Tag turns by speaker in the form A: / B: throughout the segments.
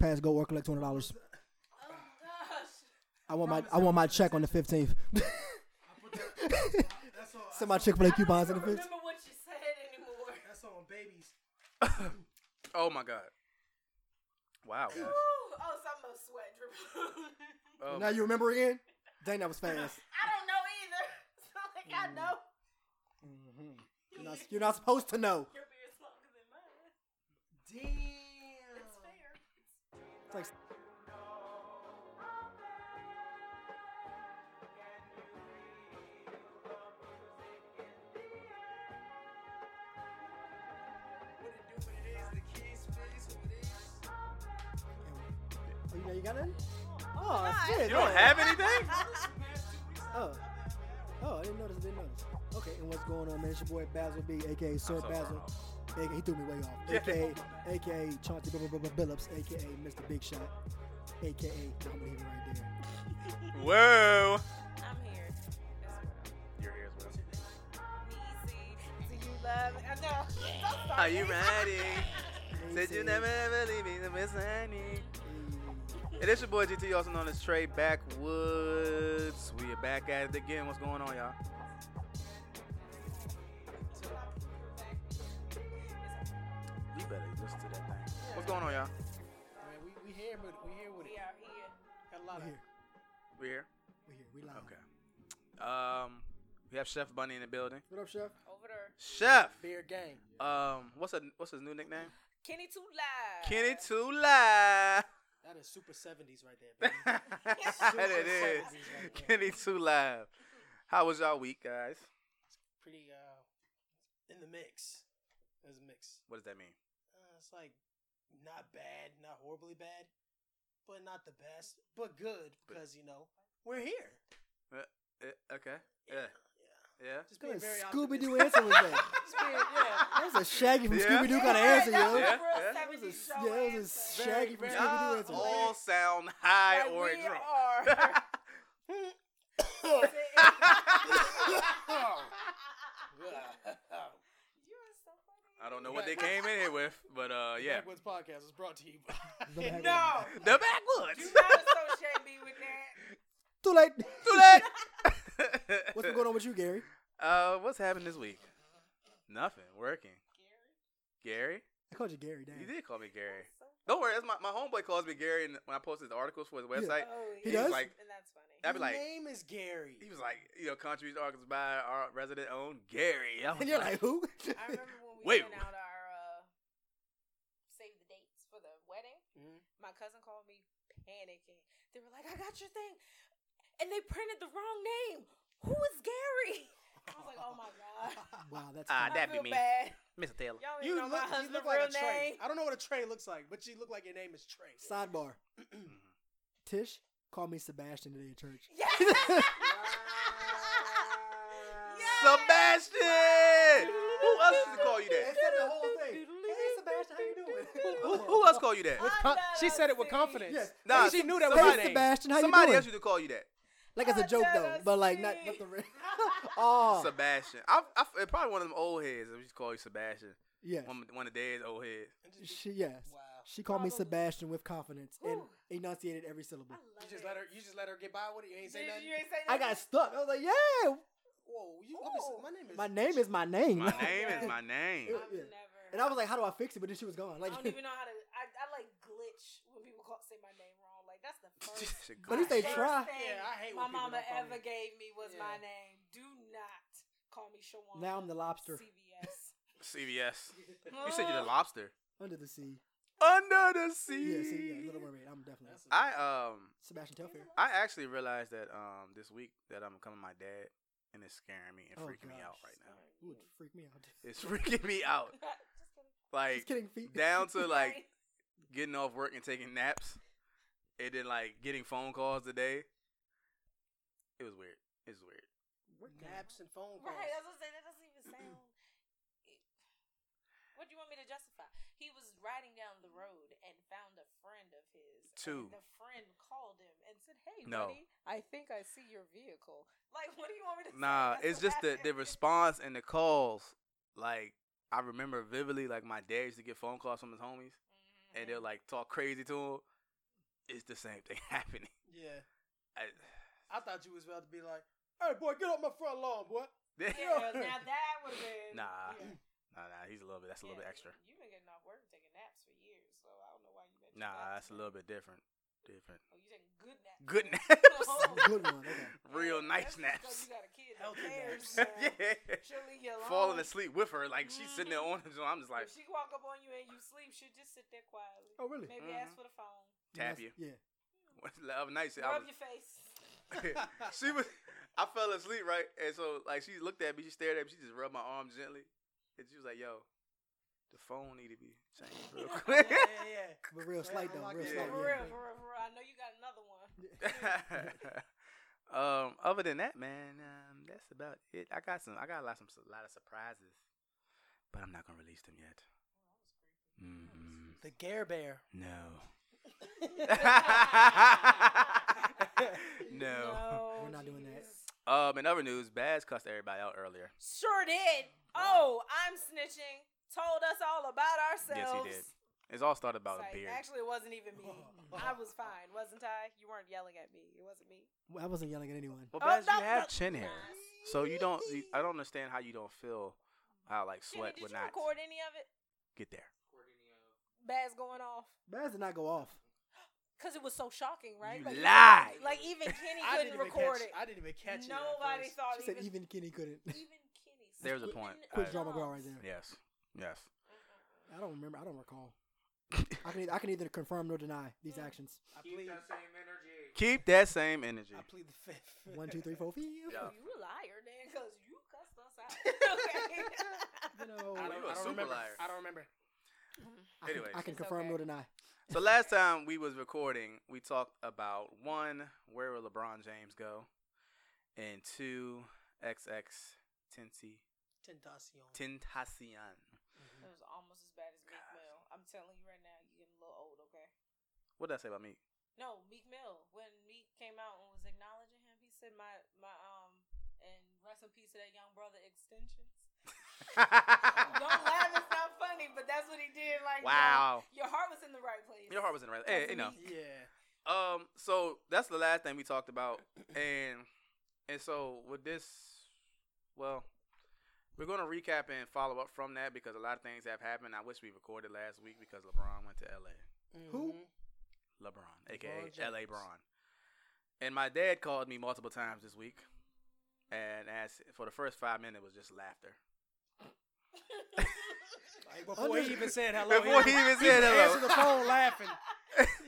A: hands go or collect two hundred dollars.
B: Oh
A: I want my I want my check on the fifteenth.
C: That's all.
A: Send my Chick Fil A coupons in the fifteenth.
B: remember what you said anymore.
C: That's on babies.
D: Oh my god. Wow. guys.
B: Woo! Oh, so I'm gonna sweat dribbling.
D: Oh
A: Now
D: my-
A: you remember again? Dang, that was fast.
B: I don't know either. So like I know
A: Mm. Mm-hmm. You're not, you're not supposed to know.
B: your beard's longer than mine.
C: Damn.
B: It's fair.
A: It's like Oh, you know you got it? Oh shit!
D: You don't have anything?
A: Oh, oh, I didn't notice. I didn't notice. Okay, and what's going on, man? It's your boy Basil B, aka Sir
D: so far
A: Basil. AKA, he threw me way off.
D: Yeah.
A: AKA, AKA Chauncey Bubba Bubba Billups, AKA Mr. Big Shot, AKA I'm gonna hit it right there.
D: Whoa.
B: I'm here.
D: Your ears went.
B: Do you love me? I know. So sorry.
D: Are you ready? Said you
A: Amazing.
D: never ever leave me the me. It is your boy GT, also known as Trey Backwoods. We are back at it again. What's going on, y'all? You better listen to that thing. What's going on, y'all?
C: Man, we, we here with it. We here with
B: We
C: it.
B: are here.
C: Got a lot
A: We're
C: of
A: here.
D: We here?
A: We're here. We live.
D: Okay. Um, we have Chef Bunny in the building.
A: What up, Chef?
B: Over there.
D: Chef.
C: beer game.
D: Um, what's a, what's his new nickname?
B: Kenny Too Live.
D: Kenny Two Live.
C: That is super seventies right there. Baby.
D: it is. Kenny Two Live. How was y'all week, guys?
C: Pretty uh, in the mix. It was a mix.
D: What does that mean?
C: Uh, it's like not bad, not horribly bad, but not the best, but good because you know we're here.
D: Uh, okay. Yeah.
C: yeah.
D: Yeah.
C: Just being
A: Good
C: very
A: Scooby Doo answer
C: optimistic.
A: was that?
C: Just being, yeah.
A: That was a Shaggy from
D: Yeah.
A: Scooby Doo kind of
B: Yeah,
A: answer,
B: that
A: yo.
B: was
D: Yeah.
B: real
D: yeah.
B: 70s
A: That was a,
B: show
A: yeah, that was
B: answer.
A: a Shaggy from
C: Very,
A: Scooby Doo
D: Y'all
A: answer.
D: all sound high
B: Like,
D: or
B: we
D: drunk.
B: are. You are so funny.
D: I don't know what they came in here with, but uh, yeah.
C: Backwoods podcast was brought to you by.
A: The back-
B: No.
D: The backwoods.
B: Do not associate me with that.
A: Too late.
D: Do that.
A: What's been going on with you, Gary?
D: Uh, what's happened this week? Nothing. Working. Gary.
A: I called you Gary, damn.
D: You did call me Gary. Don't worry, that's my, my homeboy calls me Gary and when I posted the articles for his website.
B: Oh,
A: He
D: He,
A: does?
D: was like
B: And that's funny.
D: I'd be
C: Your
D: like
C: name is Gary.
D: he was like, you know, contributed articles by our resident owned Gary. I was
A: And you're like, who?
B: I remember when we
D: Wait.
B: sent out our uh, save the dates for the wedding.
D: Mm-hmm.
C: Mhm.
B: My cousin called me panicking. They were like, "I got your thing," and they printed the wrong name. Who is Gary? I was like, "Oh my god."
A: wow, that's
D: Ah,
A: funny.
D: that-
B: I
D: be
B: feel
D: me.
B: bad.
D: Mr. Taylor.
B: Y'all ain't
C: You
B: know
C: look,
B: my
C: you
B: husband's
C: look like
B: real
C: a Trey.
B: name.
C: I don't know what a Trey looks like, but you look like your name is Trey.
A: Sidebar. Tish called me Sebastian today at church.
B: Yes. Yes!
D: Sebastian! Who else used to call you that?
A: the whole thing. Hey, Sebastian, how you doing?
D: Who, who else called you that?
B: With
C: Con-
B: I'm not
C: she said it with
B: upset.
C: confidence.
A: Yes.
D: Nah,
C: she knew that was my
A: Hey,
C: name.
A: Sebastian, how you
D: Somebody
A: doing?
D: else used to call you that.
A: like it's a joke though, but like not but the re- Oh,
D: Sebastian. I, I, it's probably one of them old heads. We used to call you Sebastian.
A: yes.
D: One, one of Dad's old heads.
C: And just-
A: She yes.
C: Wow.
A: She called me
B: Probably.
A: Sebastian with confidence and
B: Whew.
A: enunciated every syllable.
B: I love
C: You just
B: it.
C: let her. You just let her get by with it. You ain't say
B: Did
C: nothing.
B: you ain't say
A: I
B: nothing?
A: got stuck. I was like, yeah,
C: Whoa, you, let me see-
B: Oh.
C: my name is.
A: my name is my name.
D: My name is my name.
A: Yeah.
B: I've never.
A: And I was like, how do I fix it? But then she was gone. Like,
B: I don't even know how to. I, I like glitch when people call say my name wrong. Like that's the first.
A: But if they
B: first
A: try-
B: thing
C: Yeah, I hate
B: my
C: when people
B: mama
C: don't call
B: ever
C: me.
B: gave me was my
C: Yeah.
B: name. Do not call me Shawan.
A: now I'm the lobster
B: CVS.
D: CVS. You said you're the lobster.
A: under the sea.
D: Under
A: Uh. Yeah,
D: the sea.
A: see, yeah, Little Mermaid. I'm definitely
C: That's a-
D: I um
A: Sebastian Telfair.
D: I actually realized that um this week that I'm becoming my dad and it's scaring me and
A: Oh,
D: freaking me out
A: gosh.
D: right now.
A: You would freak me out.
D: It's freaking me out.
B: Just kidding.
A: Just
D: Like
A: kidding, feet.
D: down to like
B: Sorry.
D: getting off work and taking naps and then like getting phone calls today. It was weird. It was weird.
C: naps mm. and phone calls.
B: Right, that's what I'm saying. That doesn't even sound. What do you want me to justify? He was riding down the road and found a friend of his. and
D: Two.
B: the friend called him and said, "Hey,
D: No.
B: buddy, I think I see your vehicle." Like, what do you want me to? say?
D: Nah,
B: That's
D: it's just the, the
B: last-
D: response and the calls.
B: Mm-hmm.
D: Like
A: Mm-hmm.
D: I remember vividly like my dad used to get phone calls from his homies and they'll like talk crazy to him it's the same thing happening.
C: Yeah.
D: I,
C: I thought you was about to be like, "Hey, boy, get off my front lawn, boy."
B: Yeah, now that would have been.
D: Nah.
B: yeah.
D: nah, nah, he's a little bit. That's a little
B: Yeah,
D: bit extra.
B: You've been getting off work and taking naps for years, so I don't know why you mentioned
D: Nah,
B: naps
D: that's a little bit different. Different.
B: Oh, you taking good naps.
D: Good
B: now.
D: naps.
A: Good one. Okay.
D: Real nice
B: You
D: naps.
B: got a kid that
C: Healthy
B: cares
C: naps.
B: now.
D: yeah.
B: She'll leave you alone.
D: Falling asleep with her, like she's sitting there on. So I'm just like
B: If she walk up on you and you sleep, she'll just sit there quietly.
A: Oh really?
B: Maybe
D: Mm-hmm.
B: ask for the phone.
D: tap
A: Nice-
D: you.
A: Yeah.
D: The other night, I
B: Rub
D: was,
B: your face.
D: she was. I fell asleep, right? And so, like, she looked at me, she stared at me, she just rubbed my arm gently, and she was like, "Yo, the phone need to be changed real
C: yeah,
D: quick."
C: yeah, yeah.
A: But real
C: Yeah,
A: slight
C: I'm
A: though.
C: like,
A: Real
D: yeah.
A: slight.
B: For
A: yeah.
B: real, for real, for real. I know you got another one.
D: um, other than that, man, um, that's about it. I got some, I got a lot, some, a lot of surprises, but I'm not gonna release them yet. Mm-hmm. Mm-mm.
C: The Gare Bear.
D: No. no.
B: No,
A: We're not doing that.
B: Jesus.
D: Um, in other news, Baz cussed everybody out earlier.
B: Sure did. Oh, I'm snitching. Told us all about ourselves.
D: did. It's all started about
B: Psych.
D: a beard.
B: Actually, it wasn't even me. I was fine, wasn't I? You weren't yelling at me. It wasn't me.
A: Well, I wasn't yelling at anyone.
D: well,
B: Oh,
D: Baz,
B: no,
D: you
B: no.
D: have chin hair, so you don't. You, I don't understand how you don't feel how like
B: Jimmy,
D: sweat
B: did
D: would
B: you
D: not
B: record any of it?
D: get there.
B: Baz going off
A: Baz did not go off.
B: because it was so shocking, right?
D: You
B: like,
D: lied.
B: Like even Kenny
C: I didn't
B: couldn't
C: even
B: record
C: catch.
B: it.
C: I didn't even catch it. at
B: Nobody
C: first.
B: thought
A: She said
B: even
A: even Kenny couldn't.
B: even Kenny.
D: There's a
B: Even
D: point.
B: the
A: Quick
D: I-
A: drama girl right there.
B: dogs.
D: Yes, yes.
A: I don't remember. I don't recall. I can either, I can either confirm nor deny these actions.
C: I plead.
D: Keep that same energy.
C: I plead the fifth.
A: One, two, three, four, five.
D: Yeah.
B: Oh, You a liar, man, because you cussed us out. Okay.
A: You know,
C: I
A: I,
C: don't,
D: Oh, You a
C: I don't
D: super
C: remember.
D: liar.
C: I don't remember.
A: can,
D: Anyways.
A: I can
B: It's
A: confirm
B: okay.
A: nor deny.
D: So last time we was recording, we talked about one, where will LeBron James go? And two, XX Tensi
C: Tentacion.
D: Tentacion.
B: It was almost as bad as Meek Mill. I'm telling you right now, you getting a little old, okay?
D: What did I say about me?
B: No, Meek Mill. When Meek came out and was acknowledging him, he said, "My my um and rest in peace to that young brother extensions." Don't laugh; it's not funny, but that's what he did. Like, yo,
D: Wow.
B: your heart was in the right place.
D: Your heart was in the right. Hey,
B: That's
D: you know.
B: me.
C: Yeah.
D: Um, so that's the last thing we talked about, and and so with this, well, we're gonna recap and follow up from that because a lot of things have happened. I wish we recorded last week because LeBron went to LA. Mm-hmm.
A: Who?
C: Mhm.
D: LeBron, aka
C: LeBron
D: LA
C: James.
D: Bron. And my dad called me multiple times this week, and as for the first five minutes, it was just laughter.
C: Like, before
A: Under-
C: he even said hello.
D: Before he even said
C: Answer
D: hello,
C: the phone laughing.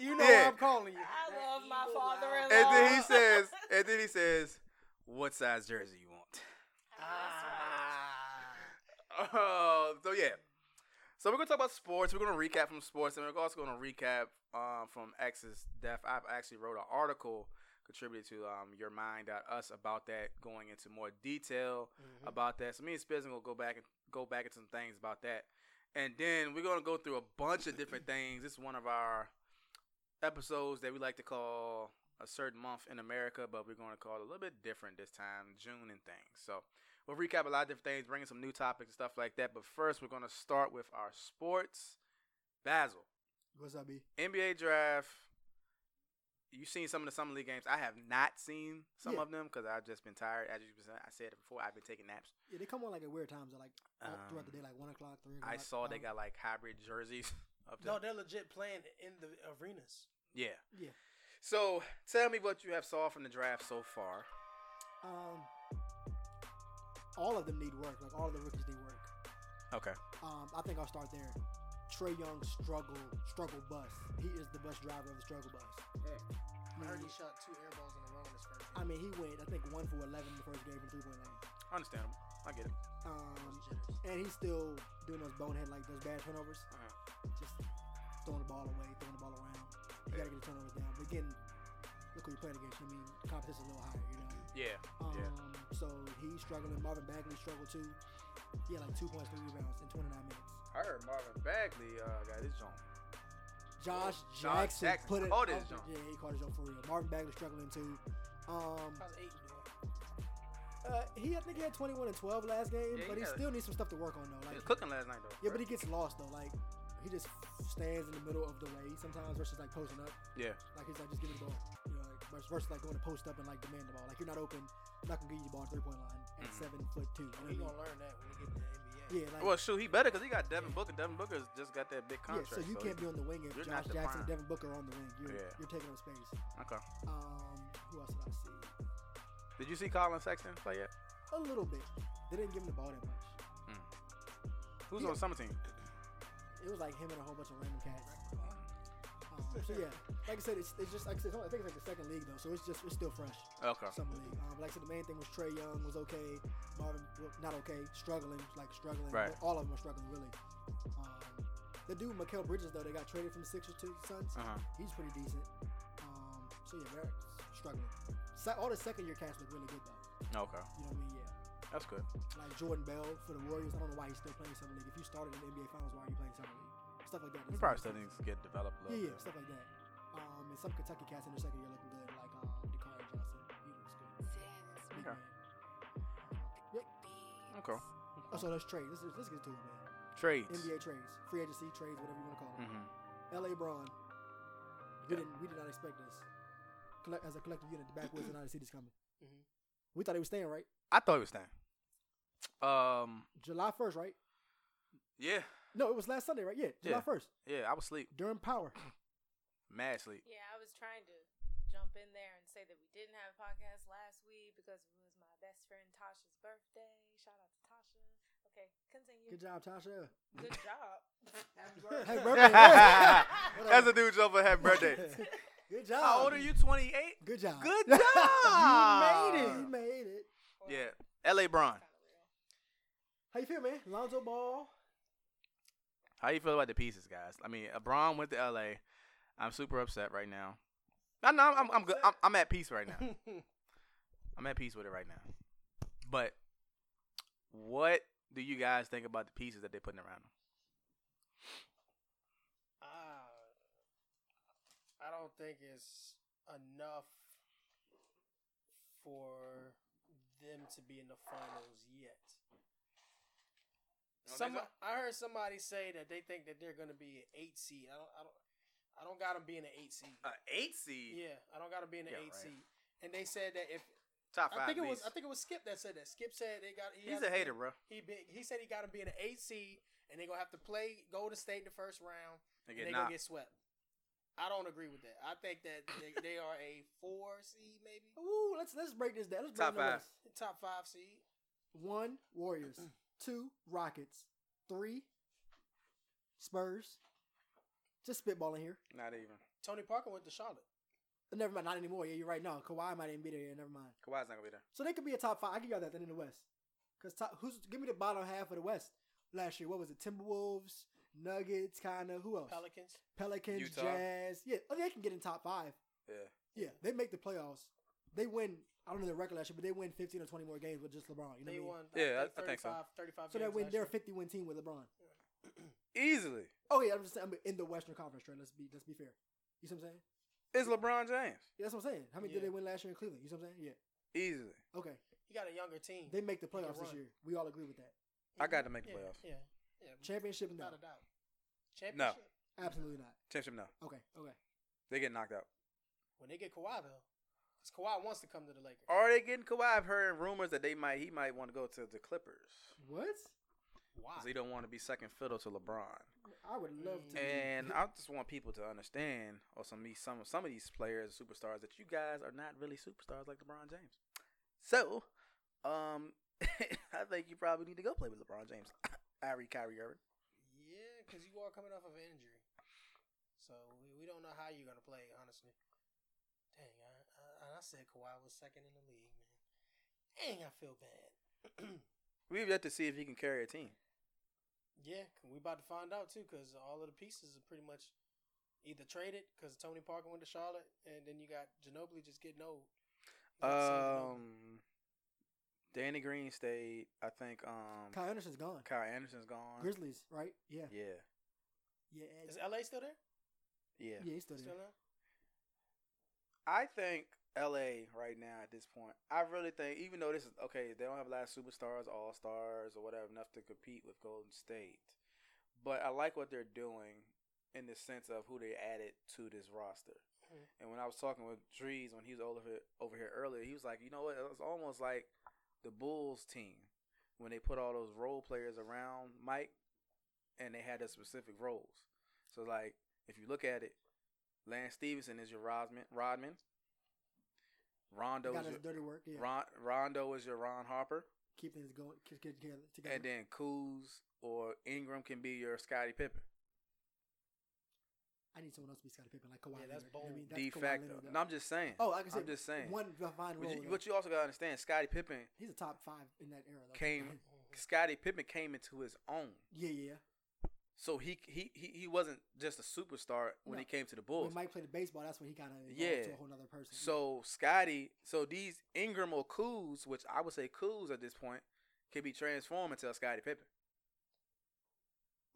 C: You know
D: Yeah.
C: I'm calling you.
B: I love my
C: Evil
B: father-in-law.
D: and then he says, and then he says, "What size jersey you want?"
C: Ah.
D: Uh, so yeah. So we're gonna talk about sports. We're gonna recap from sports, and we're also gonna recap um, from X's death. I've actually wrote an article contributed to um, Your Mind Us about that, going into more detail
C: Mhm.
D: Mm-hmm. about that. So me and Spiz gonna go back and go back into some things about that, and then we're gonna go through a bunch of different things. This is one of our episodes that we like to call a certain month in America, but we're gonna call it a little bit different this time, June and things. So we'll recap a lot of different things, bringing some new topics and stuff like that. But first, we're gonna start with our sports. Basil,
A: What's up, B?
D: NBA draft. You've seen some of the summer league games. I have not seen some
A: Yeah.
D: of them because I've just been tired. As you said, I said it before. I've been taking naps.
A: Yeah, they come on like at weird times, like all Oh, throughout the day,
D: Um,
A: like one o'clock, three. o'clock.
D: I saw they
A: um,
D: got like hybrid jerseys of them.
C: No, they're legit playing in the arenas.
D: yeah.
A: Yeah.
D: So tell me what you have saw from the draft so far.
A: Um, all of them need work. Like all of the rookies need work.
D: Okay.
A: Um, I think I'll start there. Trey Young struggle struggle bus. He is the bus driver of the struggle bus.
D: Mm.
C: I
A: I
C: heard
A: mean,
C: he shot two air balls in a row in his first
A: I mean, he went I think one for eleven in the first game from three point land.
D: Understandable. I get it.
A: Um,
C: game.
A: and he's still doing those bonehead like those bad turnovers.
D: Uh-huh.
A: Just throwing the ball away, throwing the ball around. You gotta get the turnovers down. But again, look who you're playing against. I mean, competition's a little higher, you know.
D: Yeah.
A: Um,
D: Yeah.
A: So he's struggling. Marvin Bagley struggled too. He had like two points, three rebounds in 29 minutes.
D: I heard Marvin Bagley uh, got his joint.
A: Josh
D: Josh
A: Jackson,
D: Jackson
A: put it.
D: caught his
A: up-
D: jump.
A: Yeah, he caught his jump for real. Marvin Bagley struggling too. Um,
C: How's eight doing?
A: uh, he I think he had 21 and 12 last game,
D: Yeah, he
A: but he
D: got-
A: still needs some stuff to work on though.
D: He
A: Like,
D: was cooking last night though.
A: yeah, but he gets lost though. Like He just stands in the middle of the way sometimes versus like posting up.
D: Yeah.
A: Like he's like just give me the ball. You know, like vers- versus like going to post up and like demand the ball. Like you're not open. I'm not gonna give you the ball at three point line at
D: Mhm.
A: seven foot two. You know
E: He
A: what
E: gonna learn that when he get
A: I
E: to the NBA.
A: mean? Yeah. Like,
D: Well, shoot, he better because he got Devin Booker. Devin Booker's just got that big
A: yeah.
D: contract.
A: So you
D: so
A: can't be on the wing if
D: you're not
A: Josh
D: the
A: Jackson,
D: prime.
A: and Devin Booker are on the wing. You're
D: Yeah.
A: you're taking up space.
D: he- okay.
A: Um, who else did I see?
D: Did you see Colin Sexton play yet?
A: A little bit. They didn't give him the ball that much.
D: Who's
A: Yeah.
D: on summer team?
A: It was like him and a whole bunch of random cats. Um, so yeah, like I said, it's, it's just like I said, I think it's like the second league though, so it's just it's still fresh.
D: Okay.
A: Summer league. Um, like I said, the main thing was Trey Young was okay, Marvin well, not okay, struggling, like struggling.
D: Right.
A: All of them are struggling really. Um, the dude Mikael Bridges though, they got traded from Sixers to the Suns.
D: Uh huh.
A: He's pretty decent. Um, so yeah, they're struggling. Se- all the second year cats look really good though.
D: Okay.
A: You know what I mean? Yeah.
D: That's good.
A: Like Jordan Bell for the Warriors. I don't know why he's still playing summer league. If you started in the NBA Finals, why are you playing summer league? Stuff like that.
D: He
A: doesn't
D: probably
A: make
D: still
A: sense.
D: needs to get developed a little
A: Yeah, yeah, stuff like that. Um, and some Kentucky cats in their second year looking good, like um, Dakari Johnson. He looks good. Big
D: Okay.
A: man.
D: bit. Okay.
A: Oh, so let's trade. Let's, let's get to it, man.
D: Trades.
A: NBA trades, free agency trades, whatever you want to call it.
D: Mm-hmm.
A: L.A. Braun. We
D: Yeah.
A: didn't. We did not expect this. Collect, as a collective unit, the backwoods did not see this coming.
E: Mhm.
D: Mm-hmm.
A: We thought he was staying, right?
D: I thought he was staying. Um.
A: July first, right?
D: Yeah.
A: No, it was last Sunday, right? Yeah, July
D: Yeah.
A: first.
D: Yeah. I was asleep.
A: During power.
D: Mad sleep.
B: Yeah, I was trying to jump in there and say that we didn't have a podcast last week because it was my best friend Tasha's birthday. Shout out to Tasha. Okay, continue.
A: Good job, Tasha.
B: Good job.
A: Hey,
E: Happy
A: birthday.
D: That's
A: Whatever.
D: a dude joke for happy birthday.
A: Good job.
D: How old are you? 28.
A: Good job.
D: Good
A: you made it.
D: job.
A: You made it.
D: Yeah. L.A. Bron.
A: How you feel, man? Lonzo Ball.
D: How you feel about the pieces, guys? I mean, LeBron went to L.A. I'm super upset right now. No, no, I'm, I'm, I'm good. I'm, I'm at peace right now.
E: NBA.
D: I'm at peace with it right now. But what do you guys think about the pieces that they're putting around them?
E: I don't think it's enough for them to be in the finals yet.
D: You don't think
E: Some
D: so?
E: I heard somebody say that they think that they're going to be an eight seed. I don't. I don't. I don't got them being an eight seed.
D: Uh, eight seed,
E: Yeah, I don't got them being an
D: Yeah,
E: eight
D: right.
E: seed. And they said that if
D: top five.
E: I think it was
D: least.
E: I think it was Skip that said that. Skip said they got. He
D: he's
E: has-
D: a hater, bro.
E: He been, he said he got to be in an eight seed, and they're gonna have to play Golden State in the first round,
D: They
E: and
D: get
E: they're
D: knocked.
E: gonna get swept. I don't agree with that. I think that they, they are a four seed, maybe
A: Ooh, let's let's break this down. Let's break
D: Top
A: it down.
D: five.
E: top five seed.
A: One Warriors, two Rockets, three Spurs. Just spitballing here. Oh,
D: Not even.
E: Tony Parker went to Charlotte.
A: Never mind, not anymore. Yeah, you're right. No, Kawhi might even be there. Yeah, never mind.
D: Kawhi's not gonna be there.
A: So they could be a top five. I give y'all that. Then in the West, cause top, who's give me the bottom half of the West last year? What was it? Timberwolves, Nuggets, kind of. Who else?
E: Pelicans.
A: Pelicans,
D: Utah.
A: Jazz. Yeah, oh, they can get in top five.
D: Yeah.
A: Yeah, they make the playoffs. They win. I don't know their record last year, but they win 15 or 20 more games with just LeBron. You know what I
E: They
A: mean?
E: won.
D: Yeah,
E: I think,
D: I- I think so.
E: 35 35
A: So they
E: games
A: win.
E: last
A: They're a
E: year.
A: 50 win team with LeBron.
D: Easily.
A: Oh yeah, I'm just saying I'm in the Western Conference, Trey. Let's be let's be fair. You see what I'm saying?
D: It's LeBron James.
A: Yeah, that's what I'm saying. How many
E: Yeah.
A: did they win last year in Cleveland? You see what I'm saying? Yeah.
D: Easily.
A: Okay.
E: You got a younger team.
A: They make the
E: can
A: playoffs this
E: run.
A: year. We all agree with that.
D: I gotta make the
E: yeah,
D: playoffs.
E: Yeah, yeah,
A: Championship no.
E: without a doubt. Championship.
A: Absolutely not.
D: Championship, no.
A: Okay. Okay.
D: They get knocked out.
E: When they get Kawhi though, because Kawhi wants to come to the Lakers.
D: Are they getting Kawhi? I've heard rumors that they might he might want to go to the Clippers
A: What?
E: Why?
D: because he don't want to be second fiddle to LeBron.
A: I would love to.
D: Mm. And I just want people to understand, or some of these some some of these players, superstars, that you guys are not really superstars like LeBron James. So, um, I think you probably need to go play with LeBron James, Irie, Kyrie Irving.
E: Yeah, because you are coming off of an injury, so we, we don't know how you're gonna play. Honestly, dang, I, I, and I said Kawhi was second in the league, man. Dang, I feel bad.
D: We've yet to see if he can carry a team.
E: yeah, 'cause we about to find out too, because all of the pieces are pretty much either traded, because Tony Parker went to Charlotte, and then you got Ginobili just getting old. You got Sam Ginobili.
D: Um, Danny Green stayed. I think um,
A: Kyle Anderson's gone.
D: Kyle Anderson's gone.
A: Grizzlies, right? Yeah.
D: Yeah,
A: Yeah.
E: is LA still there?
D: yeah.
A: Yeah, he's Um, still there.
E: Still there?
D: I think LA right now at this point, I really think even though this is okay, they don't have a lot of superstars, all stars, or whatever enough to compete with Golden State. But I like what they're doing in the sense of who they added to this roster.
C: Mhm.
A: Mm-hmm.
D: And when I was talking with Drees when he was over here, over here earlier, he was like, you know what? It was almost like the Bulls team when they put all those role players around Mike, and they had their specific roles. So like, if you look at it, Lance Stevenson is your Rodman. Rodman. Rondo
A: Got
D: is
A: his
D: your,
A: dirty work. Yeah.
D: Ron, Rondo is your Ron Harper.
A: Keep things going. Keep, keep together. together.
D: And then Kuz or Ingram can be your Scottie Pippen.
A: I need someone else to be Scottie Pippen, like Kawhi.
C: Yeah, that's
A: Leonard, you know what I
C: bold.
A: mean?
D: De
A: Kawhi
D: facto.
A: Leonard, though.
D: No, I'm just saying.
A: oh, like I said,
D: I'm just saying.
A: one fine
D: But
A: role.
D: you,
A: though.
D: but you also gotta understand, Scottie Pippen,
A: He's a top five in that era. Though.
D: Came-
E: Mm-hmm.
D: Scottie Pippen came into his own.
A: yeah, yeah.
D: So he he he, he wasn't just a superstar
A: No.
D: when he came to the
A: When
D: Bulls.
A: Mike played the baseball, that's when he kind of
D: Yeah.
A: yeah to a whole other person.
D: So Scotty, so these Ingram or Kuz, which I would say Kuz at this point, can be transformed into a Scottie Pippen.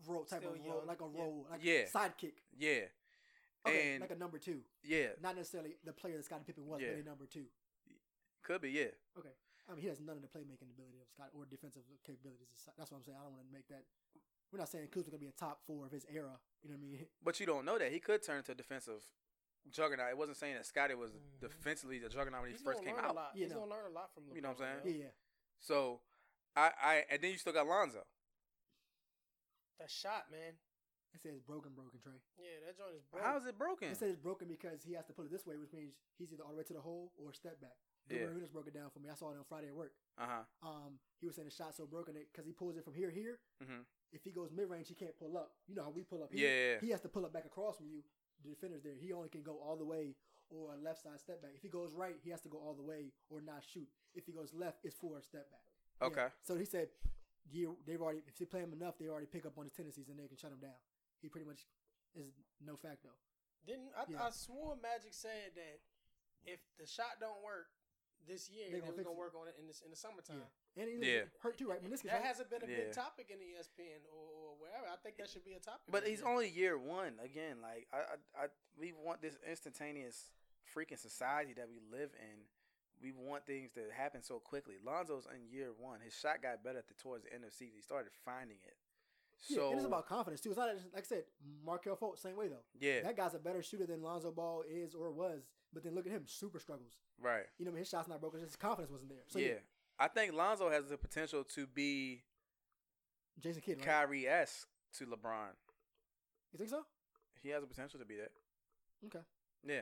A: role type
C: Still
A: of role,
C: young.
A: like a
C: Yeah.
A: role, like
D: Yeah.
A: sidekick.
D: Yeah,
A: Okay,
D: And-
A: like a number two,
D: yeah,
A: not necessarily the player that Scottie Pippen was,
D: Yeah.
A: but a number two.
D: could be. Yeah,
A: I mean, he has none of the playmaking ability of Scott or defensive capabilities. of Scott. That's what I'm saying. I don't want to make that. We're not saying Kuz was gonna be a top four of his era. You know what I mean?
D: but you don't know that he could turn into a defensive juggernaut. It wasn't saying that Scotty was
C: Mhm.
A: Mm-hmm.
D: defensively the juggernaut when he
C: He's
D: first
C: gonna
D: came
C: learn
D: out.
C: A lot.
A: You
C: He's
A: know.
C: gonna learn a lot from LeBron.
D: You know what I'm saying?
C: yo.
A: Yeah, yeah.
D: So I I and then you still got Lonzo.
C: That shot, man.
A: It says broken, broken Trey.
C: Yeah, that joint is broke.
D: How is it broken?
A: It says it's broken because he has to put it this way, which means he's either all the way to the hole or step back.
D: Yeah.
A: Gilbert Arenas broke it down for me. I saw it on Friday at work.
D: Uh huh.
A: Um, he was saying the shot's so broken it because he pulls it from here, here.
D: Mhm.
A: If he goes mid range, he can't pull up. You know how we pull up.
D: Yeah,
A: Here.
D: yeah, yeah.
A: He has to pull up back across from you. The defender's there. He only can go all the way or a left side step back. If he goes right, he has to go all the way or not shoot. If he goes left, it's for a step back. Yeah.
D: Okay.
A: So he said, yeah, they've already if they play him enough, they already pick up on his tendencies and they can shut him down. He pretty much is no facto.
C: Didn't I,
A: Yeah.
C: I swore Magic said that if the shot don't work this year,
A: They
C: they
A: gonna
C: was
A: fix
C: gonna
A: it.
C: work on it in this in the summertime.
A: And he's
D: Yeah.
A: hurt too, right? Meniscus,
C: That
A: right?
C: hasn't been a
D: Yeah.
C: big topic in E ESPN or, or wherever. I think that should be a topic.
D: But
C: right
D: he's
C: now.
D: only year one again. Like I, I, I, we want this instantaneous freaking society that we live in. We want things to happen so quickly. Lonzo's in year one. His shot got better at the towards the end of the season. He started finding it.
A: yeah,
D: So
A: and it's about confidence too. It's not like I said, Markel Fultz, same way though.
D: yeah,
A: That guy's a better shooter than Lonzo Ball is or was. But then look at him, super struggles.
D: right.
A: You know, his shot's not broken. His confidence wasn't there. So
D: yeah. I think Lonzo has the potential to be
A: Jason Kidd, right?
D: Kyrie esque to LeBron.
A: You think so?
D: He has the potential to be that.
A: Okay.
D: Yeah,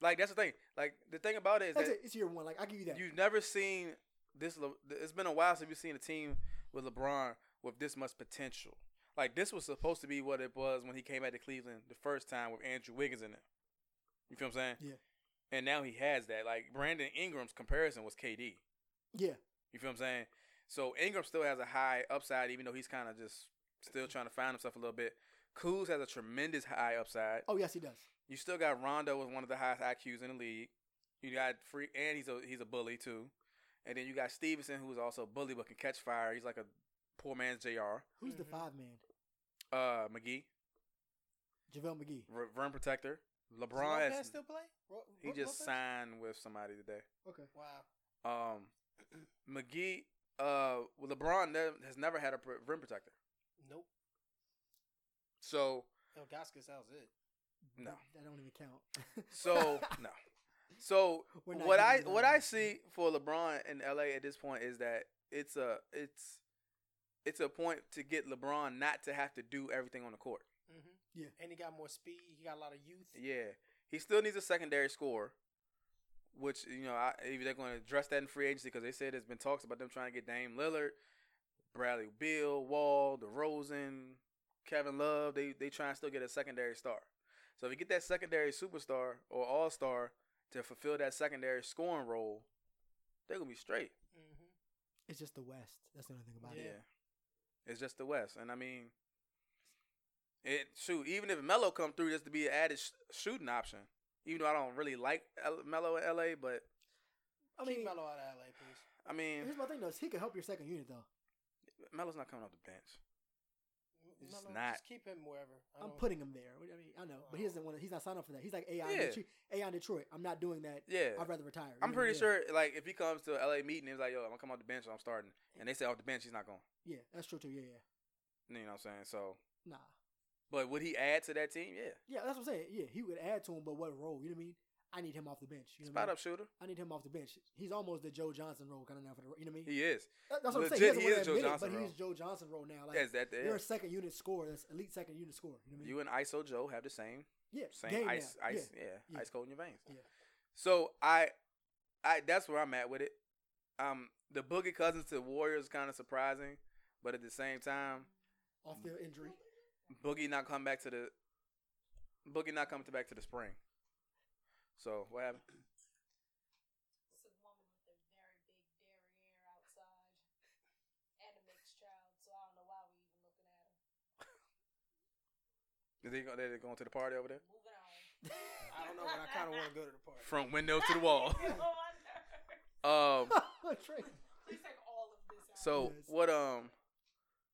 D: like that's the thing. Like the thing about it is
A: That's
D: that
A: it. It's year one. Like I give you that.
D: You've never seen this. Le- it's been a while since you've seen a team with LeBron with this much potential. Like this was supposed to be what it was when he came back to Cleveland the first time with Andrew Wiggins in it. You feel what I'm saying?
A: Yeah.
D: And now he has that. Like Brandon Ingram's comparison was KD.
A: yeah.
D: You feel what I'm saying? So Ingram still has a high upside, even though he's kind of just still trying to find himself a little bit. Kuz has a tremendous high upside.
A: Oh yes, he does.
D: You still got Rondo with one of the highest IQs in the league. You got free, and he's a he's a bully too. And then you got Stevenson, who's also a bully but can catch fire. He's like a poor man's Jr.
A: Who's the
D: Mm-hmm.
C: Mhm.
A: five man?
D: Uh, McGee,
A: JaVale McGee.
D: R- Vern protector.
C: Does Lopez
D: LeBron has
C: still play. Ro-
D: he
C: Ro-
D: just
C: Lopez?
D: signed with somebody today.
A: Okay.
C: Wow.
D: Um, McGee. Uh, well, LeBron ne- has never had a pr- rim protector.
C: Nope.
D: So
C: Elgaskis, that was it.
D: no.
A: That- That don't even count.
D: So no. So
A: We're not
D: what I
A: giving
D: what
A: none.
D: I see for LeBron in LA at this point is that it's a it's it's a point to get LeBron not to have to do everything on the court.
C: Mm-hmm.
A: Yeah.
C: And he got more speed. He got a lot of youth.
D: Yeah, he still needs a secondary scorer, which you know I, either they're going to address that in free agency because they said there's been talks about them trying to get Dame Lillard, Bradley Beal, Wall, DeRozan, Kevin Love. They they try and still get a secondary star. So if you get that secondary superstar or all star to fulfill that secondary scoring role, they're gonna be straight.
C: Mm-hmm.
A: It's just the West. That's the only thing about
D: Yeah.
A: it.
D: It's just the West, and I mean, it shoot. Even if Melo come through, just to be an added sh- shooting option. Even though I don't really like L- Melo in LA, but
A: I mean,
C: Keep Melo out of LA, please.
D: I mean,
A: here's my thing though. Is he could help your second unit though. Mm-hmm.
D: Melo's not coming off the bench.
C: M-
D: Just
C: Melo,
D: not.
C: Just keep him wherever. I
A: I'm
C: don't-
A: putting him there. What- I mean, I know, but he doesn't want. to He's not signed up for that. He's like AI. in
D: Yeah.
A: Detroit- AI in Detroit. I'm not doing that.
D: Yeah,
A: I'd rather retire. You
D: I'm
A: know what I
D: pretty
A: mean?
D: sure. Like, if he comes to a LA meeting, he's like, "Yo, I'm gonna come off the bench. I'm starting," and they say off the bench, he's not going.
A: Yeah, that's true too. Yeah, yeah.
D: You know what I'm saying? So
A: Nah.
D: But would he add to that team? Yeah.
A: Yeah, that's what I'm saying. Yeah, he would add to him, but what role? You know what I mean? I need him off the bench. You know what I
D: Spot
A: mean?
D: up shooter.
A: I need him off the bench. He's almost the Joe Johnson role kind of now for the you know what I mean?
D: He is.
A: That- That's what I'm
D: Legit,
A: saying.
D: he
A: He,
D: is
A: doesn't
D: Joe
A: want to admit it,
D: Johnson
A: but
D: role.
A: he is Joe Johnson role now. Like
D: Yes, that there
A: you're a
D: is.
A: second unit scorer. That's elite second unit scorer. You know what I mean?
D: You and ISO Joe have the same
A: yeah,
D: same
A: game
D: ice
A: now.
D: ice
A: yeah.
D: yeah,
A: Yeah.
D: ice cold in your veins.
A: Yeah.
D: So I I that's where I'm at with it. Um the Boogie Cousins to the Warriors kind of surprising, but at the same time,
A: off the injury.
D: Boogie not come back to the Boogie not coming back to the spring. So what happened?
B: Some woman with a very big derriere outside and a mixed child, so I don't know why we even looking at him.
D: Is they go- they going to the party over there?
B: Moving on.
C: I don't know, but I kind of want to go to the party.
D: From window to the wall.
B: You know, I know.
D: um
A: Trey.
B: Please take all of this out.
D: so
A: Yes.
D: what um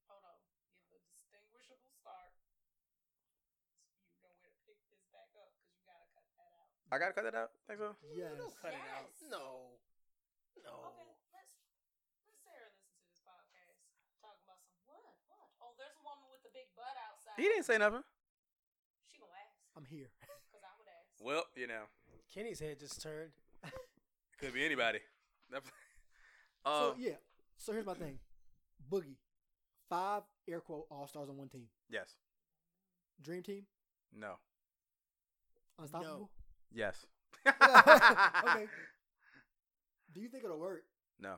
B: Hold on. Give a distinguishable start. You know where to pick this back up because you got to cut that out.
D: I gotta cut that out, think so?
A: Yes.
C: Don't cut it out.
B: Yes.
C: No. No.
D: Oh.
B: Okay, let's let Sarah listen to this podcast. Talking about some what? What? Oh, there's a woman with the big butt outside.
D: He didn't say nothing.
B: She gonna ask
A: I'm here.
B: because I would ask.
D: Well, you know.
C: Kenny's head just turned.
D: Could be anybody. um,
A: so yeah. So here's my thing. Boogie, five air quote all stars on one team.
D: Yes.
A: Dream team,
D: No.
A: unstoppable.
D: Yes.
A: okay. Do you think it'll work?
D: No.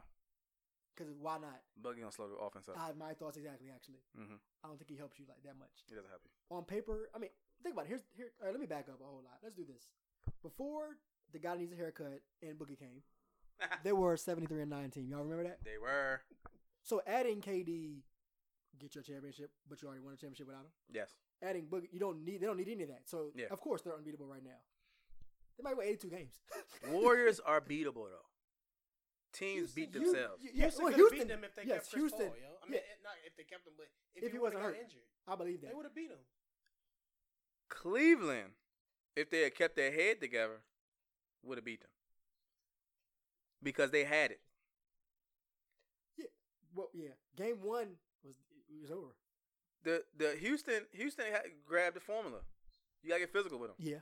A: Because why not?
D: Boogie gonna slow the offense up.
A: I have my thoughts exactly. Actually,
D: mm-hmm.
A: I don't think he helps you like that much.
D: He doesn't help you.
A: on paper, I mean, think about it. Here's here. All right, let me back up a whole lot. Let's do this. Before the guy needs a haircut and Boogie came, they were a 73 and 9 team. Y'all remember that?
D: They were.
A: So adding KD, get your championship, but you already won a championship without him.
D: Yes.
A: Adding Boogie, you don't need. They don't need any of that. So
D: Yeah.
A: of course they're unbeatable right now. They might win 82 games.
D: Warriors are beatable though. Teams beat
A: You-
D: themselves.
A: you- yeah,
C: Houston
A: well,
C: could have
A: Houston-
C: beat them if they
A: yes,
C: kept Chris
A: Houston,
C: Paul, yo. I mean,
A: yeah.
C: it- not if they kept him, but if,
A: If
C: he
A: he
C: wasn't
A: wasn't
C: got
A: hurt.
C: injured,
A: I believe that.
C: they would have beat him.
D: Cleveland, if they had kept their head together, would have beat them because they had it.
A: Well, yeah. Game one was it was over.
D: The the Houston Houston had grabbed the formula. You gotta get physical with them.
A: Yeah.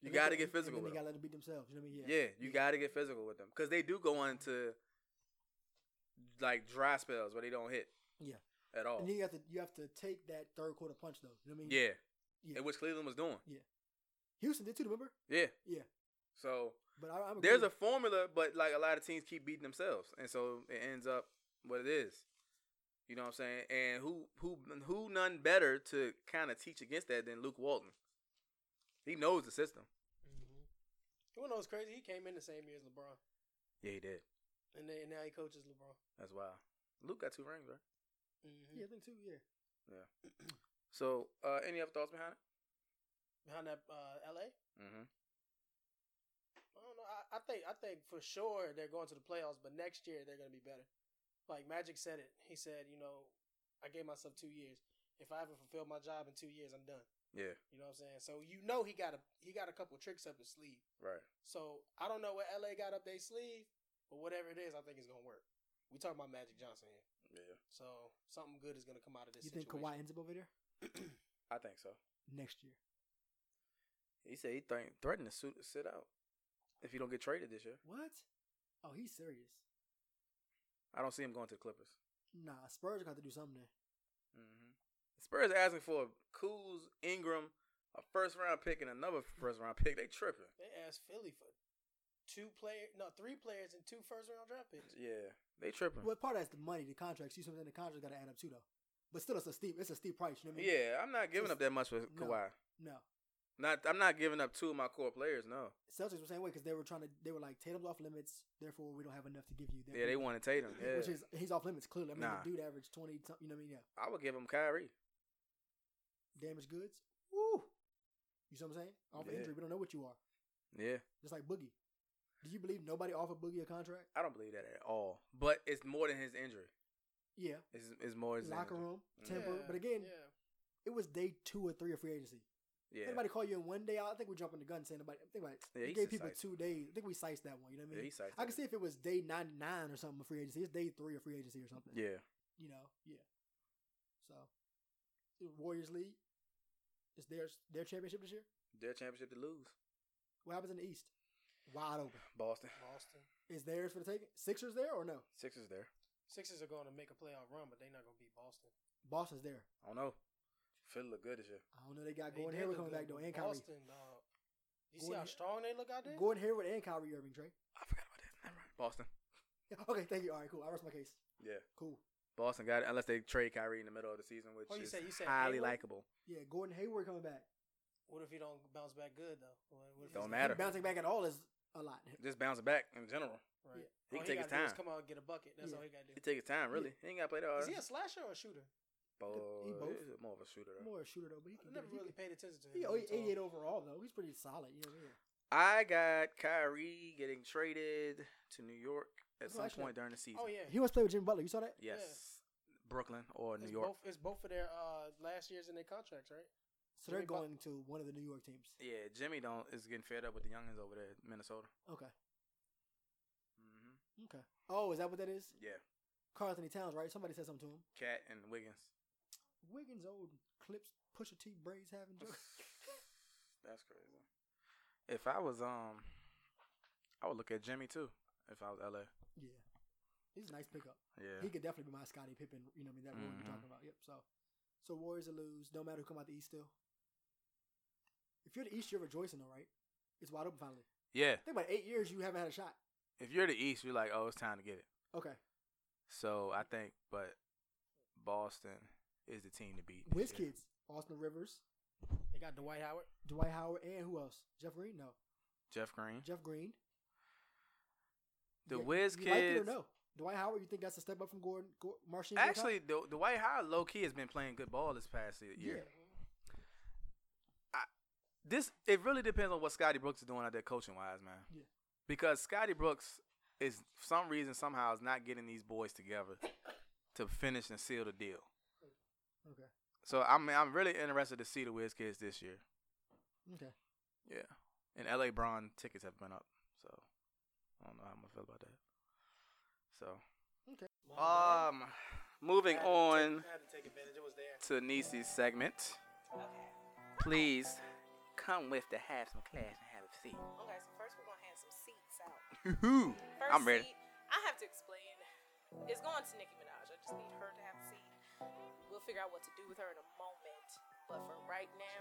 D: You
A: And
D: gotta
A: they-
D: get
A: and
D: physical
A: Then
D: with
A: they gotta
D: them.
A: let them beat themselves. You know what I mean?
D: Yeah, you got to get physical with them because they do go on to like dry spells where they don't hit.
A: Yeah.
D: at all.
A: And then you have to you have to take that third quarter punch though. You know what I mean?
D: Oh. yeah,
A: Yeah.
D: and which Cleveland was doing.
A: Houston did too. Remember?
D: Yeah,
A: Yeah.
D: So
A: But I, I'm
D: there's a
A: agreeing.
D: formula, but like a lot of teams keep beating themselves, and so it ends up what it is. You know what I'm saying? And who who who none better to kind of teach against that than Luke Walton? He knows the system.
A: Mm-hmm.
C: You wanna know what's crazy? He came in the same year as LeBron,
D: Yeah, he did.
C: and, then, and now he coaches LeBron.
D: That's wild. Luke got two rings, right?
C: Mm-hmm.
A: yeah, I think too. Yeah.
D: So uh, any other thoughts behind it?
C: Behind that, uh, LA.
D: Mm-hmm.
C: I don't know. I, I think I think for sure they're going to the playoffs, but next year they're going to be better. Like Magic said it. He said, you know, I gave myself two years. If I haven't fulfilled my job in two years, I'm done.
D: Yeah.
C: You know what I'm saying? So you know he got a he got a couple tricks up his sleeve.
D: Right.
C: So I don't know what LA got up their sleeve, but whatever it is, I think it's gonna work. We talking about Magic Johnson here,
D: Yeah.
C: so something good is gonna come out of this.
A: You think
C: situation.
A: Kawhi ends up over there
D: I think so.
A: next year?
D: He said he th- threatened to suit, sit out if you don't get traded this year.
A: What? Oh, he's serious.
D: I don't see him going to the Clippers.
A: Nah, Spurs are gonna have to do something there.
D: Mm-hmm. Spurs are asking for Kuz, Ingram, a first round pick, and another first round pick. They tripping.
C: They asked Philly for two player, no, three players and two first round draft picks.
D: Yeah, they tripping.
A: Well, part of that's the money, the contracts. You something the contracts gotta add up too, though. But still, it's a steep. It's a steep price. You know what I mean?
D: Yeah, I'm not giving up that much for
A: No.
D: Kawhi.
A: No,
D: Not, I'm not giving up two of my core players. No.
A: Celtics were the same way because they were trying to. They were like Tatum's off limits. Therefore, we don't have enough to give you.
D: Yeah, they wanted Tatum. Yeah,
A: Which is he's off limits clearly. I mean,
D: Nah.
A: the dude averaged twenty. some- You know what I mean? Yeah.
D: I would give him Kyrie.
A: Damaged goods. Woo. You see what I'm saying? Off
D: Yeah.
A: injury, we don't know what you are.
D: Yeah,
A: Just like Boogie. Do you believe nobody offered Boogie a contract?
D: I don't believe that at all. But it's more than his injury.
A: Yeah.
D: It's, it's more than his
A: Locker
D: injury.
A: room,
D: Yeah.
A: temper.
C: Yeah,
A: But again,
C: yeah.
A: it was day two or three of free agency.
D: Yeah,
A: Anybody call you in one day? I think we're jumping the gun saying about. Think about it.
D: Yeah,
A: You
D: he's
A: gave
D: a
A: people
D: sight.
A: two days. I think we sized that one. You know what I
D: yeah,
A: mean?
D: he sized
A: I can
D: it.
A: see if it was day ninety nine or something of free agency. It's day three of free agency or something.
D: Yeah.
A: You know. Yeah. So the Warriors League is theirs their championship this year.
D: Their championship to lose.
A: What happens in the East? Wide open.
D: Boston.
C: Boston.
A: Is theirs for the taking? Sixers there or no?
D: Sixers there.
C: Sixers are going to make a playoff run, but they're not going to beat Boston.
A: Boston's there.
D: I don't know. Philly look good this year.
A: I don't know. They got
C: They
A: Gordon
C: did
A: Hayward coming
C: look
A: back
C: good,
A: though,
C: but
A: and Kyrie.
C: Boston, dog. You see
A: Gordon-
C: how strong they look out there?
A: Gordon Hayward and Kyrie Irving, Trey.
D: I forgot about that. Never mind. Boston.
A: Okay, thank you. All right, cool. I rest my case.
D: Yeah.
A: Cool.
D: Boston got it unless they trade Kyrie in the middle of the season, which
C: What Oh, you
D: is
C: say? You said
D: highly
C: Hayward?
D: likable.
A: Yeah, Gordon Hayward coming back.
C: What if he don't bounce back good though? What what if
D: Don't
C: he's-
D: matter.
A: Bouncing back at all is a lot.
D: Just bouncing back in general.
C: Right.
A: Yeah.
D: He
C: All
D: can take his
C: gotta do is
D: time.
C: Come out and get a bucket. That's
A: Yeah.
C: all he got to
D: He uh,
C: do.
D: take his time, really. He ain't got to play that hard.
C: Is he a slasher or a shooter?
A: He
D: Boy,
A: both.
D: he's more of a shooter. though.
A: More a shooter though, but he
C: I
A: can.
C: never
A: he
C: really
A: can-
C: paid attention to him.
A: he, oh,
C: when
A: he
C: he was
A: 88
C: on.
A: overall though. He's pretty solid. Yeah, yeah.
D: I got Kyrie getting traded to New York at
A: Oh,
D: some
A: actually-
D: point during the season.
C: Oh yeah.
A: He wants to play with Jimmy Butler. You saw that?
D: Yes. Brooklyn or New
C: It's
D: York.
C: both, it's both of their uh, last years in their contracts, right?
A: So they're
C: Jimmy Butler.
A: going to one of the New York teams.
D: Yeah, Jimmy don't is getting fed up with the youngins over there, in Minnesota.
A: Okay.
D: hmm
A: Okay. Oh, is that what that is?
D: Yeah,
A: Carl Anthony Towns, right? Somebody said something to him.
D: Cat and Wiggins.
A: Wiggins old clips, push a T braids having jokes.
D: That's crazy. If I was um, I would look at Jimmy too. If I was LA,
A: yeah. He's a nice pickup.
D: yeah,
A: He could definitely be my Scottie Pippen, you know what I mean, that role
D: Mhm.
A: you're talking about. Yep. So so Warriors will lose. Don't matter who come out the East still. If you're the East, you're rejoicing though, right? It's wide open finally.
D: yeah.
A: Think about it, eight years you haven't had a shot.
D: If you're the East, you're like, oh, it's time to get it.
A: Okay.
D: So I think, but Boston is the team to beat.
A: Whiz
D: this year.
A: kids. Austin Rivers,
C: They got Dwight Howard.
A: Dwight Howard, and who else? Jeff Green? No.
D: Jeff Green,
A: Jeff Green.
D: the
A: Yeah,
D: Whiz
A: You like it or
D: kids.
A: no? Dwight Howard, you think that's a step up from Gordon, Gordon Martian?
D: Actually, the the White Howard low key has been playing good ball this past year. this it really depends on what Scotty Brooks is doing out there coaching wise, man.
A: Yeah.
D: Because Scotty Brooks is for some reason somehow is not getting these boys together to finish and seal the deal.
A: Okay.
D: So I'm I'm really interested to see the Wiz kids this year.
A: Okay.
D: Yeah. And LA Braun tickets have been up. So I don't know how I'm gonna feel about that. So um moving on
C: I had to take advantage. It was there.
D: to Nisi's segment.
B: Okay.
D: Please come with the have some class and have a seat.
B: Okay, so first we're gonna have some seats out.
D: Hoo-hoo.
B: First
D: I'm ready.
B: seat, I have to explain. It's going to Nicki Minaj. I just need her to have a seat. We'll figure out what to do with her in a moment. But for right now,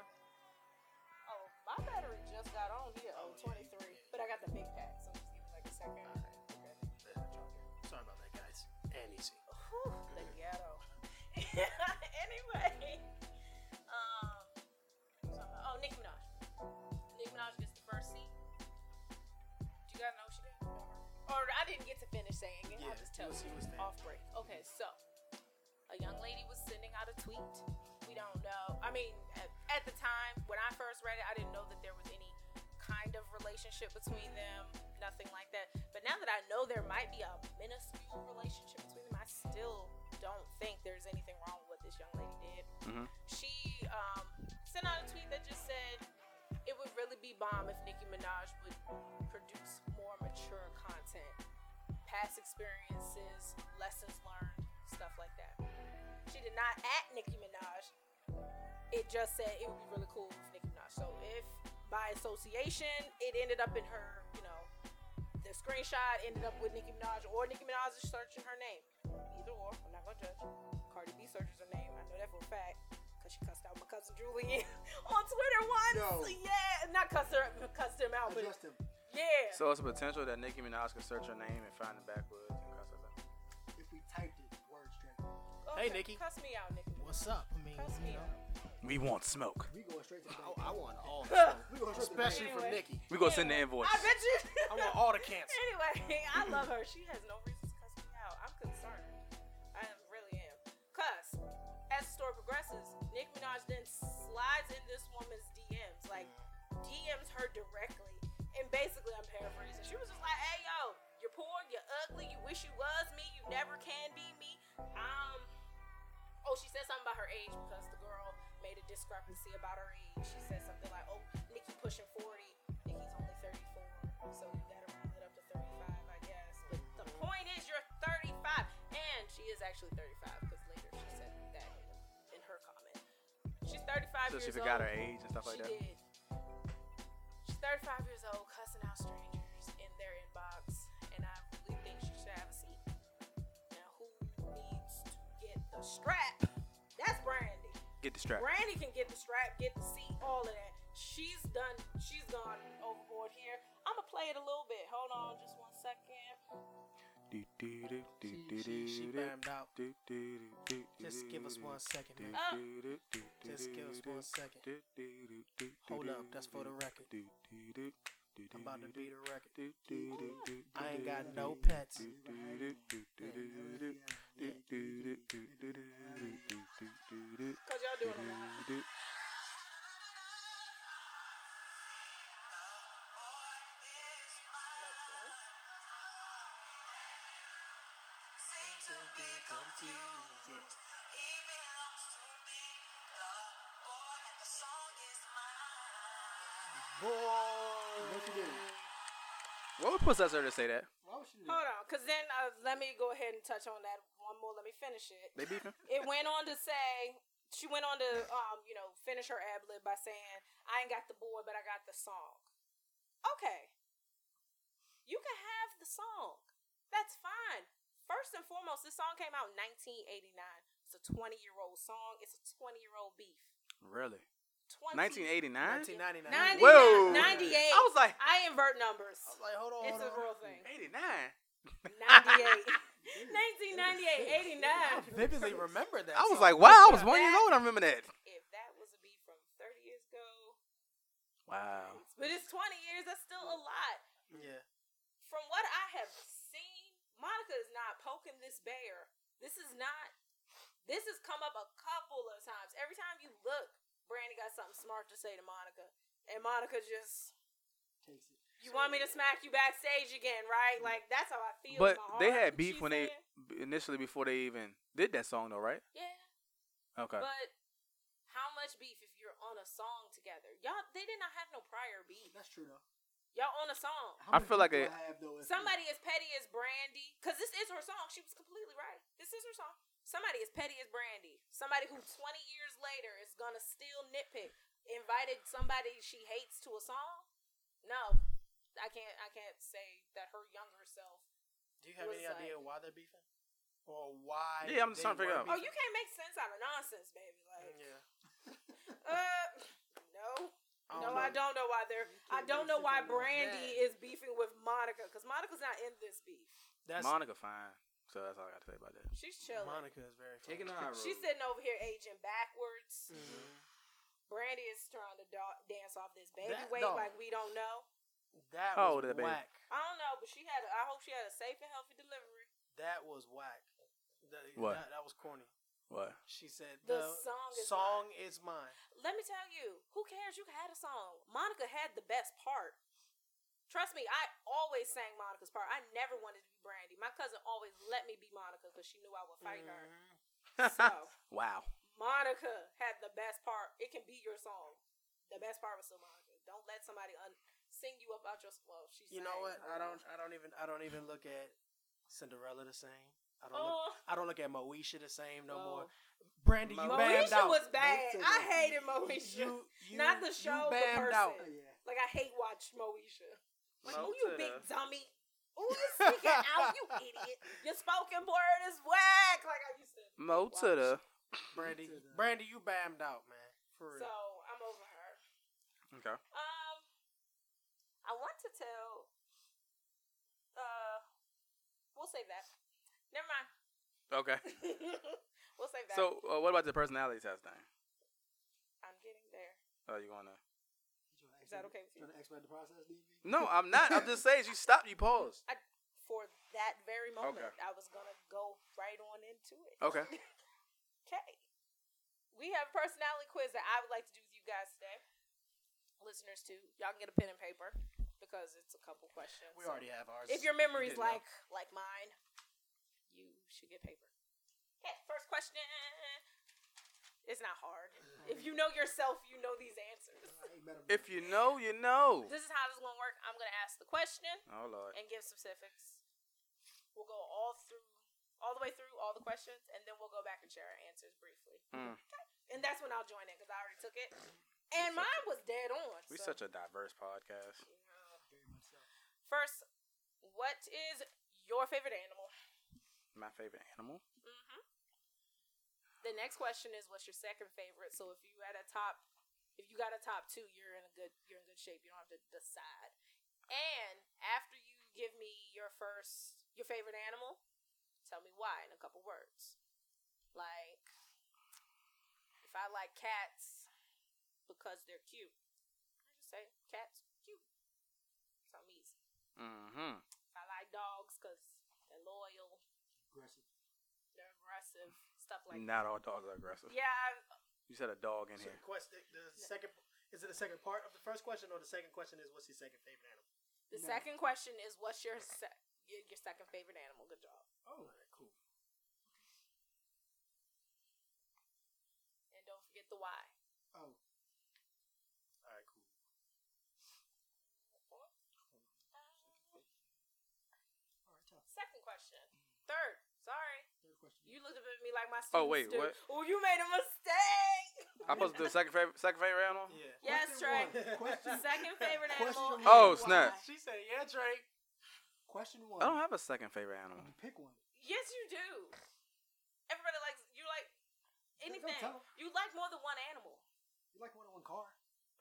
B: oh, my battery just got on. Yeah, I'm 23. But I got the big pack, so just give me like a second. Okay.
C: Sorry about that, guys. And easy.
B: Whew, the ghetto. anyway, um, what was I talking about? oh, Nicki Minaj. Nicki Minaj gets the first seat. Do you guys know what she did? Or I didn't get to finish saying it. I'll
C: Yeah,
B: just tell
C: let's
B: you
C: see what's there.
B: off break. Okay, so a young lady was sending out a tweet. We don't know. I mean, at, at the time when I first read it, I didn't know that there was any kind of relationship between them, nothing like that. But now that I know there might be a minuscule relationship between them, I still don't think there's anything wrong with what this young lady did.
D: Mhm.
B: She um, sent out a tweet that just said, it would really be bomb if Nicki Minaj would produce more mature content, past experiences, lessons learned, stuff like that. She did not at Nicki Minaj. It just said it would be really cool if Nicki Minaj. So if by association it ended up in her, you know, the screenshot ended up with Nicki Minaj or Nicki Minaj is searching her name. Either or, I'm not gonna judge. Cardi B searches her name. I know that for a fact. Cause she cussed out my cousin Julian on Twitter once.
A: No.
B: Yeah, not cussed her, cussed him out, but
A: him.
B: yeah.
D: So it's a potential that Nicki Minaj could search her name and find the backwoods and cuss us out.
A: If we typed it, word straight.
B: Okay,
C: Hey, Nicki.
B: cuss me out, Nicki.
C: What's up? I mean,
B: Cuss me
C: you know,
B: out.
D: We want smoke.
A: We going straight to the bank.
C: Oh, I, I want all,
A: we going straight
C: especially
A: to
C: from
B: Anyway.
C: Nikki.
D: We gonna send the invoice.
B: I bet you.
C: I want all the cancer.
B: Anyway, I love her. She has no reason to cuss me out. I'm concerned. I am- really am. Cuz, as the story progresses, Nicki Minaj then slides in this woman's DMs, like DMs her directly. And basically, I'm paraphrasing. She was just like, hey, yo, you're poor, you're ugly, you wish you was me, you never can be me. Um, oh, she said something about her age because the girl made a discrepancy about her age. She said something like, oh, Nikki pushing 40. Nikki's only 34, so you gotta round it up to 35, I guess. But the point is, you're 35, and she is actually 35 because later she said that in, in her comment. 35
D: So
B: years
D: she
B: old.
D: forgot her age and stuff like that.
B: she did. She's 35 years old, cussing out strangers in their inbox, and I really think she should have a seat. Now, who needs to get the strap? That's Brandy.
D: Get the strap.
B: Brandy can get the strap, get the seat, all of that. She's done. She's gone overboard here. I'm gonna play it a little bit. Hold on, just one second.
D: Do, do, do, do,
C: She-
D: do,
C: she- she
D: do,
C: burned out.
D: do, do, do, do,
C: Just give us
D: do,
C: one
D: do,
C: second,
D: do,
C: man.
B: Ah.
D: do, do, do, do,
C: Just give us
D: do, do,
C: one second.
D: do, do, do, do,
C: Hold
D: do,
C: up, that's for the
D: do,
C: record.
D: do, do, do, do,
C: I'm
D: do,
C: about to
D: do,
C: beat a record.
D: do, do, do, do,
C: I
D: do,
C: ain't got
D: do,
C: no
D: do,
C: pets.
D: do, do, do, do, do, do, do, do, do, do, do, do, do, do, do, do.
B: Cause y'all doing a lot.
C: Boy.
A: What you doing?
D: What would possess her to say that?
A: Why would she do
B: Hold
A: that?
B: on, cause then uh, let me go ahead and touch on that one more. Let me finish it.
D: They beefing?
B: it went on to say she went on to um, you know finish her ad lib by saying i ain't got the boy but i got the song okay you can have the song that's fine first and foremost this song came out in 1989 it's a 20 year old song it's a 20 year old beef
D: Really?
B: 20
D: 1989?
B: 90,
C: 1999.
D: Whoa.
B: 98
D: I was like,
B: i invert numbers
C: I was like, hold
D: oh,
C: on.
B: it's a
C: hold
B: real
C: on.
B: thing
D: 89?
B: 98 1998
C: I
B: 89
C: vividly remember that.
D: I was
C: song.
D: like, wow, I was
B: Yeah.
D: one years
B: That-
D: old. I remember that.
B: if that was a beat from 30 years ago
D: Wow.
B: But it's 20 years. That's still a lot.
C: yeah.
B: From what I have seen, Monica is not poking this bear. This is not. This has come up a couple of times. Every time you look, Brandy got something smart to say to Monica, and Monica just.
A: Takes it.
B: You want me to smack you backstage again, right? Like that's how I feel. in
D: But
B: my
D: they
B: heart,
D: had
B: what
D: beef
B: she's
D: when they
B: saying.
D: initially before they even did that song though, right?
B: Yeah,
D: Okay.
B: but how much beef if you're on a song together? Y'all, they did not have no prior beef.
A: That's true though.
B: Y'all on a song.
A: How
D: I
A: many
D: feel like
A: people
D: a-
A: I have, though, if-
B: Somebody as petty as Brandy, because this is her song. She was completely right. This is her song. Somebody as petty as Brandy, somebody who 20 years later is gonna still nitpick, invited somebody she hates to a song. No, I can't. I can't say that her younger self.
C: Do you have
B: was
C: any
B: like-
C: idea why they're beefing? Or why?
D: Yeah, I'm just
C: they
D: trying to figure
C: were
D: out.
B: Oh,
C: beefing?
B: you can't make sense out of nonsense, baby. Like,
C: Yeah.
B: uh, no.
C: I
B: no,
C: don't
B: I
C: know.
B: don't know why they're.
A: You
B: I
A: can't
B: don't
A: make
B: know
A: sense out
B: why
A: of nonsense.
B: Brandy is beefing with Monica because Monica's not in this beef.
C: That's
D: Monica fine. So that's all I got to say about that.
B: She's chilling.
C: Monica is very funny.
E: Taking the high road.
B: She's sitting over here aging backwards.
C: Mhm.
B: Brandy is trying to da- dance off this baby
C: That-
B: weight
C: no.
B: like we don't know.
C: That
D: How old is that
C: was
D: baby?
C: whack.
B: I don't know, but she had. A, I hope she had a safe and healthy delivery.
C: That was whack. That,
D: What?
C: That, that was corny.
D: What?
C: She said
B: The
C: no,
B: song is
C: song is mine.
B: Let me tell you, who cares? You had a song. Monica had the best part. Trust me, I always sang Monica's part. I never wanted to be Brandy. My cousin always let me be Monica because she knew I would fight her.
C: Mhm.
B: So
D: Wow.
B: Monica had the best part. It can be your song. The best part was still Monica. Don't let somebody un- sing you about your. Well, she.
C: You know
B: sang.
C: what? I don't. I don't even. I don't even look at Cinderella the same. I don't.
B: Oh.
C: Look, I don't look at Moesha the same no
B: Oh.
C: more. Brandy, you
E: Mo-
C: bammed
B: Moesha
C: out.
B: was bad.
A: Don't say
B: I
A: that.
B: hated Moesha.
C: You, you,
B: Not the
C: You
B: show, the
C: bammed out.
A: Oh,
B: person.
A: yeah.
B: like I hate watch Moesha. Like who
E: Mo
B: you
E: to
B: big
E: the-
B: dummy? Ooh, you speaking out, you idiot. Your spoken word is whack. Like I used to.
D: Mo
B: Watch.
D: to the.
C: Brandy,
A: Me too, though.
C: Brandy, you bammed out, man. For real.
B: So I'm over her.
D: Okay.
B: Um, I want to tell. Uh, we'll save that. Never mind.
D: Okay.
B: we'll save that.
D: So uh, what about the personality test thing?
B: I'm getting there.
D: Oh, you going to?
A: You tryna
B: Is
A: expedite-
B: that okay with you?
A: tryna expedite the process, DV?
D: No, I'm not. I'm just saying you stopped. You paused.
B: For that very moment,
D: Okay.
B: I was gonna go right on into it.
D: Okay.
B: Okay. We have a personality quiz that I would like to do with you guys today. Listeners too. Y'all can get a pen and paper because it's a couple questions.
C: we already have ours.
B: if your memory's
C: You didn't know.
B: like like mine, you should get paper. Okay, first question. It's not hard. If you know yourself, you know these answers.
A: I ain't met him
D: If you know, you know.
B: This is how this is gonna work. I'm gonna ask the question
D: Oh Lord.
B: and give specifics. We'll go all through all the way through all the questions, and then we'll go back and share our answers briefly.
D: Mm.
B: Okay. And that's when I'll join in because I already took it, and
D: such
B: mine was dead on.
D: We
B: so-
D: such a diverse podcast.
A: Very much so.
B: First, what is your favorite animal?
D: My favorite animal.
B: Mm-hmm. The next question is, what's your second favorite? So if you had a top, if you got a top two, you're in a good, you're in good shape. You don't have to decide. And after you give me your first, your favorite animal, tell me why in a couple words. Like, if I like cats because they're cute, I just say cats cute. Something easy.
D: Mm-hmm.
B: If I like dogs because they're loyal,
A: Aggressive.
B: they're aggressive, stuff like
D: Not all dogs are aggressive.
B: Yeah, I-
D: You said a dog in
A: So
D: here.
A: the question, the second, is it the second part of the first question or the second question is what's your second favorite animal?
B: the
A: No.
B: second question is what's your se- your your second favorite animal? Good job.
A: Oh, cool.
B: And don't forget the why.
A: Oh. All right, cool. All right, tough.
B: Second question. Third. Sorry.
A: Third question.
B: You looked up at me like my students
D: Oh, wait,
B: do.
D: what?
B: Oh, you made a mistake.
D: I'm supposed to do the second favorite second favorite animal?
A: Yeah.
B: Yes, Trey.
A: one. Question.
B: Second favorite
A: Question
B: animal.
A: one.
B: and
D: Oh,
B: why.
D: snap.
A: She said, "Yeah, Trey." Question one.
D: I don't have a second favorite animal.
A: You pick one.
B: Yes, you do. Everybody likes you like
A: Don't- don't
B: anything.
A: tell 'em.
B: You like more than one animal,
A: You like one on one car?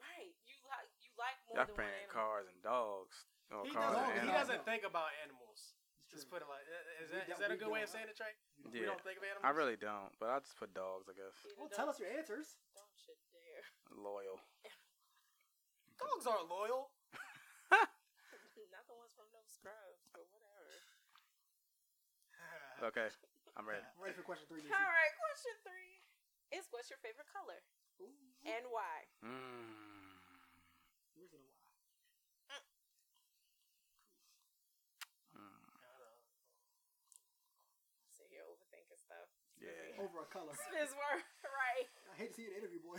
B: right? You like you like more
D: Y'all
B: than one
D: playing
B: animal.
D: cars and dogs. Oh,
E: He
A: does-
E: doesn't,
D: cars and
E: he
D: animals.
E: doesn't think about animals.
A: It's
E: Just
A: true.
E: put it like uh, is
A: We don't-
E: that, is that
A: we
E: a good way
A: don't.
E: of saying it, Trey?
D: Yeah.
E: We don't think of animals.
D: I really don't, but I just put dogs, I guess.
B: You
A: Well,
B: don't-
A: tell us your answers.
B: Don't you dare.
D: Loyal.
E: dogs aren't loyal.
B: Not the ones from no scrubs, but whatever.
D: Okay, I'm ready.
A: I'm ready for question three. Nisi.
B: All right, question three is what's your favorite color
A: Ooh,
B: and why?
D: Mm.
A: yours in a while.
D: Mm.
B: Sit here overthinking stuff.
E: Oh,
D: Yeah.
A: Over a color.
B: Spins work, right?
A: I hate to see an interview, boy.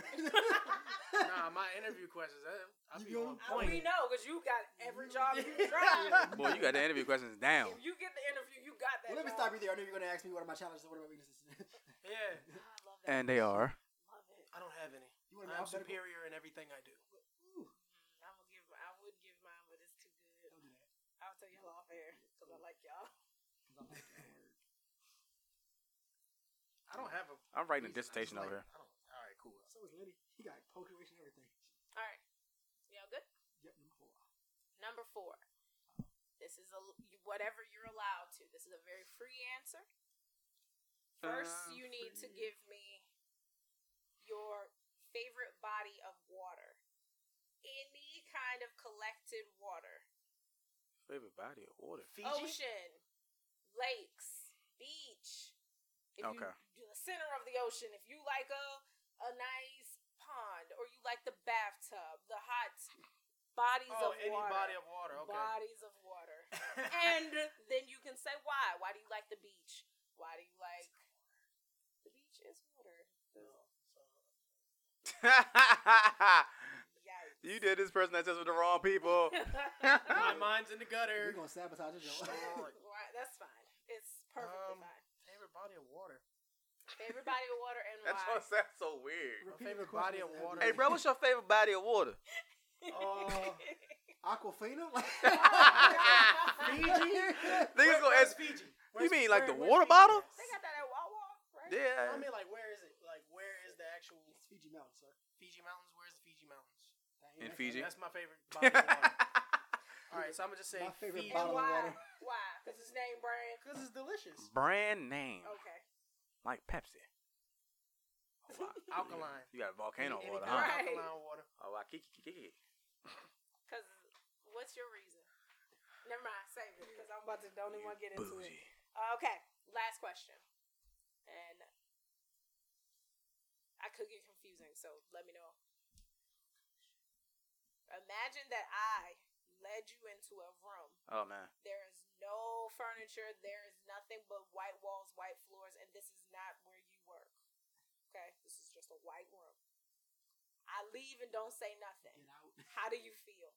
E: nah, my interview questions. I,
A: You
E: I be
A: go-
E: on
A: I
E: point.
B: We know because you got every job you
A: Yeah.
B: drive.
D: Boy, you got the interview questions down.
B: If you get the interview, you got that.
A: Well, let me stop you
B: job.
A: there. I know you're going to ask me what are my challenges and what are my weaknesses. you
E: Yeah,
B: I love that.
D: And they are.
B: Love it.
E: I don't have any.
A: want to know
E: I'm
A: superior.
E: superior in everything I do.
A: Ooh,
B: I would give. I would give mine, but it's too good.
A: don't do that.
B: I'll tell y'all off air because I like y'all.
A: 'cause I'm like that word.
E: I don't have a.
D: I'm writing
E: reason.
D: a
E: I just
D: dissertation
E: like-
D: over here.
E: I don't- All right, cool.
A: So is Lenny. He got punctuation and everything.
B: All right, y'all good.
A: Yep, number four.
B: Number four. This is a whatever you're allowed to. This is a very free answer. First,
D: Uh,
E: Um,
B: you need to
E: mm.
D: free.
B: give me your favorite body of water. Any kind of collected water.
D: Favorite body of water.
E: Fiji.
B: Oh, Ocean, lakes, beach. If
D: Okay.
B: You, the center of the ocean. If you like a a nice pond or you like the bathtub, the hot bodies
E: Oh,
B: of
E: any
B: water.
E: body of water. Okay.
B: Bodies of water. and then you can say why. Why do you like the beach? Why do you like the beach is water? Yikes.
D: you did this person that says with the wrong people.
E: My mind's in the
A: We're
E: gutter.
A: going to sabotage this joint.
E: Sure.
B: Why- That's fine. It's perfectly
E: Um,
B: fine.
E: Favorite body of water.
B: Favorite body of water and
D: That's
B: why?
D: what sounds so weird.
A: Repeat
E: favorite
A: the question
E: body of
A: again.
E: water.
D: Hey, bro, what's your favorite body of water?
E: Oh.
A: Aquafina?
E: Fiji.
D: Niggas gonna ask.
E: Fiji.
D: You
E: Where's-
D: mean like
E: where-
D: the
E: where's
D: water
E: Fiji
D: bottle?
E: at?
B: they got that at Wawa, right?
E: I
D: Yeah.
E: mean, like, where is it? Like, where is the actual
A: It's Fiji Mountain, sir.
E: Fiji Mountains? Where's the Fiji Mountains?
D: In Fiji.
E: That's my favorite body of water. All right, so I'm gonna just say
A: My favorite
E: Fiji.
B: And
A: bottle of
B: why?
A: water.
B: Why? Because it's name brand.
E: Because it's delicious.
D: Brand name
B: Okay.
D: like Pepsi. Oh, wow.
E: Alkaline.
D: You got volcano
E: Any- any kind
D: water,
E: of
D: huh?
B: Right.
E: Alkaline water.
D: Oh, wow, kiki kiki kiki.
B: Because what's your reason? Never mind. Save it. Because I'm about to don't even want to get into it. Uh,
D: Bougie.
B: Okay, last question. And I could get confusing, so let me know. Imagine that I led you into a room.
D: Oh man.
B: There is no furniture, there is nothing but white walls, white floors, and this is not where you work. Okay? This is just a white room. I leave and don't say nothing.
A: Get out.
B: How do you feel?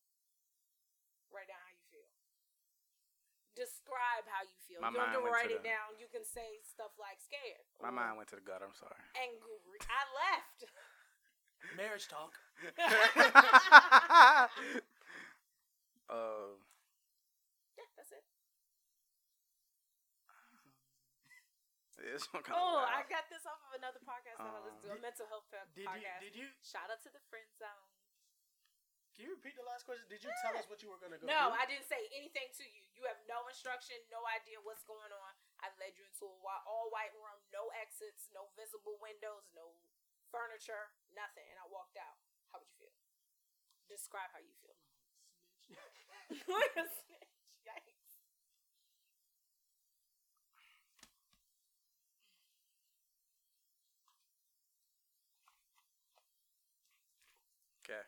B: Write down how you feel. describe how you feel.
D: My
B: you don't have to
D: mind went to
B: write it
D: the-
B: down. You can say stuff like scared.
D: My
B: or
D: mind went to the gutter. I'm sorry.
B: Angry. I left.
C: Marriage talk.
D: Um, uh,
B: yeah, that's it.
D: it's some kind
B: Oh,
D: of
B: I got this off of another podcast that I
D: Um,
B: listened to, a mental health pe-
E: Did you
B: podcast.
E: did you
B: Shout out to the friend zone.
E: can you repeat the last question? Did you tell us what you were gonna go
B: No,
A: Mm-hmm.
E: do?
B: I didn't say anything to you. You have no instruction, no idea what's going on. I led you into a wi- all white room, no exits, no visible windows, no furniture, nothing, and I walked out. How would you feel? Describe how you feel. Like a snitch. Yikes.
D: okay.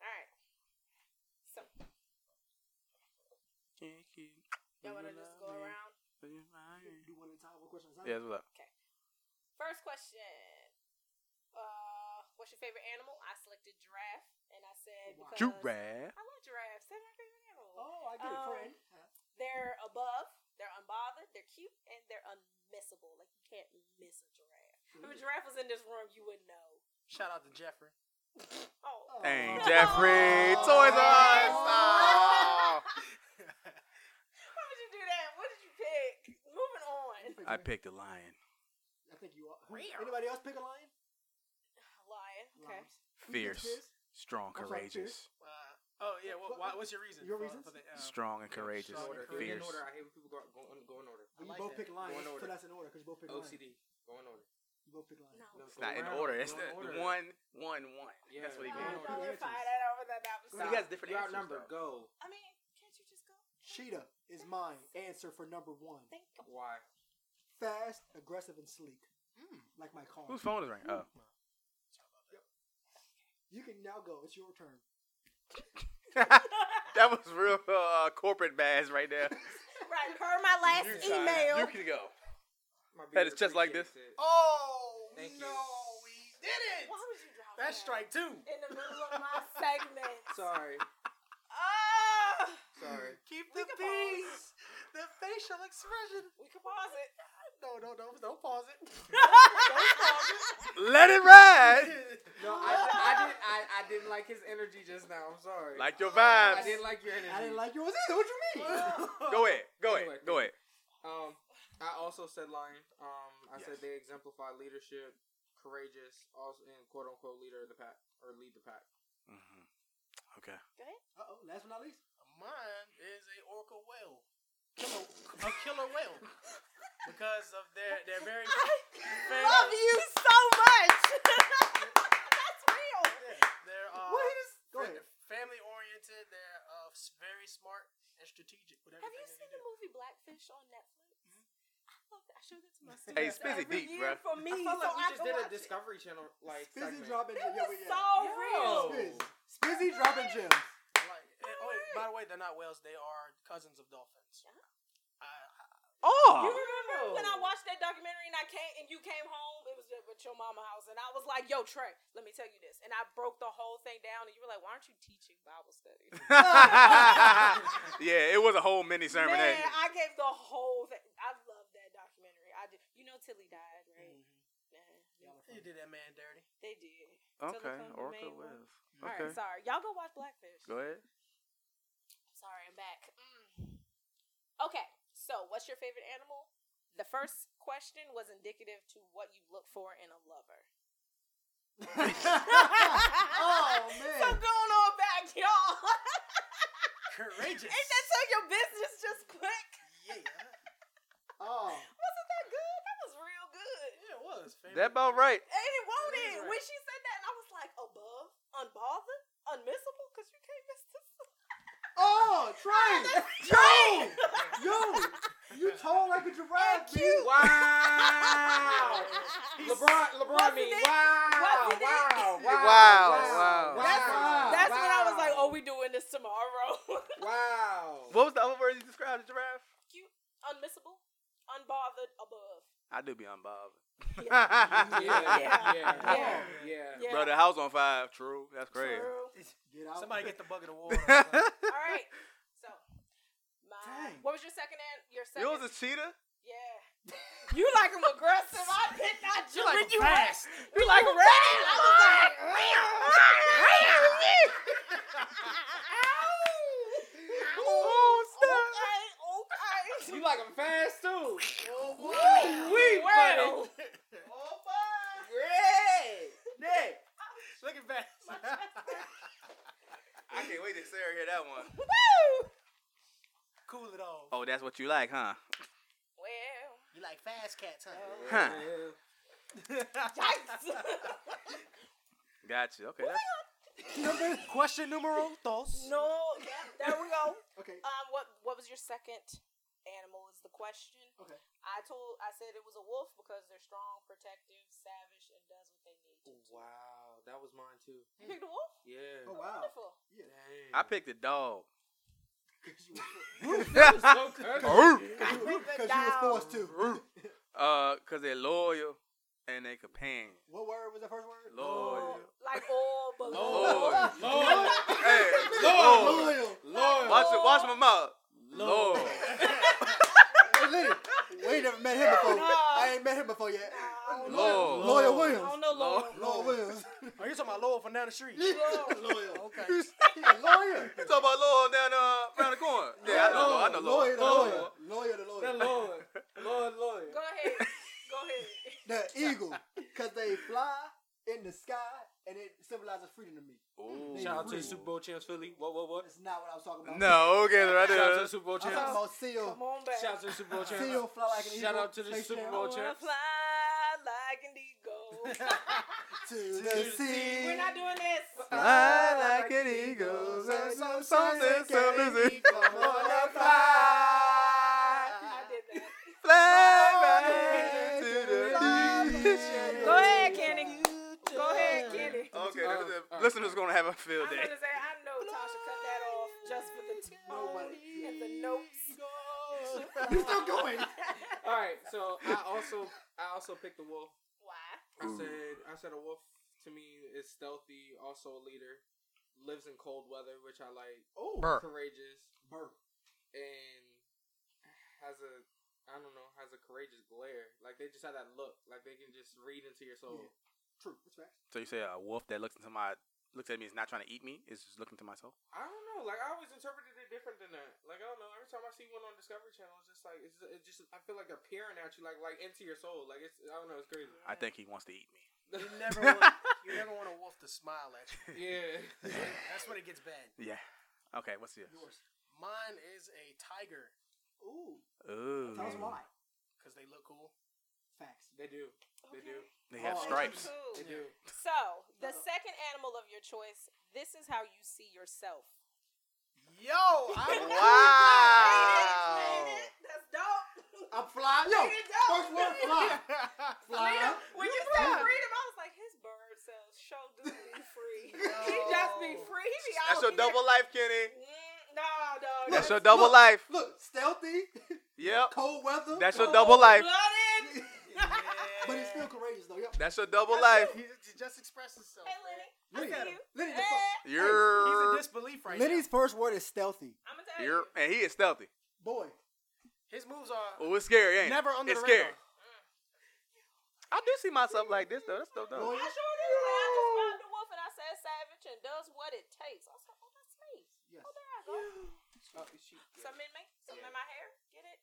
B: All right. So, y'all want to just go around?
A: Do one at a time, one question at a time.
D: Yeah, what's up?
B: First question. Uh, what's your favorite animal? I selected giraffe, and I said
A: Wow.
B: because
D: Giraffe.
B: I love giraffes. They're my favorite animal.
A: Oh, I get it,
B: Um,
A: friend.
B: They're above, they're unbothered, they're cute, and they're unmissable. Like you can't miss a giraffe. If a giraffe was in this room, you would know.
E: Shout out to Jeffrey.
B: Oh,
A: Oh.
D: Hey,
A: Oh.
D: Jeffrey. Toys R Us.
B: Oh.
D: Oh.
B: why would you do that? What did you pick? Moving on.
A: You pick
D: I
A: one.
D: picked a lion.
A: I think you are. who-
E: Rear.
A: Anybody else pick a lion?
B: Lion. Okay.
A: Lions. Who you
D: Fierce,
A: think it is?
D: strong,
A: I'm sorry,
D: courageous.
E: Uh, oh yeah. What, why, what's your reason?
A: Your
E: for,
A: reasons?
E: For the, uh,
D: Strong and courageous.
E: strong and courageous.
D: Fierce.
F: In order, I hate when people go, go, in- go in order.
A: Well, you
E: like
A: both
E: that.
A: pick lions.
F: Going
A: Put
F: order.
A: that's in order because you
D: Oh,
A: both pick lions.
F: OCD. Go in order.
A: You both pick lions.
B: No.
F: No,
D: It's not in
F: go around,
D: order. It's
F: go
D: the
F: in order.
D: one, one, one.
F: Yeah.
D: That's what he
B: Oh,
D: gave.
F: Uh,
B: no, we're
A: Answers.
B: fine. I don't want that. I'm
A: You
B: sorry.
D: guys different
F: You're
D: answers,
F: outnumbered. Go.
B: I mean, can't you just go?
A: Cheetah is my answer for number one.
B: Thank you.
F: Why?
A: Fast, aggressive, and sleek.
E: Mm.
A: Like my car. Hmm.
D: Whose phone is ringing? Oh.
A: You can now go. It's your turn.
D: that was real uh, corporate bass right there.
B: right. Per my last
F: You decide.
B: email.
D: You can go.
F: My
D: That
F: beard
D: is just like
F: appreciates it.
E: Oh
F: Thank you.
E: no, we did it.
B: Why would you drop
E: That's
B: that
E: strike two.
B: in the middle of my segment?
F: Sorry.
B: Oh,
E: Ah!
F: Sorry.
E: Keep
B: We
E: the
B: can pause.
E: peace. The facial expression.
B: we can pause it.
E: No, no, no, don't pause it.
D: Let it ride.
F: No, I, I didn't. I, I didn't like his energy just now. I'm sorry.
D: Like your
F: I
D: vibes.
F: didn't like your energy.
A: I didn't like yours either. What you mean?
D: Go ahead. Go ahead. Go ahead.
F: Um, I also said lion. Um, I said
D: Yes.
F: they exemplify leadership, courageous, also and quote unquote leader of the pack or lead the pack.
D: Mhm. Okay.
A: Uh oh. Last but not least.
E: Mine is a orca whale. Killer, a killer whale. Because of their their very
B: I love you so much. That's real.
E: their uh
A: What? Go ahead.
E: family oriented, they're uh s- very smart and strategic with
B: Have you seen
E: everything they
B: the movie Blackfish on Netflix? I love that. I showed it to my students.
D: Hey, it's busy
B: every
D: deep,
B: year
D: bruh.
B: For me,
F: I felt like
B: so
F: we
B: I
F: just
B: can
F: did a
B: watch it.
F: Discovery Channel like
A: Spizzy
F: segment.
A: dropping
B: It
A: gems. Yeah,
B: was
A: yeah.
B: so
F: Yo.
B: real.
A: Spizz. Spizzy dropping gems.
E: do. Like, and- oh, wait, by the way, they're not whales, they are cousins of dolphins.
B: Yeah.
E: I-
B: You
D: Oh.
B: remember when I watched that documentary and I came and you came home? It was at at your mama house, and I was like, "Yo, Trey, let me tell you this." And I broke the whole thing down, and you were like, "Why aren't you teaching Bible study?"
D: yeah, it was a whole mini sermon.
B: Man,
D: eh?
B: I gave the whole thing. I love that documentary. I did. You know, Tilly died,
E: I-
B: right?
F: Mm.
B: Nah,
E: You mm-hmm. did that man dirty.
B: they did.
D: Okay.
B: Telephone
D: Orca
B: made
D: Wales.
B: one. All
D: Okay.
B: right, sorry. Y'all go watch Blackfish.
D: Go ahead.
B: Sorry, I'm back. Mm. Okay, so what's your favorite animal? The first question was indicative to what you look for in a lover.
A: oh
B: So
A: man.
B: going on back, y'all.
E: Courageous.
B: Ain't that so your business just quick?
E: yeah.
A: Oh.
B: Wasn't that good? That was real good.
E: Yeah, it was. Family.
D: That about right.
B: And it won't
E: It
B: it.
E: is right.
B: When she said that, and I was like, above, unbothered, unmissable, because you can't miss this.
A: Oh, Trey. Yo. Yo. You tall like a giraffe,
B: And
A: dude.
F: Wow! LeBron, LeBron,
B: Wasn't
F: me.
B: it?
F: Wow!
B: Wasn't it?
F: Wow! Wow!
D: Wow, wow.
B: That's,
A: Wow,
B: that's when I was like, oh, we doing this tomorrow.
F: Wow!
D: What was the other word you described, giraffe?
B: Cute, unmissable, unbothered, above.
D: I do be unbothered.
F: Yeah! Yeah! Yeah!
B: Yeah. Yeah.
D: Bro, the house on five. True. That's crazy.
B: True.
A: Get out.
E: Somebody get the bucket of water.
B: All right. So,
A: Dang.
B: What was your second? An- your second?
D: You was a cheetah.
B: yeah. you like him aggressive. I did not. You
E: like
B: you
E: him fast.
B: You like him fast. I was like. Ow. Okay, okay.
F: You like them fast too.
B: Woo,
F: wee,
B: well. Great.
F: Nick.
E: Look at that.
D: I can't wait to see her hear that one.
B: Woo.
E: cool it off.
D: Oh, that's what you like, huh?
B: Well. oh,
E: You like fast cats, huh?
D: Huh.
B: Yikes.
D: Gotcha. Okay. That's,
A: Number, question numero dos.
B: no. Yeah, there we go.
A: Okay.
B: Um, what what was your second animal? Is the question.
A: Okay.
B: I told I said it was a wolf because they're strong, protective, savage, and does what they need to.
F: Wow, that was mine too.
B: You picked a wolf.
F: Yeah.
A: Oh wow.
B: Wonderful.
A: Yeah.
F: Dang.
D: I picked a dog.
F: so cursed.
B: I picked a
A: Because you was
B: dog.
A: forced to.
D: uh, cause they're loyal and they companion.
A: What word was the first word?
D: Loyal.
B: Like all but
D: Lord.
B: loyal.
F: Lord.
D: Hey,
F: Lord.
D: Lord.
A: Loyal.
F: Lord.
D: Watch it. Watch my mouth.
F: Lord.
D: Lord.
A: Hey, listen, we ain't never met him before.
B: No.
A: I ain't met him before yet.
B: Nah,
D: Lord.
A: Loyal
B: I
A: Williams.
B: don't know Lord.
D: Lord.
A: Loyal Williams.
E: Are you Oh, talking about Lord from down the street?
A: Loyal.
E: Okay.
A: He a lawyer.
D: You talk about Lord down uh, around the corner. Yeah, I know Lord. I know Lord.
A: Lawyer, the
D: Lord.
A: lawyer. Lawyer, the lawyer.
F: Lord. Lord. Lord. Lord.
B: Go ahead. Go ahead.
A: the eagle, because they fly in the sky and it symbolizes freedom to me.
D: Ooh.
A: Shout out to the
F: Super Bowl champs Philly. What? What? What?
A: That's not what I was talking about.
D: No, okay, right there.
F: Super Bowl
A: I'm talking about seal.
B: Come on back.
F: to the Super Bowl
A: Seal fly like an eagle.
F: Shout out to the
A: face
F: Super
A: down
B: I
F: Bowl
B: wanna
F: champs.
B: fly like an eagle.
A: To the sea.
B: We're not doing this. Oh,
D: Fly like an eagle, and some songs and some music.
A: Wanna
B: I
A: fly.
B: did that.
D: Fly right to the beach.
B: Go ahead, Kenny. Go ahead, Kenny.
D: Oh, Okay, the, the listeners gonna have a field
B: I'm
D: day.
B: gonna say I know Tasha cut that off just for the tone and the notes.
A: You still going?
F: All right. So I also I also picked the wolf.
B: Why?
F: I
D: Ooh.
F: said I said a wolf to me is stealthy, also a leader, lives in cold weather, which I like.
A: Oh,
F: Courageous
A: burp.
F: and has a I don't know has a courageous glare. Like they just have that look. Like they can just read into your soul.
A: Yeah. True. That's facts.
D: So you say a wolf that looks into my looks at me is not trying to eat me, is just looking to my soul.
F: I don't know. Like I always interpreted it different than that. Like I don't know. Every time I see one on Discovery Channel, it's just like it's, it's just I feel like they're peering at you, like like into your soul. Like it's I don't know. It's crazy.
D: I think he wants to eat me.
E: You never want you never want a wolf to smile at you.
F: yeah.
E: That's when it gets bad.
D: Yeah. Okay, what's yours?
E: Mine is a tiger
A: Ooh.
D: Ooh.
A: Tell us why.
E: because they look cool.
A: Facts.
F: They do. They do.
D: They have
A: Oh,
D: stripes.
B: Cool.
F: They do.
B: So the
A: Uh-oh.
B: second animal of your choice. This is how you see yourself.
E: Yo, I
D: Wow.
B: Ain't it? Ain't it? That's dope.
A: I'm fly. Yo,
B: Ain't it dope?
A: first word fly.
B: Freedom.
A: Fly.
B: When you said freedom, I was like, his bird sells show do be free. He just be free. He be
D: That's
B: out
D: your
B: here.
D: double life, Kenny.
B: Mm, no, dog.
D: That's your
A: Look,
D: double
A: look.
D: life.
A: Look, stealthy,
D: Yep.
A: cold weather.
D: That's your double life.
B: Blooded.
A: But he's still courageous though. Yep.
D: That's your double life.
E: He j- just expressed himself.
B: Hey,
E: man.
B: Lenny. I
A: Lenny,
B: see you.
A: Lenny, the fuck.
B: Eh.
E: He's in
D: You're
E: disbelief right
A: Lenny's first word is stealthy.
B: I'm gonna tell
D: you're
B: you.
D: and he is stealthy.
A: Boy,
E: now. His moves are
D: Oh, it's scary, ain't it?
E: never under
D: it's
E: the
D: scary.
E: radar.
D: I do see myself like this though. That's dope though.
A: Boy.
B: I sure did. When I just found the wolf and I said savage and does what it takes. I was like, oh, that's me.
A: yes.
B: Oh, there I go.
F: Oh, she,
B: Something in me. Something in my hair. Get it?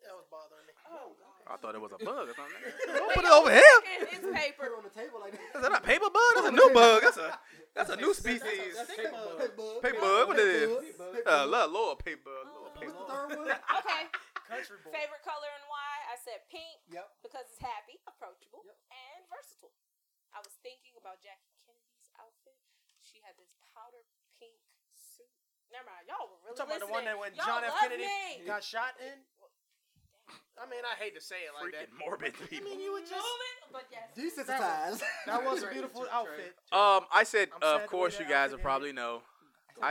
E: That was bothering me.
B: Oh, God.
D: I thought it was a bug or something.
B: Wait,
D: Don't put it
B: no,
D: over here.
B: It, it's
A: Put it
B: paper.
A: on the table like
D: Is
A: that.
D: that a paper bug? That's a new bug. That's a that's a new species.
F: that's paper
A: Hey,
F: bug.
A: bud.
D: Hey, bud, what it is?
A: Hey, bud. Hey, bud.
D: Uh, love, Lord, paper, Lord,
A: What's
D: paper.
A: the third one?
B: Okay.
E: Country boy.
B: Favorite color and why? I said pink
A: Yep.
B: because it's happy, approachable,
A: Yep.
B: and versatile. I was thinking about Jackie Kennedy's outfit. She had this powder pink suit. Never mind. Y'all were really
E: I'm talking about the one that when
B: listening. Y'all
E: John F.
B: love
E: Kennedy
B: me.
E: got shot in. I mean, I hate to say it like
D: Freaking morbid
E: that. I
D: people.
E: mean, you were just
B: Moving, but yes.
A: Desensitized.
E: that was a
F: Trey,
E: beautiful
F: Trey,
E: outfit.
D: Um, I said,
E: I'm sad the
D: of
E: way
D: course,
E: that
D: you guys
E: outfit ended.
D: will probably know. I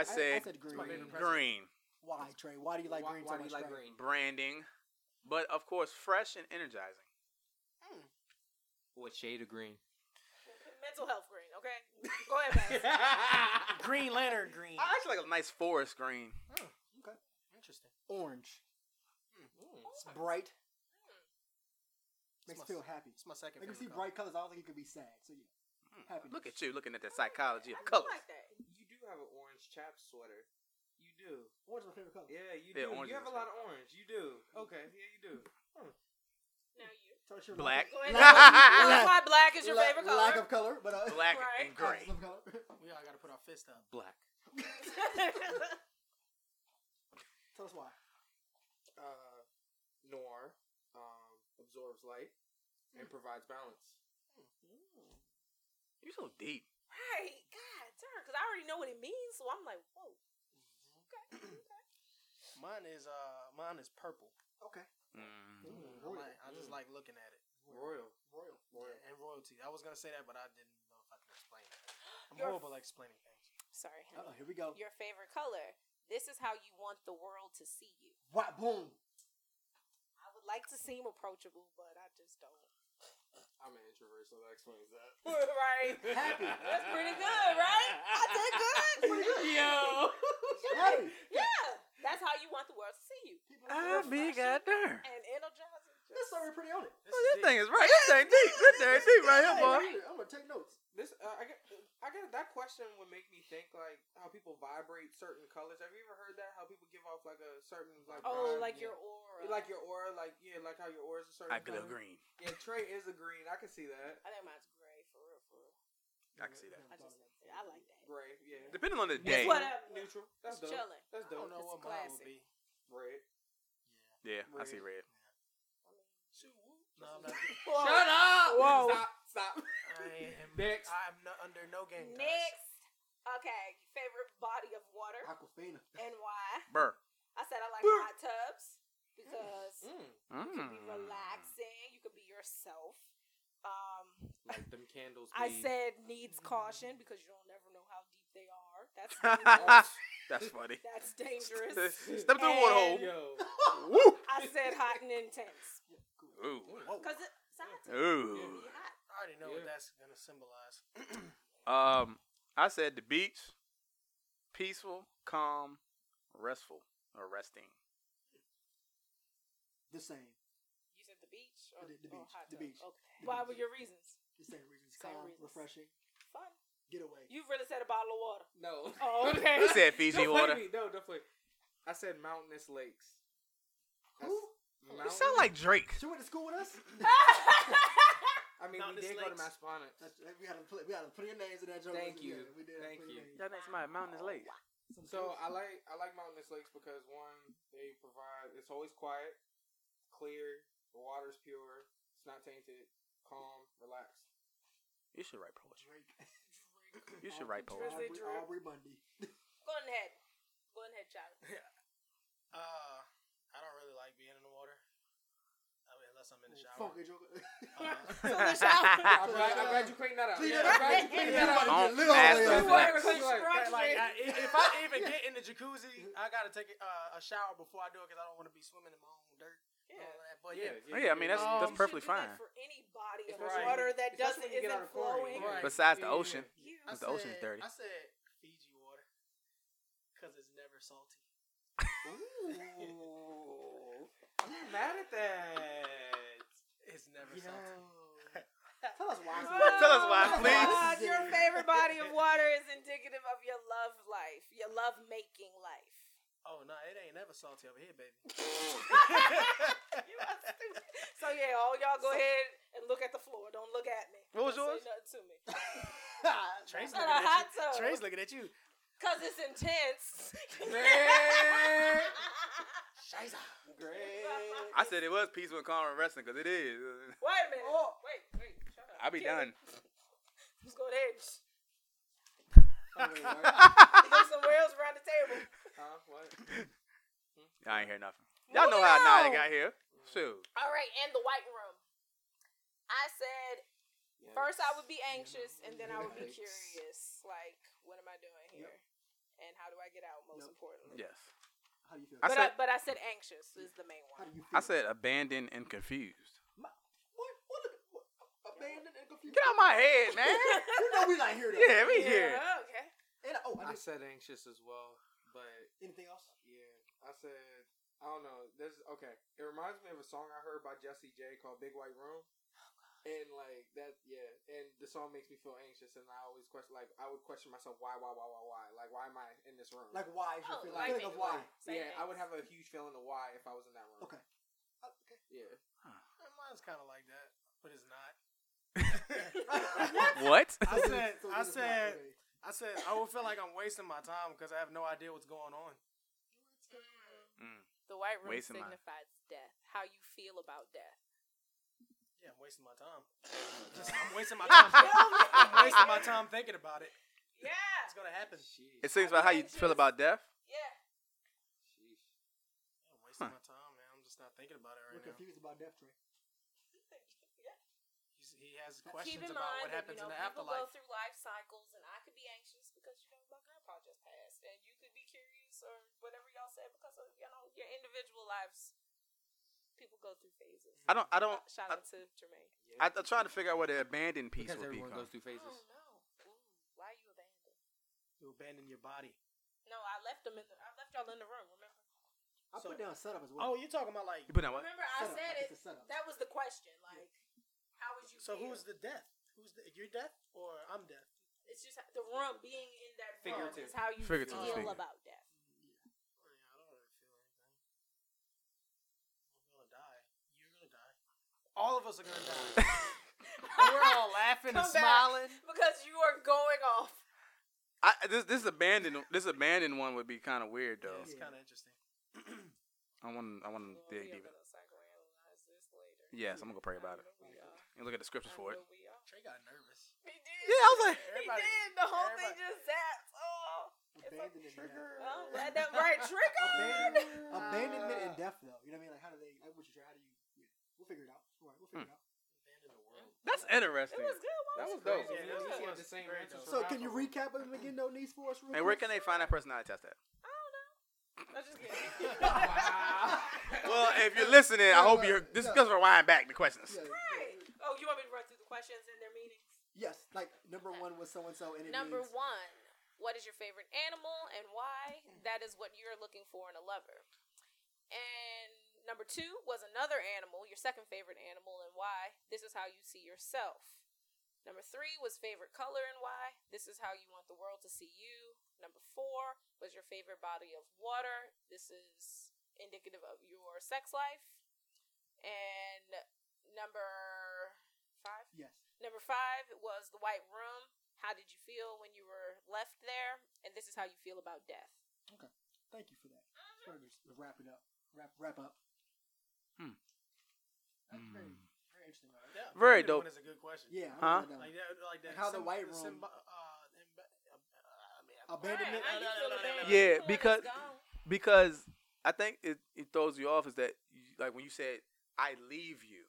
A: I,
D: said
A: said green.
E: my favorite president.
D: green
A: Why, Trey? Why do you like
F: why,
A: green so
F: why do
A: much?
F: you like
A: Trey?
F: green?
D: branding, but of course, fresh and energizing.
F: What shade of green?
B: Mental health green, okay? Go ahead, Bass.
E: Green Lantern green.
D: I actually like a nice forest green.
E: Interesting.
A: orange.
F: Mm.
A: It's bright. Makes you
C: my
A: feel happy.
C: It's my second
A: Like you see
C: favorite.
A: bright colors, I don't think you could be sad. So yeah. Happiness.
D: Look at you looking at the psychology of color.
B: like that.
F: You do have an orange chap sweater. You do.
A: Orange is my favorite color.
F: Yeah, you
D: Yeah,
F: do.
D: orange
F: You
D: is
F: have a
D: my
F: lot of orange. You do. Okay, yeah, you do.
B: Now you.
A: Tell us your lack-
D: Black.
B: Go ahead.
A: ahead.
B: That's why black is your
A: la-
B: favorite
A: Lack
B: color.
A: of color, but uh,
D: Black
B: Right.
D: and gray.
A: lack of color.
C: We all got to put our fist up.
D: Black.
A: Tell us why.
F: Uh, noir um, absorbs light and provides balance.
D: You so deep.
B: right. God darn. Because I already know what it means, so I'm like, whoa. Okay. okay.
C: Mine is uh, mine is purple.
A: Okay.
D: Mm.
C: I
A: royal.
C: like- I just
F: Mm.
C: like looking at it.
F: Royal.
A: Royal.
C: Yeah, and royalty. I was gonna say that, but I didn't know if I could explain it. I'm
B: Your-
C: horrible at explaining things.
B: Sorry. honey.
A: Uh-oh, here we go.
B: Your favorite color. This is how you want the world to see you.
A: Wha- boom.
B: I would like to seem approachable, but I just don't.
F: I'm an introvert, so that explains that.
B: right.
A: Happy.
B: That's pretty good, right? I did good.
A: Pretty good.
F: Yo.
A: Happy.
B: Yeah. That's how you want the world to see you.
A: People are
D: big goddamn.
B: And energizing.
A: This is already pretty on it.
D: Oh, this thing is right. This thing deep. This thing deep right here,
A: Hey,
D: boy.
A: right here. I'm gonna take notes.
F: This uh, I got I got that question would make me think like how people vibrate certain colors. Have you ever heard that? How people give off like a certain like
B: Oh,
F: vibe?
B: like
F: Yeah.
B: your aura.
F: like your aura like yeah like how your aura is a certain.
D: I glow
F: color.
D: green.
F: Yeah, Trey is a green. I can see that.
B: I think mine's gray for real, for real.
D: I can see that.
B: I just, I like that.
F: Gray. Yeah.
D: Depending on the
B: It's
D: day.
B: whatever.
F: Neutral.
B: It's
F: That's dope.
B: chilling.
F: That's
C: I don't
F: dope.
C: know
B: It's
C: what mine would
B: classic.
C: be.
F: Red.
D: Yeah, I see red.
C: No, I'm not.
F: Shut up!
B: Whoa.
F: Stop! Stop!
C: I am.
F: Next.
C: I'm not under no game. Guys.
B: Next. Okay, favorite body of water
A: Aquafina.
B: and why?
D: Burr.
B: I said I like
F: Brr.
B: hot tubs because you can
F: Mm.
D: Mm.
A: Hmm.
B: be relaxing. You can be yourself. Um,
F: Like them candles.
B: I
F: please.
B: said needs caution because you don't never know how deep they are. That's dangerous.
D: That's funny.
B: that's dangerous.
D: Step through the water hole.
F: Yo.
D: Woo.
B: I said hot and intense
D: Ooh.
B: because it's hot.
D: Ooh.
B: It's hot.
C: I already know what
F: Yeah.
C: that's gonna symbolize.
D: Um, I said the beach, peaceful, calm, restful, or resting.
A: The same.
B: You said the beach or
A: The- the
B: or
A: beach,
B: hot
A: the
B: tub?
A: beach,
B: Okay.
A: the
B: Why
A: beach.
B: were your reasons?
A: The same reasons.
B: Same
A: Calm,
B: reasons.
A: refreshing.
B: Fun.
A: Get away.
B: You really said a bottle of water.
F: No.
B: Oh, okay.
D: He said Fiji
F: Don't play
D: water.
F: me. No, don't play. I said mountainous lakes. That's
A: Who?
D: You
F: mountain-
D: sound like Drake.
A: She went to school with us.
F: I mean, we
C: Mountainous
F: did go to
C: lakes.
F: Massaponnet.
A: That's, that- we had to put we had to put your names in that joke.
F: Thank you.
A: Yeah, we did
F: Thank
A: put your
F: you.
A: names.
D: Y'all next my mountainous lake.
A: Some
F: So
A: kids-
F: I like I like mountainous lakes because one, they provide. It's always quiet, clear. The water's pure. It's not tainted. Calm, relaxed.
D: You should write poetry.
A: Drake.
D: You should write
A: Aubrey,
D: poetry.
B: Drizzly
A: Aubrey,
B: drip.
A: Aubrey Bundy.
B: Go on ahead. Go on ahead, child.
C: Uh, I don't really like being in the water. I mean, unless I'm in the shower.
A: Funky joke.
C: Uh,
D: Ah.
F: I'm glad, I'm glad you cleaned that out.
A: Clean it
F: Yeah,
A: up.
F: I'm glad you cleaned that out.
D: Don't
A: Look at all
D: master
A: that.
D: flex.
F: Like,
B: Construction.
C: like I, i- if I even get in the jacuzzi, I gotta take uh, a shower before I do it because I don't want to be swimming in my own dirt. and all of that. But yeah,
D: Oh, Yeah, I mean, that's
C: Um,
D: that's
B: You should
D: perfectly
B: do that
D: fine.
B: For any body of
F: Especially-
B: water that
F: especially
B: doesn't
F: when you get out
B: isn't
F: of
B: flowing.
F: quarantine.
C: Right.
D: Besides the
F: Yeah, yeah,
D: ocean.
F: yeah.
B: You.
D: Cause the ocean's
C: said-
D: dirty.
C: I said Fiji water because it's never salty.
F: Ooh. I'm not mad at that.
C: It's never
F: Yo.
C: salty.
A: Tell us why.
D: Tell us why,
B: Oh,
D: please.
B: God, your favorite body of water is indicative of your love life, your love making life.
C: Oh no, it ain't never salty over here, baby.
B: You are stupid. So yeah, all y'all go ahead and look at the floor. Don't look at me.
D: What was
B: Don't
D: yours?
B: Say nothing to me.
C: Trey's
B: Said a
C: looking
B: hot
C: at
B: tub.
C: you. Trey's looking at you.
B: Cause it's intense.
F: Man. Great.
D: I said it was peaceful and calm and resting because it is.
B: Wait a minute. Wait, wait. Shut up.
D: I'll be
B: Kill it.
D: done.
B: Let's go ahead.
F: Oh, wait, what?
B: There's some whales around the table.
F: Huh? What?
D: Y'all ain't hear nothing. Y'all know how
B: Moving
D: Naya
B: on.
D: got here. Shoot.
B: All right, and the white room. I said
F: Yeah.
B: first I would be anxious, and then I would be
F: Yikes.
B: curious. Like, what am I doing here? And how do I get out? Most
A: Yep.
B: importantly.
D: Yes.
A: How do you feel?
D: I
B: But I,
D: said-
B: but I said anxious is the main
A: How
B: one.
A: do you feel?
D: I said abandoned and confused.
A: What? What? what abandoned and confused.
D: Get out my head, man.
A: You know we not here though.
D: yeah, we here.
B: Yeah, okay.
A: And, oh, I
F: I
A: just,
F: said anxious as well, but
A: anything else?
F: yeah, I said I don't know. This okay. It reminds me of a song I heard by Jesse J called "Big White Room,"
A: Oh,
F: and like that, yeah. And the song makes me feel anxious, and I always question, like, I would question myself, why, why, why, why, why? Like, why am I in this room?
A: Like why is your
G: Oh,
A: feeling?
G: like
A: feeling of why?
G: Same
F: yeah, I would
G: thing.
F: have a huge feeling of why if I was in that room.
A: Okay. Oh, Okay.
F: Yeah.
E: Mine's kind of like that, but it's not.
D: What?
E: I
A: So
E: said,
A: it's- so
E: I
A: it's not
E: said,
A: really-
E: I said, I would feel like I'm wasting my time because I have no idea what's going on.
D: Mm.
B: The white room
D: Wasting my-
B: signifies death. How you feel about death.
E: Yeah, I'm wasting my time. Just, I'm wasting my time. I'm wasting my time thinking about it.
G: Yeah.
E: It's gonna happen.
D: It sings about how you feel about death.
G: Yeah.
E: I'm wasting my time, man. I'm just not thinking about it
A: We're
E: right now.
A: confused about Death Train.
E: He's, he has
A: Keep
E: questions
B: Keep in
E: about
B: mind
E: what
B: that
E: happens
B: you know,
E: in the
B: people
E: afterlife.
B: go through life cycles, and I could be anxious because you know my grandpa just passed, and you could be curious or whatever y'all said because of you know your individual lives. People go through phases.
D: I don't. I don't.
B: Uh, Shout out to Jermaine.
D: I, I'm trying to figure out where the abandoned piece
F: Because
D: would be.
F: everyone goes through phases.
B: Oh no! Ooh, why you abandoned?
E: You abandon your body.
B: No, I left them in the. I left y'all in the room. Remember?
A: I
E: So-
A: put down setup as well.
E: Oh, you're talking about like.
D: You put that what?
B: Remember, I
A: Setup,
B: said
A: like,
B: it.
A: It's a setup.
B: That was the question. Like, how would you? feel?
E: So who's the death? Who's the, your death or I'm death?
B: It's just the room being in that room is
F: Figurative.
B: how you
D: Figurative
B: feel
D: speaking.
B: about death.
E: Oh, Yeah, I don't really feel anything. I'm gonna die. You're gonna die. All of us are gonna die. and we're all laughing and
B: Come back.
E: smiling.
B: Because you are going off.
D: I, this this abandoned this abandoned one would be kind of weird though.
E: Yeah, it's kind of interesting.
D: I want I want
B: Well,
D: to
B: we are
D: dig deeper.
B: gonna psychoanalyze this later.
D: Yes, I'm gonna pray about it
B: I know we are.
D: and look at the
B: I
D: scriptures for it.
B: know we are.
E: Trey got nervous.
B: He did.
D: Yeah, I was like,
B: he
E: Everybody-
B: did. The whole thing just
E: everybody-
B: zapped. Oh,
A: Abandonment. and death.
B: I'm glad that right triggered.
A: Abandonment,
D: uh,
A: abandonment and death, though. You know what I mean? Like, how do they? Like, what you try? How do you? Yeah, we'll figure it out. All right, we'll
D: Hmm.
A: figure it out.
D: that's
B: It
D: interesting.
B: was good. Why
F: That was
B: it
F: dope.
B: good?
E: Yeah, that was-
F: You had the same
E: Very
F: answer
E: dope.
A: So,
F: for
A: can you
F: both of them.
A: recap them again? No needs for us. real
D: And where
A: quick?
D: can they find that personality test
B: I
D: at?
B: don't know. I'm just kidding.
D: Well, if you're listening, I hope you're. This is because we're winding back the questions.
A: Yeah, yeah,
B: Right. Oh, you want me to run through the questions and their meanings?
A: yeah. Yes, like number one was so and so, and it
B: Number
A: means
B: one, what is your favorite animal and why? That is what you're looking for in a lover. And number two was another animal, your second favorite animal and why? This is how you see yourself. Number three was favorite color and why? This is how you want the world to see you. Number four was your favorite body of water. This is indicative of your sex life. And number five?
A: yes.
B: Number five was the white room. How did you feel when you were left there? And this is how you feel about death.
A: Thank you for that. Sort of just wrap it up. Wrap wrap up.
D: Hmm.
A: That's very
D: Hmm.
A: very interesting. Right?
E: Yeah,
D: Very
E: abandonment
D: dope.
E: is a good question.
A: Yeah. I'm
D: Huh?
A: glad that-
E: Like that, like
A: Like
E: that.
A: how the white room-
E: symbi- uh, imba- uh, I mean, I-
A: Abandonment.
E: Right, I-
D: Yeah, because- Because I think it, it throws you off is that you, like when you said I leave you.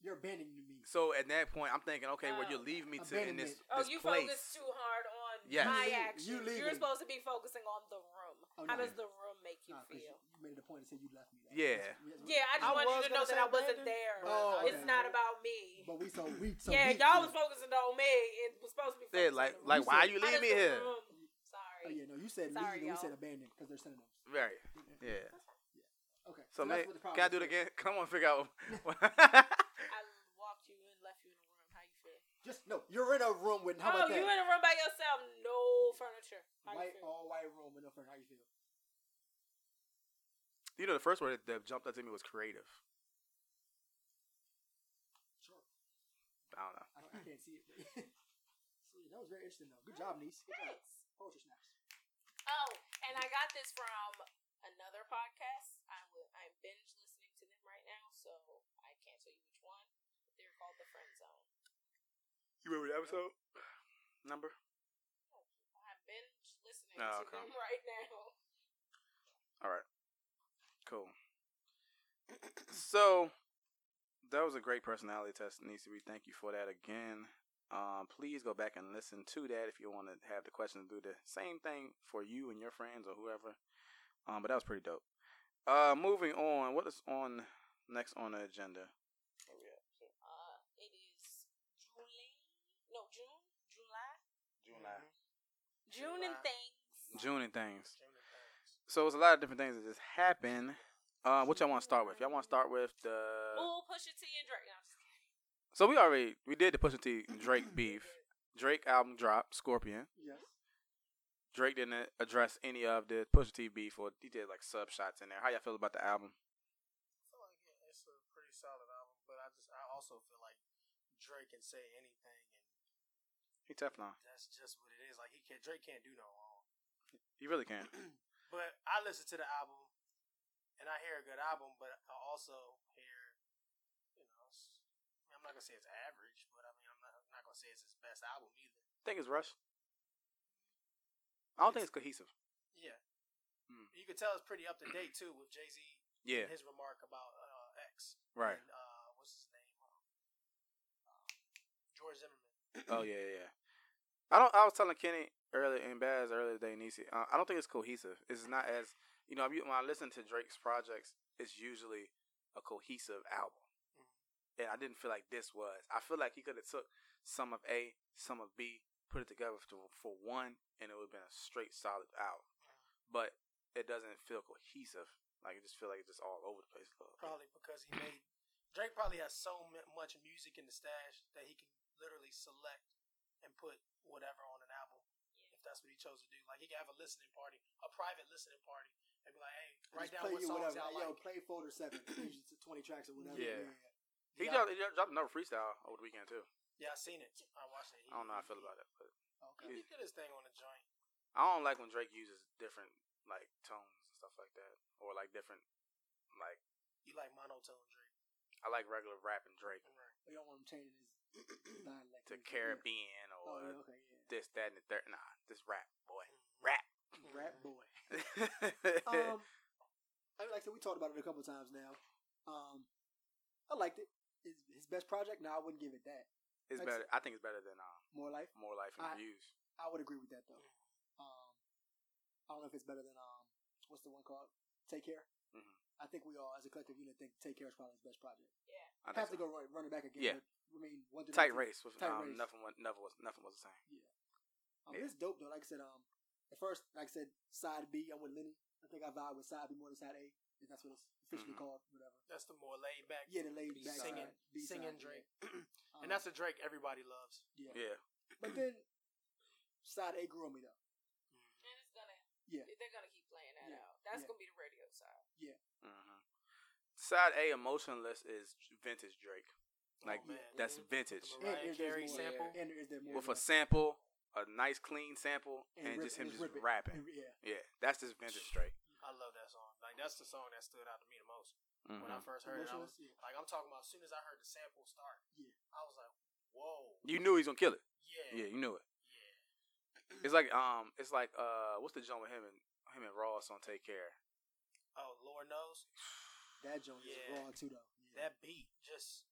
A: You're abandoning me.
D: So at that point, I'm thinking, okay, well, you
B: Oh.
D: leave me to in this,
A: Abandonment.
B: Oh,
D: this
B: you
D: place.
B: focus too hard on
D: Yes.
B: my
A: You leave-
B: actions.
A: you
B: You
A: leaving.
B: are supposed to be focusing on the room.
A: Oh,
B: How
A: no.
B: does the room make you
A: Nah, 'cause
B: feel?
A: you made it a point to say you left me. That-
D: Yeah.
A: that's- that's-
B: Yeah, I just
E: I
B: wanted
E: was
B: you to know
E: gonna
B: that I
E: say
B: wasn't
E: abandoned,
B: there.
A: Oh,
B: It's not about me.
A: But we so we so
B: yeah,
A: deep
B: y'all
A: in
B: was
A: it.
B: focusing on me. It was supposed to be
D: Yeah,
B: focused
D: like
B: on the
D: like
A: You
D: why
A: said-
D: you
B: room. How
D: leave
B: does
D: me
B: the
D: here?
B: room- Sorry.
A: Oh yeah, no, you said
B: Sorry,
A: leave, and we
B: y'all.
A: said abandoned because they're synonyms.
D: Right. Yeah.
A: Okay.
D: So,
A: that's
D: man,
A: what the problem
D: can I
A: is.
D: do it again? Come on, figure out.
B: I walked you and left you in the room. How you feel?
A: Just no. You're in a room with how
B: oh,
A: about that?
B: you in a room by yourself, no furniture. How
A: White,
B: you feel?
A: all white room with no furniture. How you feel?
D: you know, the first word that jumped out to me was creative.
A: Sure.
D: I don't know.
A: I, don't, I can't see it. But so, yeah, that was very interesting though. Good job, niece. Good job.
B: Thanks.
A: Poetry snaps.
B: Oh, and I got this from another podcast. I will, I'm binge listening to them right now, so I can't tell you which one. They're called the Friend Zone.
D: You remember the episode number?
B: I'm binge listening
D: Oh,
B: to
D: okay.
B: them right now.
D: All right. Cool. So that was a great personality test, Nisi. We thank you for that again. Um, please go back and listen to that if you want to have the questions do the same thing for you and your friends or whoever. Um, but that was pretty dope. Uh, moving on, what is on next on the agenda?
B: Uh, it is July. No, June, July, June and things.
D: June and things. So it's a lot of different things that just happen. Uh, what y'all want to start with? Y'all want to start with
A: Uh,
D: the?
H: Ooh, push it to and Drake. No, I'm just kidding.
D: So we already we did the Pusha T and Drake beef. Drake album dropped. Scorpion.
F: Yes.
D: Drake didn't address any of the Pusha T beef, or he did like sub shots in there. How y'all feel about the album?
E: feel like it- it's a pretty solid album, but I just I also feel like Drake can say anything,
D: He Teflon.
E: and that's just what it is. Like he can't Drake can't do no wrong.
D: You really can.
E: But I listen to the album, and I hear a good album, but I also hear, you know, s- I'm not gonna say it's average, but I mean I'm not, I'm not gonna say it's his best album either.
D: think it's Rush. I don't think it's cohesive.
E: Yeah,
D: Mm.
E: you can tell it's pretty up to date too with Jay Z.
D: Yeah.
E: and his remark about uh, X.
D: Right.
E: And, uh, what's his name? Um, uh, George Zimmerman.
D: Oh yeah, yeah. yeah. I don't. I was telling Kenny earlier and Baz earlier today, Nisi. Uh, I don't think it's cohesive. It's not as you know. When I listen to Drake's projects, it's usually a cohesive album,
E: Mm.
D: and I didn't feel like this was. I feel like he could have took some of A, some of B, put it together for, for one, and it would have been a straight solid album.
E: Mm.
D: But it doesn't feel cohesive. Like it just feel like it's just all over the place. a little bit.
E: Probably because he made Drake probably has so mu- much music in the stash that he can literally select and put whatever on an album if that's what he chose to do. Like he can have a listening party, a private listening party, and be like, "Hey, write
A: Just
E: down
A: play
E: what
A: you
E: songs
A: whatever.
E: y'all
A: Yo,
E: like."
A: play folder seven. These are Twenty tracks or whatever.
D: Yeah. He,
E: Yeah.
D: dropped, he dropped another freestyle over the weekend too.
E: yeah, I seen it. I watched it. He-
D: I don't know how I feel about it, but
E: Okay. He did his thing on the joint.
D: I don't like when Drake uses different like tones and stuff like that, or like different like
E: You like monotone Drake,
D: I like regular rap and Drake
E: right?
A: We don't want him changing his dialect. and
D: to
A: stuff.
D: Caribbean
A: Yeah.
D: or
A: Mm-hmm. Oh, yeah, okay, yeah.
D: this, that, and the third. Nah, this rap boy, rap.
A: Rap
D: Mm-hmm.
A: boy. Um, I mean, like I said, we talked about it a couple times now. Um, I liked it. His, his best project? No, I wouldn't give it that.
D: it's
A: like-
D: better. I think it's better than um,
A: More life.
D: More Life and
A: I-
D: Views.
A: I would agree with that though. Um, I don't know if it's better than um, what's the one called? Take care.
D: Mhm.
A: I think we all, as a collective unit, think Take Care is probably his best project. have
D: I
A: to
D: think so.
A: go run, run it back again.
D: Yeah.
A: but, I mean, one thing-
D: tight race with
A: Tight
D: um,
A: Race.
D: nothing. Was, nothing was nothing was the same.
A: Um,
D: Yeah.
A: It's dope though. Like I said, um, at first, like I said, side B. I'm with Lenny. I think I vibe with side B more than side A. If that's what it's officially
D: Mhm.
A: called, whatever.
E: That's the more laid back.
A: Yeah, the laid
E: B
A: back
E: singing,
A: side, B
E: singing
A: side,
E: Drake,
A: yeah. Um,
E: and that's a Drake everybody loves.
A: yeah.
D: Yeah,
A: But then side A grew on me though.
H: And it's gonna.
A: Yeah.
H: They're gonna keep playing that
A: Yeah.
H: out. That's
A: Yeah.
H: gonna be the radio side.
D: hmm side A emotionless is vintage Drake. Like
E: Oh, man.
D: that's
A: Mm-hmm.
D: vintage
E: The Mariah
A: And- and there's
E: Carey
A: more.
E: sample.
A: And is there more
D: with
A: than
D: a sample, a nice clean sample, and,
A: rip-
D: just him just
A: rip it. Mm.
D: rapping.
A: And- yeah.
D: Yeah, that's just vintage Drake.
E: I love that song. Like that's the song that stood out to me the most
D: Mm-hmm.
E: when I first heard it. I
A: Emotionless,
E: was
A: yeah.
E: like, I'm talking about as soon as I heard the sample start.
A: Yeah.
E: I was like, whoa.
D: You knew he's gonna kill it. Yeah,
E: Yeah.
D: you knew it. It's like um, it's like uh, what's the joint with him and him and Ross on Take Care?
E: Oh, Lord knows
A: That joint is
E: Yeah.
A: raw too though. Yeah.
E: that beat just.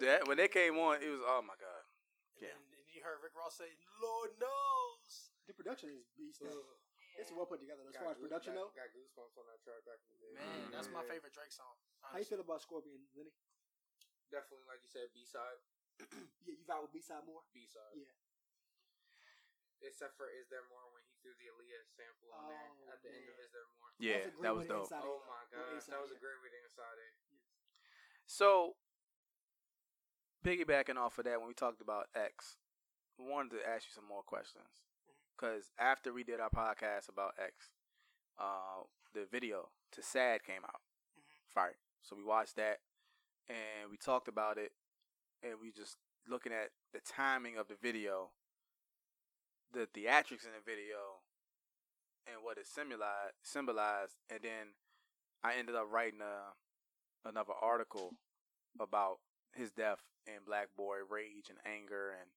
D: That when they came on, it was oh my god.
E: And
D: yeah.
E: then- and you heard Rick Ross say, "Lord knows."
A: the production is beast though. It's well put together. As
F: Got
A: far as
F: goose-
A: production
F: got,
A: though,
F: got goosebumps on that track back in the day.
E: Man, that's my
F: Yeah.
E: favorite Drake song.
A: how you
E: honestly.
A: feel about Scorpion, Lenny?
F: Definitely, like you said, B side,
A: Yeah, you vibe with B side more.
F: B side.
A: Yeah.
F: Except for is there more when he threw the Aaliyah sample on there
A: Oh,
F: at the end of
A: man.
F: is there more?
D: Yeah,
A: That's a great
D: that
A: one
D: was
A: to
D: dope.
A: inside A,
F: Oh
A: though.
F: my
A: Or
F: god,
A: inside
F: that was
A: A.
F: a great way to inside it.
D: So piggybacking off of that, when we talked about X, we wanted to ask you some more questions because after we did our podcast about X, uh, the video to Sad came out. Fire. So we watched that and we talked about it, and we just looking at the timing of the video, the theatrics in the video, and what it symbolized, symbolized, and then I ended up writing a, another article about his death and black boy rage and anger and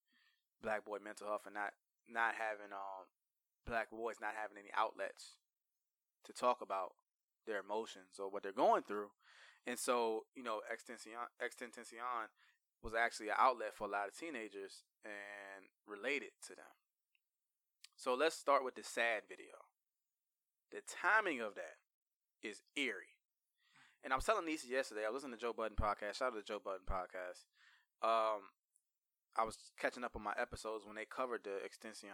D: black boy mental health and not not having um black boys not having any outlets to talk about their emotions or what they're going through and so you know extension extension was actually an outlet for a lot of teenagers and related to them so let's start with the sad video the timing of that is eerie and I was telling Nisa yesterday, I was listening to Joe Budden podcast. Shout out to Joe Budden podcast. Um, I was catching up on my episodes when they covered the Extension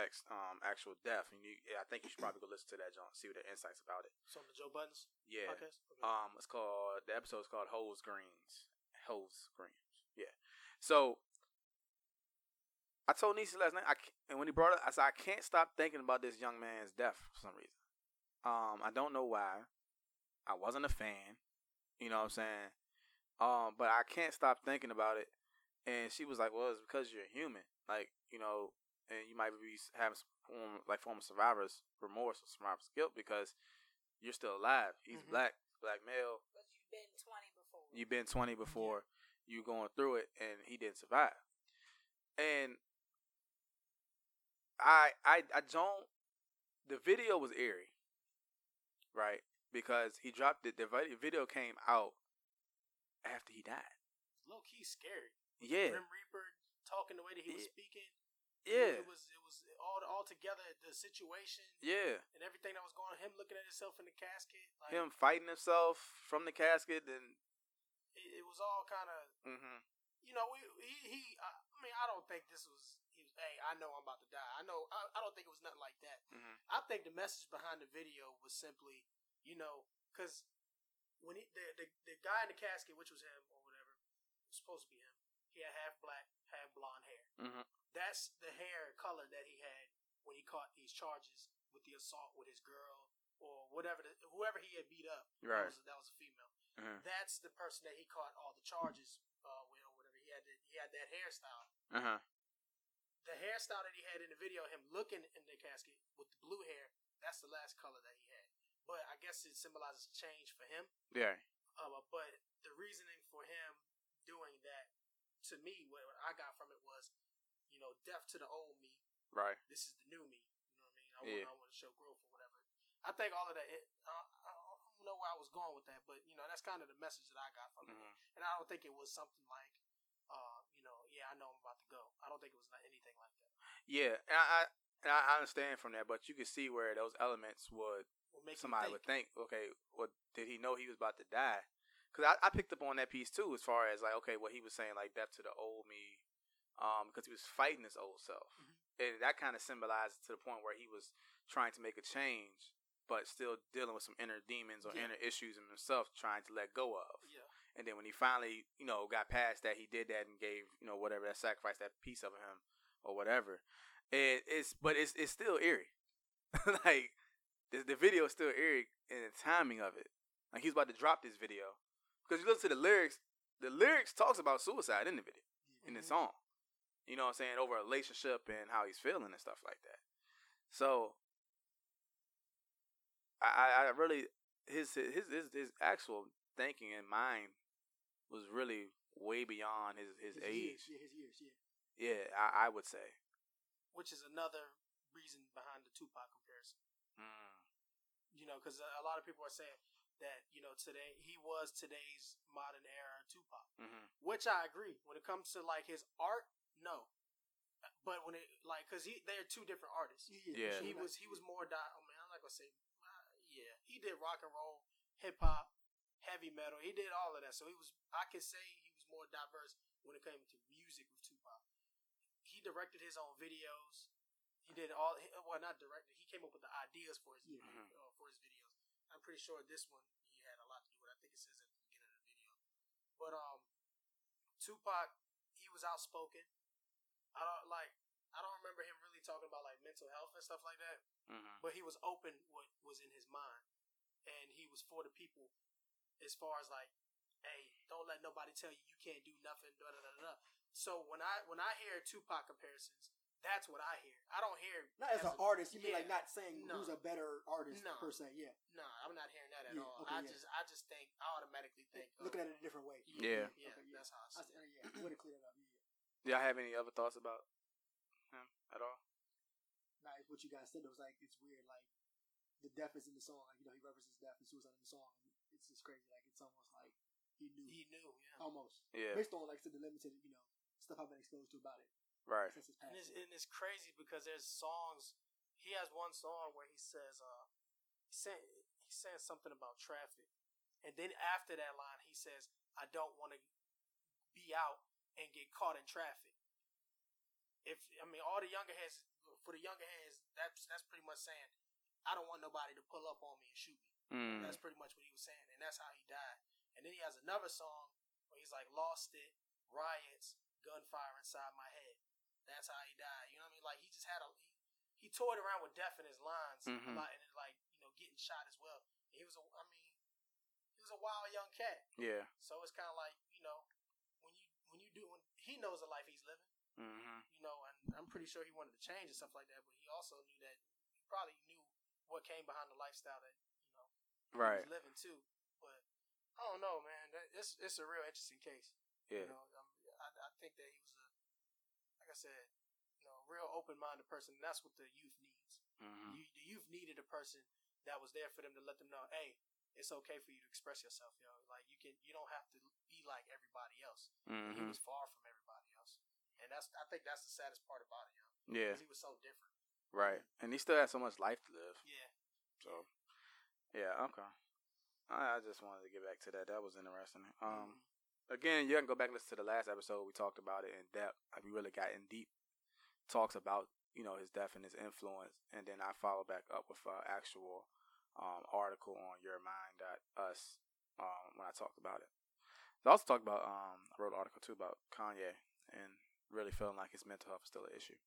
D: ex, um, actual death. And you, yeah, I think you should probably go listen to that, John. See what the insights about it.
E: So the Joe Buttons
D: Yeah.
E: podcast. Okay.
D: Um, it's called the episode's called Hose Greens. Hose Greens. Yeah. So I told Nisi last night, I c and when he brought it, I said I can't stop thinking about this young man's death for some reason. Um, I don't know why. I wasn't a fan. You know what I'm saying? Um, but I can't stop thinking about it. And she was like, "Well, it's because you're human, like you know, and you might be s- having some form, like form of survivor's remorse or survivor's guilt because you're still alive. He's
E: Mhm.
D: black, black male.
B: But you've been 20 before.
D: You've been 20 before. You going through it, and he didn't survive. And I, I, I don't. The video was eerie, right? Because he dropped it. The vi- video came out after he died.
E: Low key scary.
D: Yeah,
E: Grim Reaper talking the way that he was
D: Yeah.
E: speaking.
D: yeah,
E: It was it was all all together the situation
D: yeah.
E: and everything that was going on. Him looking at himself in the casket. Like,
D: Him fighting himself from the casket, and
E: It, it was all kind of
D: hmm
E: you know, we, he, he I I mean, I don't think this was, he was, hey, I know I'm about to die. I know, I, I don't think it was nothing like that.
D: Mhm.
E: I think the message behind the video was simply, you know, because when he, the, the, the guy in the casket, which was him or whatever, was supposed to be him, he had half black, half blonde hair.
D: Mhm.
E: That's the hair color that he had when he caught these charges with the assault with his girl or whatever, the, whoever he had beat up.
D: Right.
E: That was, that was a female
D: Mhm.
E: that's the person that he caught all the charges uh, with or whatever. He had the, he had that hairstyle.
D: uh-huh.
E: The hairstyle that he had in the video, him looking in the casket with the blue hair, that's the last color that he had. But I guess it symbolizes change for him.
D: yeah,
E: Uh, but the reasoning for him doing that, to me, what, what I got from it was, you know, death to the old me.
D: right.
E: This is the new me. You know what I mean? I
D: Yeah.
E: want, I want to show growth or whatever. I think all of that. It, I, I don't know where I was going with that, but you know, that's kind of the message that I got from it
D: Mhm.
E: and I don't think it was something like, uh, you know, yeah, I know I'm about to go. I don't think it was not anything like that.
D: Yeah, and I, I and I understand from that, but you can see where those elements would
E: Will make you
D: somebody would think, okay, well, did he know he was about to die? Because I, I picked up on that piece too, as far as like, okay, what he was saying, like death to the old me, um, because he was fighting his old self,
E: Mm-hmm.
D: and that kind of symbolized to the point where he was trying to make a change, but still dealing with some inner demons or
E: Yeah.
D: inner issues in himself, trying to let go of.
E: Yeah,
D: And then when he finally, you know, got past that, he did that and gave, you know, whatever that sacrifice, that piece of him or whatever. And it's, but it's, it's still eerie. like the, the video is still eerie in the timing of it. Like he's about to drop this video because you listen to the lyrics. The lyrics talks about suicide in the video, in the song. You know what I'm saying over a relationship and how he's feeling and stuff like that. So I, I- I really his his his his actual thinking and mind was really way beyond his his,
A: His years,
D: age.
A: yeah, his years, yeah.
D: Yeah, I, I would say.
E: which is another reason behind the Tupac comparison.
D: Mm.
E: You know, because a, a lot of people are saying that you know today he was today's modern era Tupac,
D: Mhm.
E: which I agree. When it comes to like his art, no. But when it like, cause he they are two different artists.
D: Yeah.
E: He was he was more di- oh man, I'm not gonna say uh, yeah. He did rock and roll, hip hop, heavy metal. He did all of that. So he was I could say he was more diverse when it came to music with Tupac. He directed his own videos. He did all he- well, not directed. He came up with the ideas for his
A: Yeah.
D: Mhm.
E: uh, for his videos. I'm pretty sure this one he had a lot to do with. it. I think it says at the beginning of the video. But um, Tupac, he was outspoken. I don't like. I don't remember him really talking about like mental health and stuff like that
D: Mhm.
E: but he was open what was in his mind, and he was for the people as far as like, hey, don't let nobody tell you you can't do nothing. Da, da, da, da. da. So when I when I hear Tupac comparisons, that's what I hear. I don't hear
A: Not as an
E: a-
A: artist, you mean
E: yeah.
A: like not saying
E: No.
A: who's a better artist
E: No.
A: per se, yeah.
E: Nah, I'm not hearing that at
A: Yeah,
E: all.
A: okay,
E: I
A: yeah.
E: just I just think I automatically think
A: Looking at it a different way.
D: Yeah.
E: yeah,
A: Okay, yeah.
E: that's how I
A: I
E: see.
A: said, uh, yeah, way to clear that up. Yeah.
D: Do y'all have any other thoughts about him at all?
A: Nah, it's what you guys said. It was like it's weird. Like the death is in the song. Like you know, he references death and suicide in the song. It's just crazy. Like it's almost like he
E: it.
A: knew
E: He knew, yeah.
A: almost
D: Yeah,
A: based on like said the limited you know stuff I've been exposed to about it
D: right.
A: since his
E: And it's
A: passing.
E: and it's crazy because there's songs. He has one song where he says, uh, he said he says something about traffic, and then after that line, he says, "I don't want to be out and get caught in traffic." If I mean all the younger heads for the younger hands, that's that's pretty much saying, I don't want nobody to pull up on me and shoot me.
D: Mm.
E: That's pretty much what he was saying, and that's how he died. And then he has another song where he's like, "Lost it, riots, gunfire inside my head." That's how he died. You know what I mean? Like he just had a he, he toyed around with death in his lines a
D: Mhm.
E: lot, and then, like you know, getting shot as well. He was a, I mean, he was a wild young cat.
D: Yeah.
E: So it's kind of like you know, when you when you do when he knows the life he's living
D: Mm-hmm.
E: you know, and I'm pretty sure he wanted to change and stuff like that, but he also knew that he probably knew what came behind the lifestyle that you know he
D: Right.
E: was living too. But I don't know, man. That, it's it's a real interesting case.
D: Yeah.
E: You know, um, I, I think that he was a, like I said, you know, a real open-minded person. And that's what the youth needs.
D: Mm-hmm.
E: You, the youth needed a person that was there for them to let them know, hey, it's okay for you to express yourself, yo. Like you can, you don't have to be like everybody else. And
D: Mm-hmm.
E: He was far from everybody else, and that's I think that's the saddest part about it, yo.
D: Yeah.
E: 'cause he was so different.
D: Right. And he still has so much life to live.
E: Yeah,
D: So, yeah. Okay. I, I just wanted to get back to that. That was interesting. Um, again, you can go back and listen to the last episode. We talked about it in depth. Like, we really got in deep talks about you know his death and his influence, and then I followed back up with an actual um, article on YourMind.us um, when I talked about it. I also talked about um, I wrote an article too about Kanye and really feeling like his mental health is still an issue.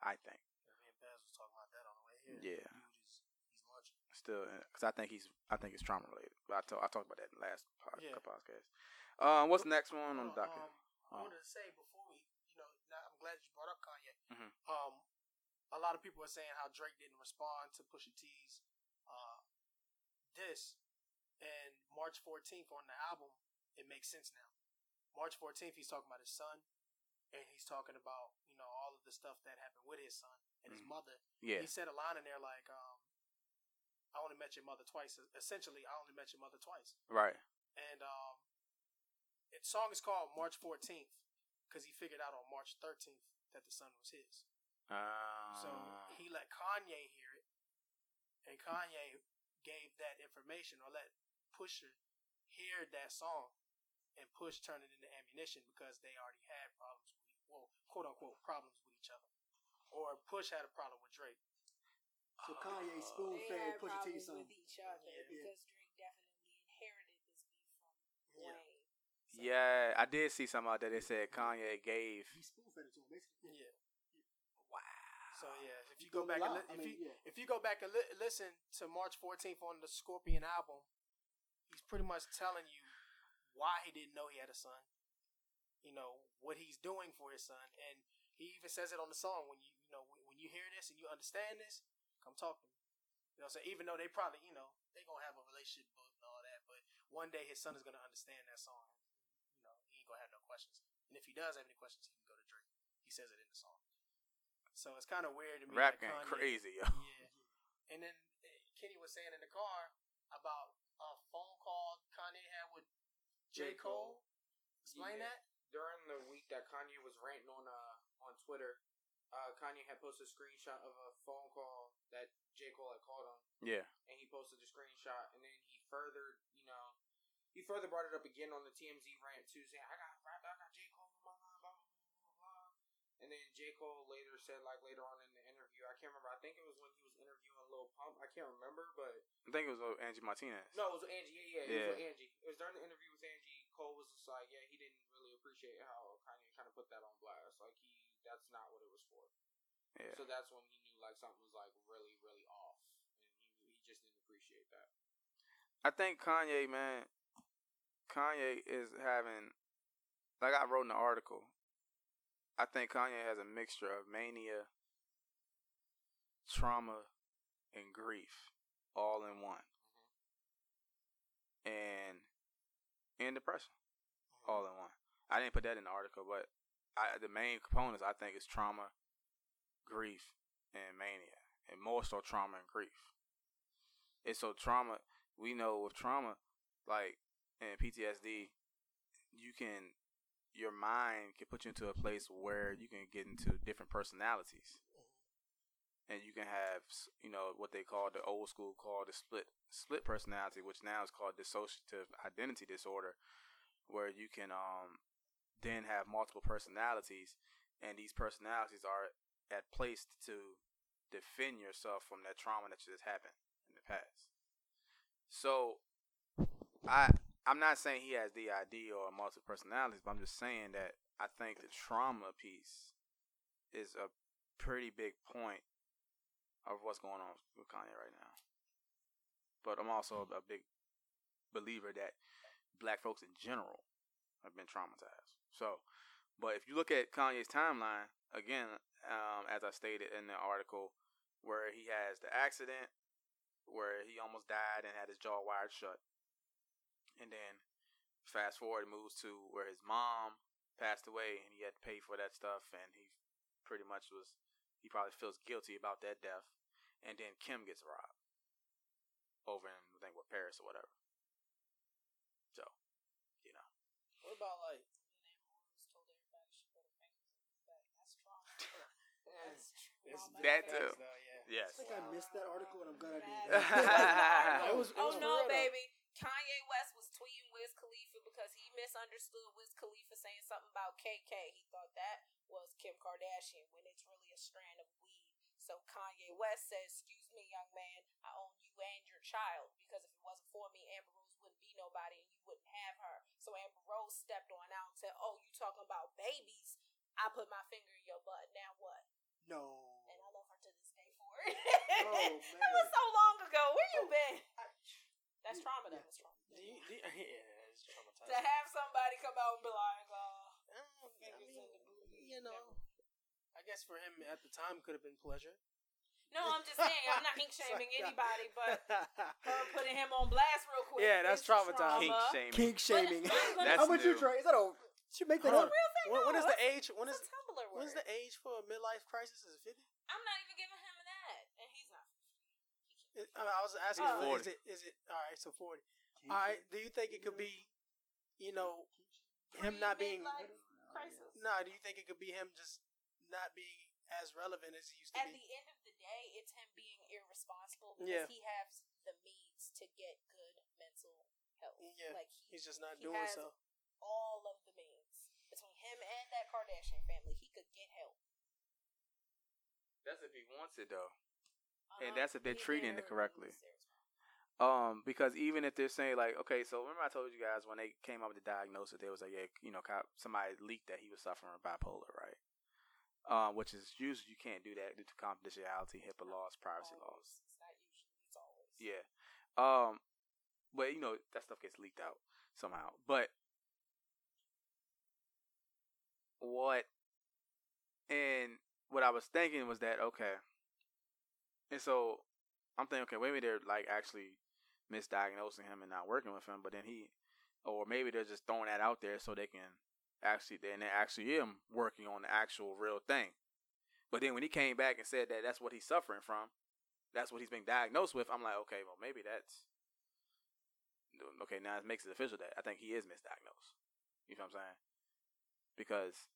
D: I think.
E: yeah me and Baz was talking about that on the way here.
D: Yeah.
E: Dude is- he's lunching.
D: still because I think he's I think it's trauma related. But I, talk, I talked about that in the last pod,
E: Yeah.
D: podcast. Um, what's the next one on the
E: Oh,
D: docket?
E: um, I
D: Oh.
E: wanted to say before we, you know, now I'm glad you brought up Kanye.
D: Mhm.
E: Um, a lot of people are saying how Drake didn't respond to Pusha T's uh, this, and March 14th on the album, it makes sense now. March 14th, he's talking about his son, and he's talking about you know all of the stuff that happened with his son and his
D: Mhm.
E: mother.
D: yeah,
E: He said a line in there like, um, "I only met your mother twice." Essentially, I only met your mother twice
D: right.
E: and um, its song is called March 14th because he figured out on March 13th that the sun was his.
D: Um,
E: So he let Kanye hear it, and Kanye gave that information or let Pusher hear that song, and Push turned it into ammunition because they already had problems with, e, well, quote unquote, problems with each other, or Push had a problem with Drake.
A: So Kanye spoon
B: They
A: fed
B: had
A: Pusha T
B: problems
A: something.
B: with each other
E: Yeah.
B: because Drake definitely inherited this beef from
E: Yeah.
B: Wayne. So
D: yeah, I did see something out there that said Kanye gave.
A: He spoon fed it to him basically.
E: Yeah.
D: Wow.
E: So yeah, if you
A: He
E: go
A: told
E: back
A: a
E: and
A: lie.
E: li-
A: I
E: if
A: mean,
E: you
A: yeah.
E: if you go back and li- listen to March 14th on the Scorpion album, he's pretty much telling you why he didn't know he had a son. You know what he's doing for his son, and he even says it on the song. When you you know when, when you hear this and you understand this, come talk to me. You know, so even though they probably you know they gonna have a relationship book and all that, but one day his son is gonna understand that song. You know, he ain't gonna have no questions, and if he does have any questions, he can go to Drake. He says it in the song. So it's kind of weird to me.
D: Rap
E: that
D: game
E: Kanye-
D: crazy, yo.
E: yeah. And then eh, Kenny was saying in the car about a phone call Kanye had with J.
F: J. Cole.
E: Cole. Explain
F: Yeah.
E: that.
F: during the week that Kanye was ranting on uh on Twitter, uh Kanye had posted a screenshot of a phone call that J. Cole had called him
D: Yeah,
F: and he posted the screenshot and then he further, you know, he further brought it up again on the TMZ rant too, saying, I got rap, I got J. Cole on my line, blah, blah, blah, blah, blah. And then J. Cole later said, like later on in the interview, I can't remember, I think it was when he was interviewing Lil Pump, I can't remember, but
D: I think it was with Angie Martinez.
F: no, it was with Angie. Yeah, yeah, it
D: Yeah.
F: was with Angie. It was during the interview with Angie. Cole was just like, yeah, he didn't really appreciate how Kanye kind of put that on blast. Like he, that's not what it was for.
D: Yeah.
F: So that's when he knew like something was like really, really off, and he, he just didn't appreciate that.
D: I think Kanye, man, Kanye is having, like I wrote in the article, I think Kanye has a mixture of mania, trauma, and grief all in one. And, and depression all in one. I didn't put that in the article, but I, the main components I think is trauma, grief, and mania. And more so trauma and grief. And so trauma, we know with trauma, like and PTSD, you can your mind can put you into a place where you can get into different personalities, and you can have s- you know what they call the old school called the split split personality, which now is called dissociative identity disorder, where you can um then have multiple personalities, and these personalities are at place to defend yourself from that trauma that just happened in the past. So I I'm not saying he has DID or multiple personalities, but I'm just saying that I think the trauma piece is a pretty big point of what's going on with Kanye right now. But I'm also a big believer that black folks in general have been traumatized. So, but if you look at Kanye's timeline, again, um, as I stated in the article, where he has the accident, where he almost died and had his jaw wired shut. And then fast forward, it moves to where his mom passed away and he had to pay for that stuff. And he pretty much was, he probably feels guilty about that death. And then Kim gets robbed over in, I think, what, Paris or whatever. So, you know.
E: What about like?
D: That too.
E: Though,
A: I
E: yeah.
D: Yes.
A: think I missed that article, and I'm glad I did.
D: That
E: was- it
B: Oh
E: was
B: no,
E: real, though.
B: baby. Kanye West was tweeting Wiz Khalifa because he misunderstood Wiz Khalifa saying something about KK. He thought that was Kim Kardashian when it's really a strand of weed. So Kanye West says, Excuse me, young man, I own you and your child because if it wasn't for me, Amber Rose wouldn't be nobody and you wouldn't have her. So Amber Rose stepped on out and said, Oh, you talking about babies? I put my finger in your butt. Now what?
A: No.
B: And I love her to this day for it.
I: Oh man.
B: That was so long ago. Where
E: Oh,
B: you been? That's
A: Yeah.
B: trauma. That was trauma.
E: Do you, do you, yeah, it's
B: To
E: traumatizing.
B: have somebody come out and be like, oh,
E: Uh, I
B: fingers in the
E: mean, you know, I guess for him at the time could have been pleasure.
B: no, I'm just saying, I'm not kink shaming anybody, but um, her putting him on blast real quick.
E: Yeah, that's
B: is
E: traumatizing.
D: Kink
B: trauma.
D: shaming.
A: Kink shaming.
B: But I'm gonna-
D: That's
A: How about you,
D: new.
A: Trey? Is that a? Should make that
E: Hold
A: up.
E: on.
B: Real thing,
E: When, when
B: no,
E: is the age? When
B: that's
E: is
B: a Tumblr word.
E: when is the age for a midlife crisis? Is it fifty?
B: I'm not even giving him that, and he's not.
E: It- I, mean, I was asking.
B: Oh.
E: Is it? Is it? All right, so forty. All right. Do you think it could be, you know, him not being?
B: Pre-midlife crisis.
E: No. do you think it could be him just not being as relevant as he used to
B: At
E: be?
B: the end of the day, it's him being irresponsible because
E: Yeah.
B: he has the means to get good mental health.
E: Yeah.
B: like he
E: He's just not
B: he
E: doing
B: has
E: so.
B: all of the means between him and that Kardashian family. He could get help.
D: That's if he wants it though.
B: Uh-huh.
D: And that's if they're
B: He
D: treating it
B: literally
D: correctly.
B: is irresponsible.
D: Um, because even if they're saying like, okay, so remember I told you guys when they came up with the diagnosis, they was like, yeah, you know, cop, somebody leaked that he was suffering from bipolar, right? Um, which is usually you can't do that due to confidentiality, HIPAA laws, privacy laws.
B: Always. It's not usually. It's always.
D: Yeah. Um, but you know that stuff gets leaked out somehow. But what and what I was thinking was that okay, and so I'm thinking okay, maybe they're like actually misdiagnosing him and not working with him. But then he, or maybe they're just throwing that out there so they can actually then they actually am working on the actual real thing. But then when he came back and said that that's what he's suffering from, that's what he's being diagnosed with. I'm like, okay, well, maybe that's okay. Now it makes it official that I think he is misdiagnosed. You know what I'm saying? Because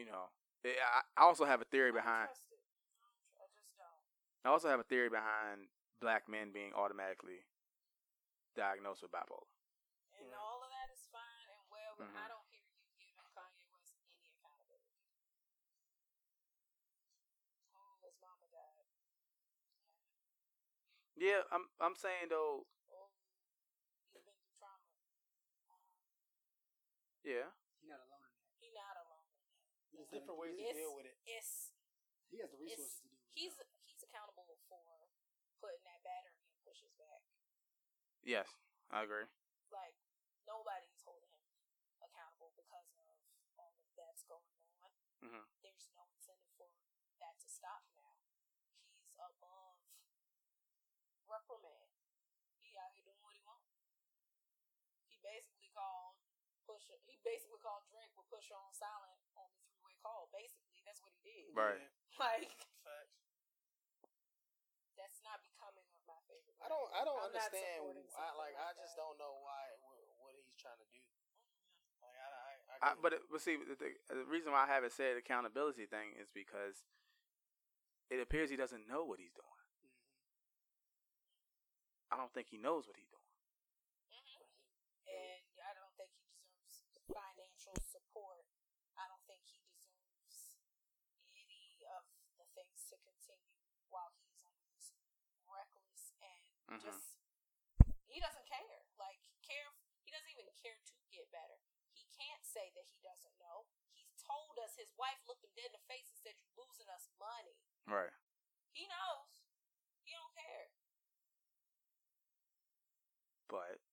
D: you know, it, I, I also have a theory
B: I
D: behind.
B: just don't.
D: I also have a theory behind black men being automatically diagnosed with bipolar.
B: And
E: Right.
B: all of that is fine and well, but I
D: Mhm.
B: don't hear you giving Kanye West any accountability. Oh, his mama died.
D: Yeah, I'm I'm saying though,
B: Oh, he's been through trauma. Uh,
D: yeah,
A: He's not alone.
B: He not alone.
A: He
E: There's
A: just had
E: different
A: a-
E: ways to
B: It's-
E: deal with it.
B: It's
A: He has the resources to do. it.
B: he's he's accountable for putting that battery in pushes back.
D: yes, I agree.
B: like nobody's holding him accountable because of all of that's going on.
D: Mhm.
B: There's no incentive for that to stop now. He's above reprimand. He out here doing what he wants. He basically called Pusher. He basically called Drake with Pusher on silent on the three way call. Basically, that's what he did.
D: Right.
E: Yeah.
B: Like
E: Facts.
B: that's not becoming of my favorite.
E: I don't. I don't
B: I'm not
E: understand.
B: supporting
E: I
B: something
E: like.
B: like
E: I just
B: that.
E: don't know why what, what he's trying to do. Like I. I, I,
D: I,
E: can't-
D: but it, but see, the, thing- uh, the reason why I haven't said accountability thing is because it appears he doesn't know what he's doing. I don't think he knows what he's doing.
B: Mm-hmm. and I don't think he deserves financial support. I don't think he deserves any of
D: Mhm.
E: Mm-hmm.
B: Just he doesn't care. Like care he doesn't even care to get better. He can't say that he doesn't know. He's told us his wife looked him dead in the face and said, You're losing us money.
D: Right.
B: He knows. He don't care.
D: But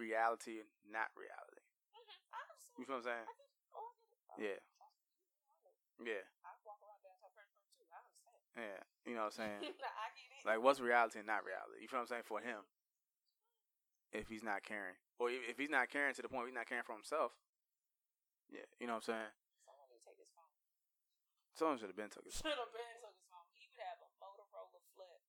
D: reality, not reality.
B: Mm-hmm. I understand.
D: You feel what I'm saying?
B: I get it. Oh, I get it. Oh,
D: Yeah.
B: trust me. I know.
D: Yeah.
B: I walk around downtown Fredericksburg too. I understand.
D: Yeah. You know what I'm saying?
B: I get it.
D: Like, what's reality and not reality? You feel what I'm saying? For him, if he's not caring, or if if he's not caring to the point where he's not caring for himself, yeah, you know what I'm saying?
B: Someone need to take his phone.
D: Someone should have been took his.
B: Should have been took his phone. He would have a Motorola flip.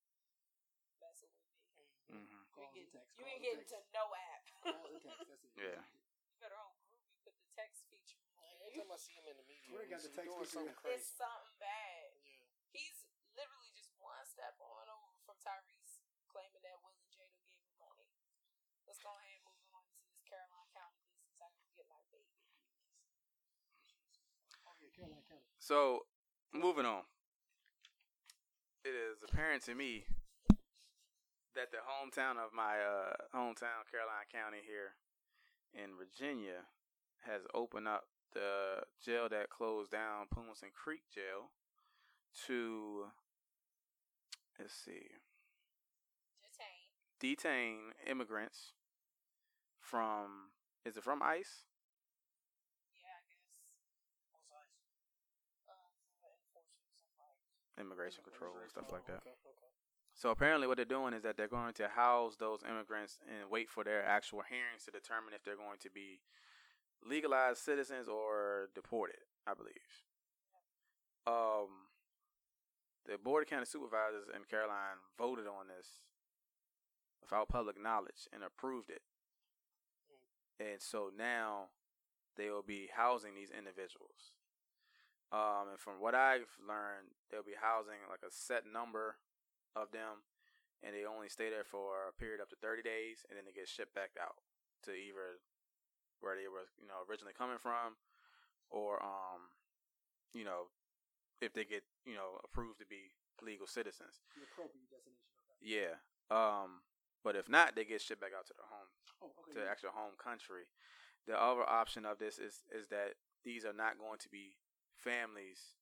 B: Messing with me.
D: Mm-hmm.
J: Calls
B: You
J: and
B: ain't
J: texts,
B: getting- You
J: calls and
B: ain't getting to
J: texts.
B: no app.
J: Calls and texts, that's it.
D: Yeah.
B: You better hope Groovy put the text feature on.
F: Every time I see him in the media,
A: Would've got the
F: he's
A: text
F: doing
A: message.
F: something
B: It's
F: crazy.
B: something bad.
F: Yeah.
B: He's literally just one step on over from Tyrese claiming that Will and Jada gave him money. Let's go ahead and move on to this Caroline County business. I can get my baby.
A: Oh yeah, Caroline County.
D: So, moving on. It is apparent to me that the hometown of my uh, hometown, Caroline County, here in Virginia, has opened up the jail that closed down, Plumerson Creek Jail, to let's see,
B: Detain.
D: detain immigrants from is it from ICE?
B: Yeah, I guess. Um, for enforcement of like
D: Immigration control and stuff like that.
F: Okay, okay.
D: So apparently, what they're doing is that they're going to house those immigrants and wait for their actual hearings to determine if they're going to be legalized citizens or deported. I believe. Um, the board of county supervisors in Caroline voted on this without public knowledge and approved it, and so now they will be housing these individuals. Um, and from what I've learned, they'll be housing like a set number of them, and they only stay there for a period up to 30 days, and then they get shipped back out to either where they were, you know, originally coming from, or um, you know, if they get, you know, approved to be legal citizens.
A: The appropriate destination. Okay.
D: Yeah. Um, but if not, they get shipped back out to their home
A: Oh, okay.
D: to
A: yeah.
D: actual home country. The other option of this is is that these are not going to be families.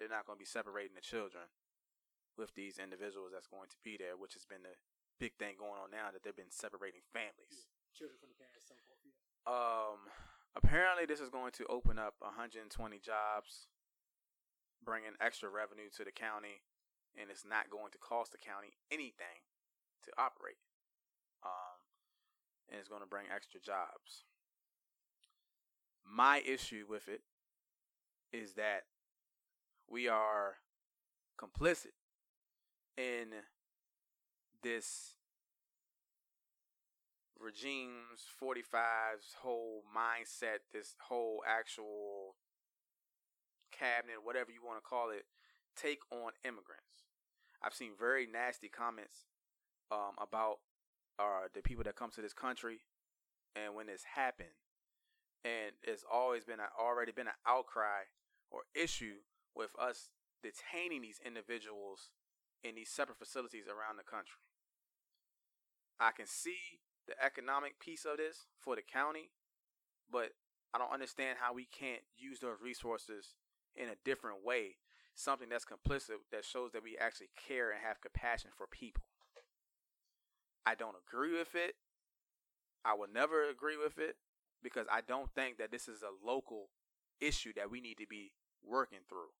D: They're not going to be separating the children with these individuals that's going to be there, which has been the big thing going on now that they've been separating families.
A: Children from the past, so forth. Yeah.
D: Um, apparently this is going to open up 120 jobs, bringing extra revenue to the county, and it's not going to cost the county anything to operate. Um, and it's going to bring extra jobs. My issue with it is that we are complicit in this regime's 45's whole mindset, this whole actual cabinet, whatever you want to call it, take on immigrants. I've seen very nasty comments um, about uh, the people that come to this country, and when this happened, and it's always been a, already been an outcry or issue with us detaining these individuals in these separate facilities around the country. I can see the economic piece of this for the county, but I don't understand how we can't use those resources in a different way. Something that's complicit that shows that we actually care and have compassion for people. I don't agree with it. I will never agree with it because I don't think that this is a local issue that we need to be working through.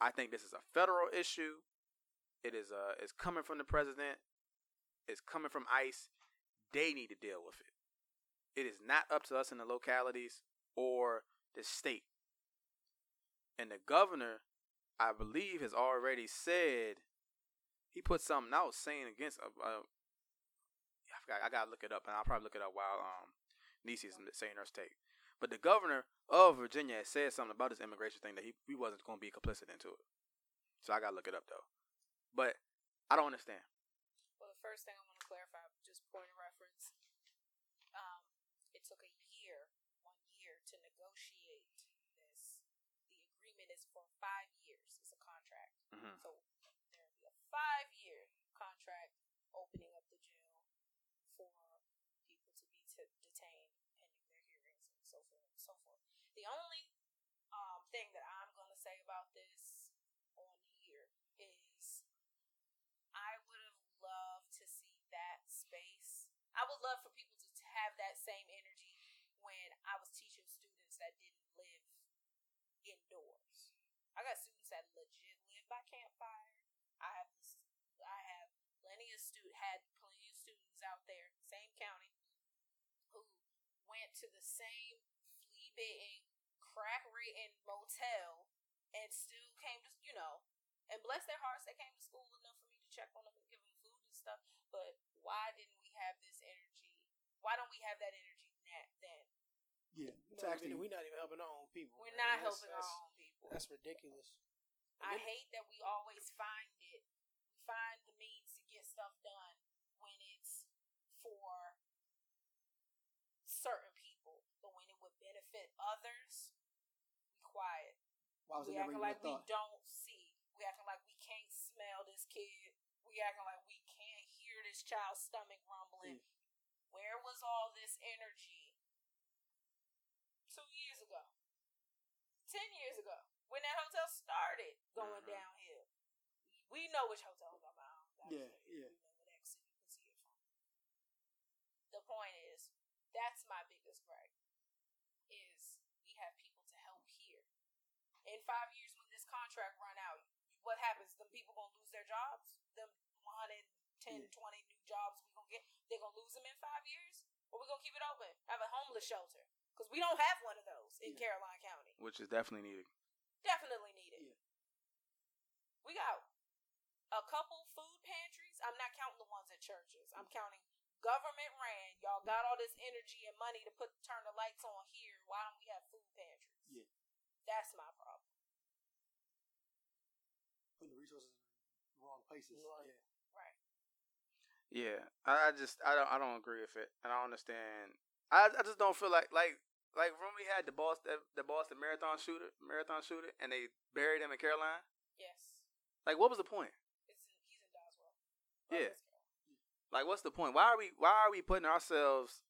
D: I think this is a federal issue. It is uh it's coming from the president. It's coming from ICE they need to deal with it. It is not up to us in the localities or the state. And the governor, I believe, has already said he put something out saying against. Uh, uh, I, forgot, I gotta look it up, and I'll probably look it up while um Niecy's saying her take. But the governor of Virginia has said something about this immigration thing that he, he wasn't going to be complicit into it. So I gotta look it up though. But I don't understand.
B: Well, the first thing I want to clarify, just point of reference, um, it took a year, one year, to negotiate this. The agreement is for five years. It's a contract,
D: Mhm.
B: so there will be a five-year t- detained pending their hearings and so forth and so forth. The only um, thing that I'm going to say about this on here is I would have loved to see that space. I would love for people to have that same energy when I was teaching students that didn't live indoors. I got students that legit live by campfire. I have I have plenty of stu had plenty of students out there, same county, who went to the same flea bitten, crack ridden motel and still came to you know, and bless their hearts they came to school enough for me to check on them and give them food and stuff. But why didn't we have this energy? Why don't we have that energy na- then?
A: Yeah,
E: You
A: it's
E: know what I
A: actually
E: mean? We're not even helping our own people.
B: We're
E: man.
B: not
E: That's-
B: helping
E: that's,
B: our own people.
E: That's ridiculous.
B: I
E: Really?
B: hate that we always find it, we find the means to get stuff done when it's for certain people, but when it would benefit others, we quiet.
A: why was it
B: We
A: never
B: acting
A: even
B: like
A: a
B: we
A: thought?
B: don't see. We acting like we can't smell this kid. We acting like we can't hear this child's stomach rumbling. Where was all this energy two years ago? Ten years ago, when that hotel started going
A: Mm-hmm.
D: Mhm.
B: downhill. We know which hotel I'm talking about. I don't
A: Yeah,
B: care.
A: yeah.
B: We know what exit you can see it from. The point is, that's my biggest gripe. Is we have people to help here. In five years, when this contract run out, what happens? Them people gonna lose their jobs. Them 110, 20 new jobs we gonna get. They gonna lose them in five years, or we gonna keep it open? Have a homeless shelter because we don't have one of those in Caroline County
D: which is definitely needed.
B: definitely needed.
A: Yeah.
B: We got a couple food pantries. I'm not counting the ones at churches. I'm counting government ran. Y'all got all this energy and money to put turn the lights on here. Why don't we have food pantries?
A: Yeah.
B: That's my problem.
A: Putting the resources in the wrong places.
E: Right.
A: Yeah.
D: Yeah, I I just I don't I don't agree with it. I don't understand. I I just don't feel like like like when we had the Boston the Boston marathon shooter marathon shooter and they buried him in Caroline.
B: Yes.
D: Like what was the point?
B: It's in, he's in Doswell.
D: Yeah. Like what's the point? Why are we why are we putting ourselves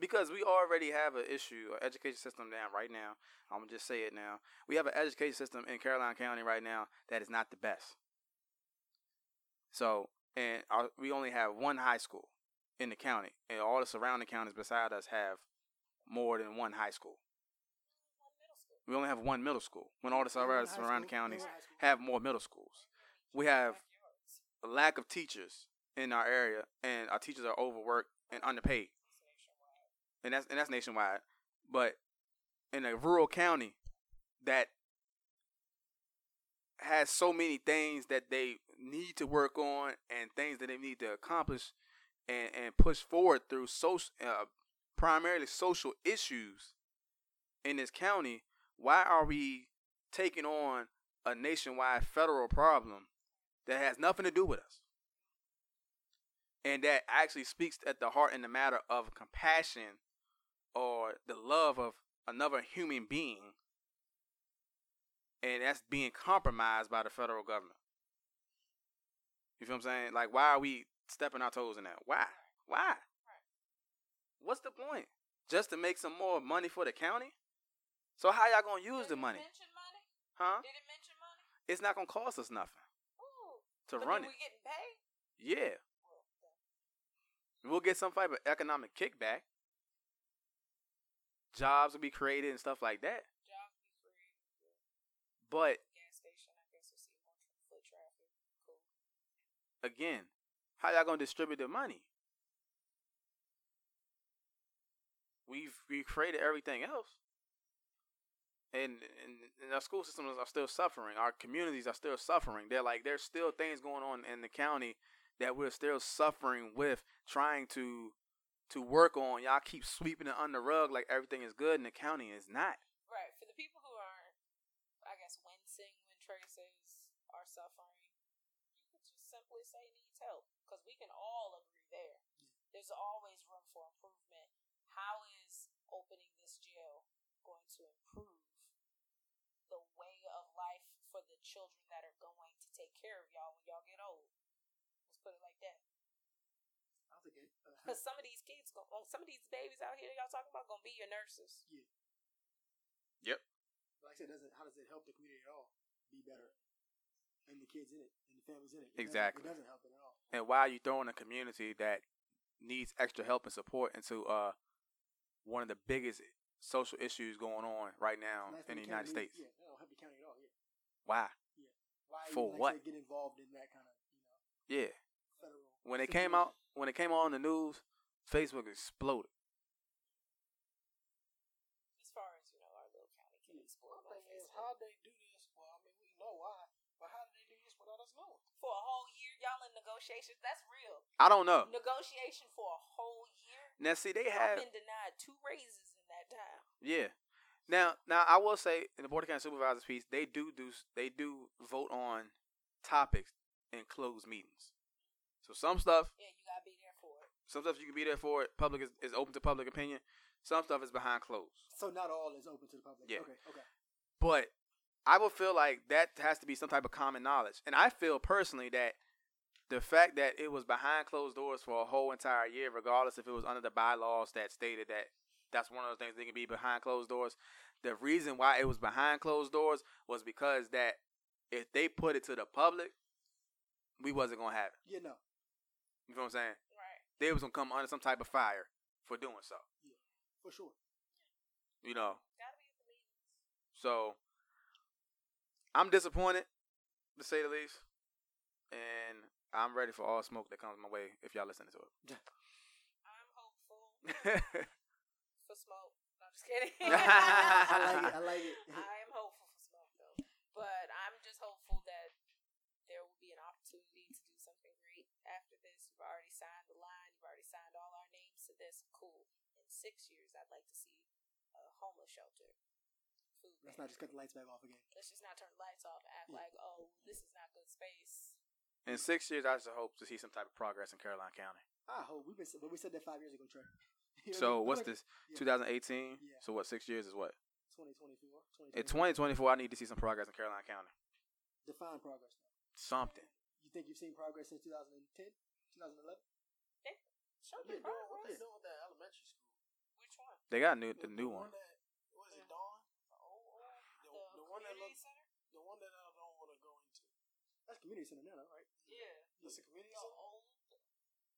D: because we already have an issue, an education system down right now. I'm gonna just say it now. We have an education system in Caroline County right now that is not the best. So, and our, we only have one high school in the county, and all the surrounding counties beside us have more than one high school.
B: One middle school.
D: We only have one middle school when all the surrounding
A: High school,
D: surrounding counties
A: high school.
D: have more middle schools. We have
B: Backyards.
D: a lack of teachers in our area, and our teachers are overworked and underpaid
B: It's nationwide.
D: and that's and that's nationwide. But in a rural county that has so many things that they need to work on and things that they need to accomplish and and push forward through social uh, primarily social issues in this county. Why are we taking on a nationwide federal problem that has nothing to do with us? and that actually speaks at the heart and the matter of compassion or the love of another human being and that's being compromised by the federal government you feel what i'm saying like why are we stepping our toes in that why why what's the point just to make some more money for the county so how y'all gonna use
B: Did
D: the
B: it
D: money
B: Mention money?
D: huh
B: Did it mention money?
D: it's not gonna cost us nothing
B: Ooh.
D: to
B: but
D: run
B: do
D: it
B: we getting paid?
D: yeah
B: Well, then,
D: We'll get some type of economic kickback. Jobs will be created and stuff like that.
B: job be free.
D: But
B: Gas station, I guess, will see more tra- foot traffic. Cool.
D: again, how y'all gonna distribute the money? We've we created everything else, and, and and our school systems are still suffering. Our communities are still suffering. They're like there's still things going on in the county that we're still suffering with, trying to to work on. Y'all keep sweeping it under the rug like everything is good, and the county is not.
B: Right. For the people who aren't, I guess, wincing when Trey says are suffering, you could just simply say needs help because we can all agree there. There's always room for improvement. How is opening this jail going to improve the way of life for the children that are going to take care of y'all when y'all get old? Let's put it like that.
A: I
E: was like, uh,
B: Because some of these kids, gon- oh, some of these babies out here y'all talking about gonna be your nurses.
A: Like I said, doesn't how does it help the community at all? Be better, and the kids in it, and the families in it. it doesn't-
D: Exactly.
A: It doesn't help it at all.
D: And why are you throwing a community that needs extra help and support into uh one of the biggest social issues going on right now
A: That's what
D: Um, in the United
A: county needs.
D: States?
A: Yeah, that don't help the county at all. Yeah.
D: Why?
A: Why even,
D: For
A: like I
D: what?
A: said, get involved in that kind of you know
D: Yeah.
A: federal?
D: When it came out, when it came out on the news, Facebook exploded.
B: As far as you know, our little county can explore
E: my thing is, how they do this? Well, I mean, we know why, but how do they do this without us knowing?
B: for a whole year. Y'all in negotiations? That's real.
D: I don't know.
B: Negotiation for a whole year.
D: Now see they
B: I've
D: have
B: been denied two raises in that time.
D: yeah. Now now I will say in the Board of County Supervisors piece, they do do they do vote on topics in closed meetings. So some stuff
B: Yeah, you gotta be there for it.
D: some stuff you can be there for it. Public is, is open to public opinion. Some stuff is behind closed.
A: So not all is open to the public.
D: Yeah.
A: Okay. Okay.
D: But I would feel like that has to be some type of common knowledge. And I feel personally that the fact that it was behind closed doors for a whole entire year, regardless if it was under the bylaws that stated that that's one of those things that can be behind closed doors. The reason why it was behind closed doors was because that if they put it to the public, we wasn't gonna have it.
A: Yeah. No.
D: You know what I'm saying?
B: Right.
D: They was gonna come under some type of fire for doing so.
A: For sure.
D: You know,
B: Gotta be at the meetings.
D: So I'm disappointed, to say the least. And I'm ready for all smoke that comes my way if y'all listening
B: I'm hopeful
D: to it.
B: for smoke. No, I'm just kidding.
A: I like it. I
B: I
A: like it.
B: am hopeful for smoke though, but I'm just hopeful that there will be an opportunity to do something great after this. You've already signed the line. You've already signed all our names to this. Cool. In six years, I'd like to see a homeless shelter. Food
A: Let's not just cut the lights back off again.
B: let's just not turn the lights off and act
A: Yeah.
B: like, oh, this is not good space.
D: In six years, I just hope to see some type of progress in Caroline County.
A: I hope we've been, but we said that five years ago, Trey. You know what I
D: So
A: mean?
D: what's
A: Like
D: this?
A: Yeah.
D: 2018.
A: Yeah.
D: So what? Six years is what?
A: 2024.
D: In
A: 2024.
D: 2024, I need to see some progress in Caroline County.
A: Define progress.
D: Something.
A: You think you've seen progress since 2010, 2011?
B: Show
A: Yeah,
B: me
A: no,
E: What
B: progress.
E: they doing with that elementary school?
B: Which one?
D: They got a new the new
E: the
D: one.
E: that, what is it, Dawn?
B: The old one?
E: The,
B: The,
E: the one that
B: community
E: looks,
B: center?
E: the one that I don't want to go into.
A: That's community center now, though, right?
B: Yeah.
E: It's a community
B: The
E: center.
B: old,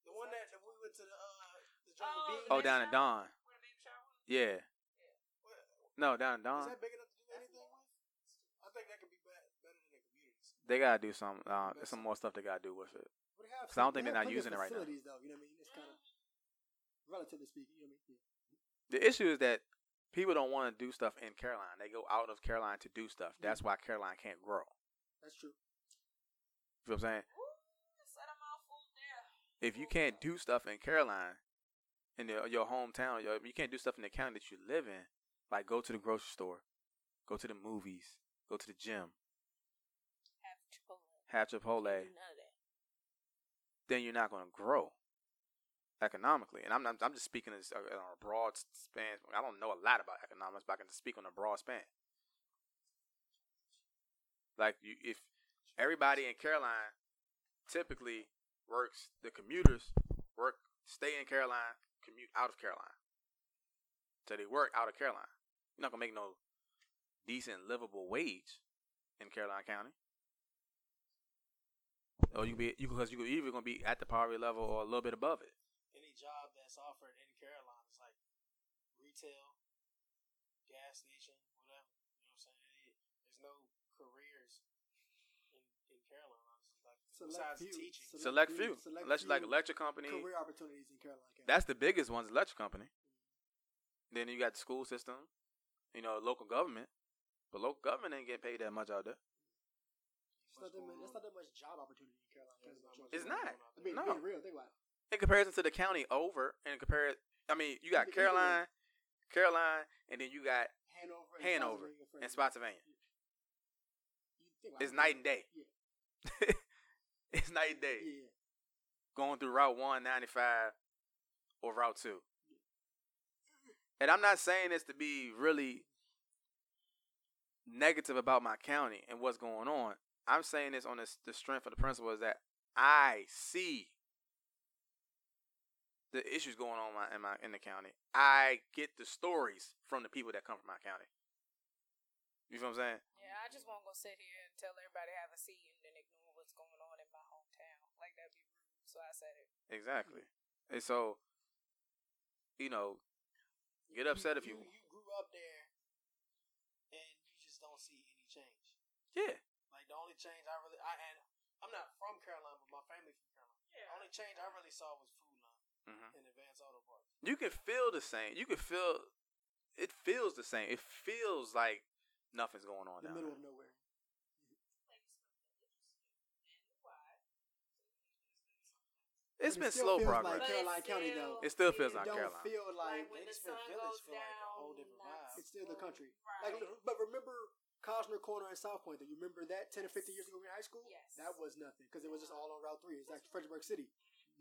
E: The one that, that we went to the uh the jungle
B: Oh,
E: beach.
D: Oh, down in
B: where
D: Don.
B: the baby shower was?
D: Yeah. No, down in
E: Is
D: Don.
E: that big enough to do anything with? I think that could be better, better than the community center.
D: They gotta do some uh, there's some more stuff they gotta do with it.
A: But they have
D: 'Cause I don't
A: some-
D: think they're
A: have
D: not
A: plenty of
D: using it right now.
A: Facilities, though, you know what I mean? It's kind of relatively speaking, you know what I mean? Yeah.
D: the issue is that people don't want to do stuff in Caroline. They go out of Caroline to do stuff. That's why Caroline can't grow.
A: That's true.
D: You know what I'm saying?
B: Ooh, said a mouthful there.
D: If you can't do stuff in Caroline, in the, your hometown, your, you can't do stuff in the county that you live in, like go to the grocery store, go to the movies, go to the gym,
B: Have Chipotle.
D: have Chipotle,
B: Do None of that.
D: then you're not going to grow economically. And I'm not, I'm just speaking as, uh, on a broad span. I don't know a lot about economics, but I can speak on a broad span. Like you, if everybody in Caroline typically works, the commuters work, stay in Caroline, commute out of Caroline. So they work out of Caroline. You're not gonna make no decent livable wage in Caroline County. Or you can be you because you either gonna be at the poverty level or a little bit above it.
E: Any job that's offered in Carolina is like retail, gas station, whatever. You know what I'm saying? There's no careers in, in Carolina. It's like besides teaching.
D: Select few, unless you like
A: few
D: electric company.
A: Career opportunities in Carolina County.
D: That's the biggest one's electric company. Then you got the school system, you know, local government. But local government ain't getting paid that much out there.
A: It's not that much, that's not that much job opportunity in Carolina County.
D: It's not.
A: I mean,
D: No.
A: being real, think about it.
D: In comparison to the county over, and compare it, I mean, you got
A: Either- either
D: Caroline, Caroline, and then you got
A: Hanover, and
D: Hanover
A: Spotsylvania Frederick.
D: and Spotsylvania.
A: You think about it.
D: It's night and day.
A: Yeah.
D: It's night and day.
A: Yeah.
D: going through Route 195 or Route 2. And I'm not saying this to be really negative about my county and what's going on. I'm saying this on this, the strength of the principle is that I see the issues going on in my, in my in the county. I get the stories from the people that come from my county. You feel what I'm saying?
H: Yeah, I just won't go sit here and tell everybody how to see you and then ignore what's going on in my hometown. Like that'd be rude. So I said it.
D: Exactly. And so, you know, get upset if you.
E: you grew up there and you just don't see any change.
D: Yeah.
E: Like the only change I really I and I'm not from Carolina, but my family from Carolina. The only change I really saw was food line
D: Mhm.
E: and advanced auto parts.
D: You can feel the same. You can feel. It feels the same. It feels like nothing's going on
A: The
D: down
A: middle
D: there.
A: of nowhere.
D: It's
A: But it
D: been
A: still
D: slow
A: feels
D: progress.
A: Like Caroline County, though.
D: It still feels
A: It
D: like
A: don't
D: Carolina.
A: feel like,
B: Like when
E: they
B: the
E: just feel
B: sun goes
E: village feel like a
B: down,
E: whole different
B: that's
E: vibe.
A: it's still the
B: when-
A: country.
B: Right.
A: Like, but remember Cosner Corner in South Point. Do you remember that ten or fifteen years ago in high school?
B: Yes.
A: That was nothing because it was just all on Route Three. It's like Frederickburg City.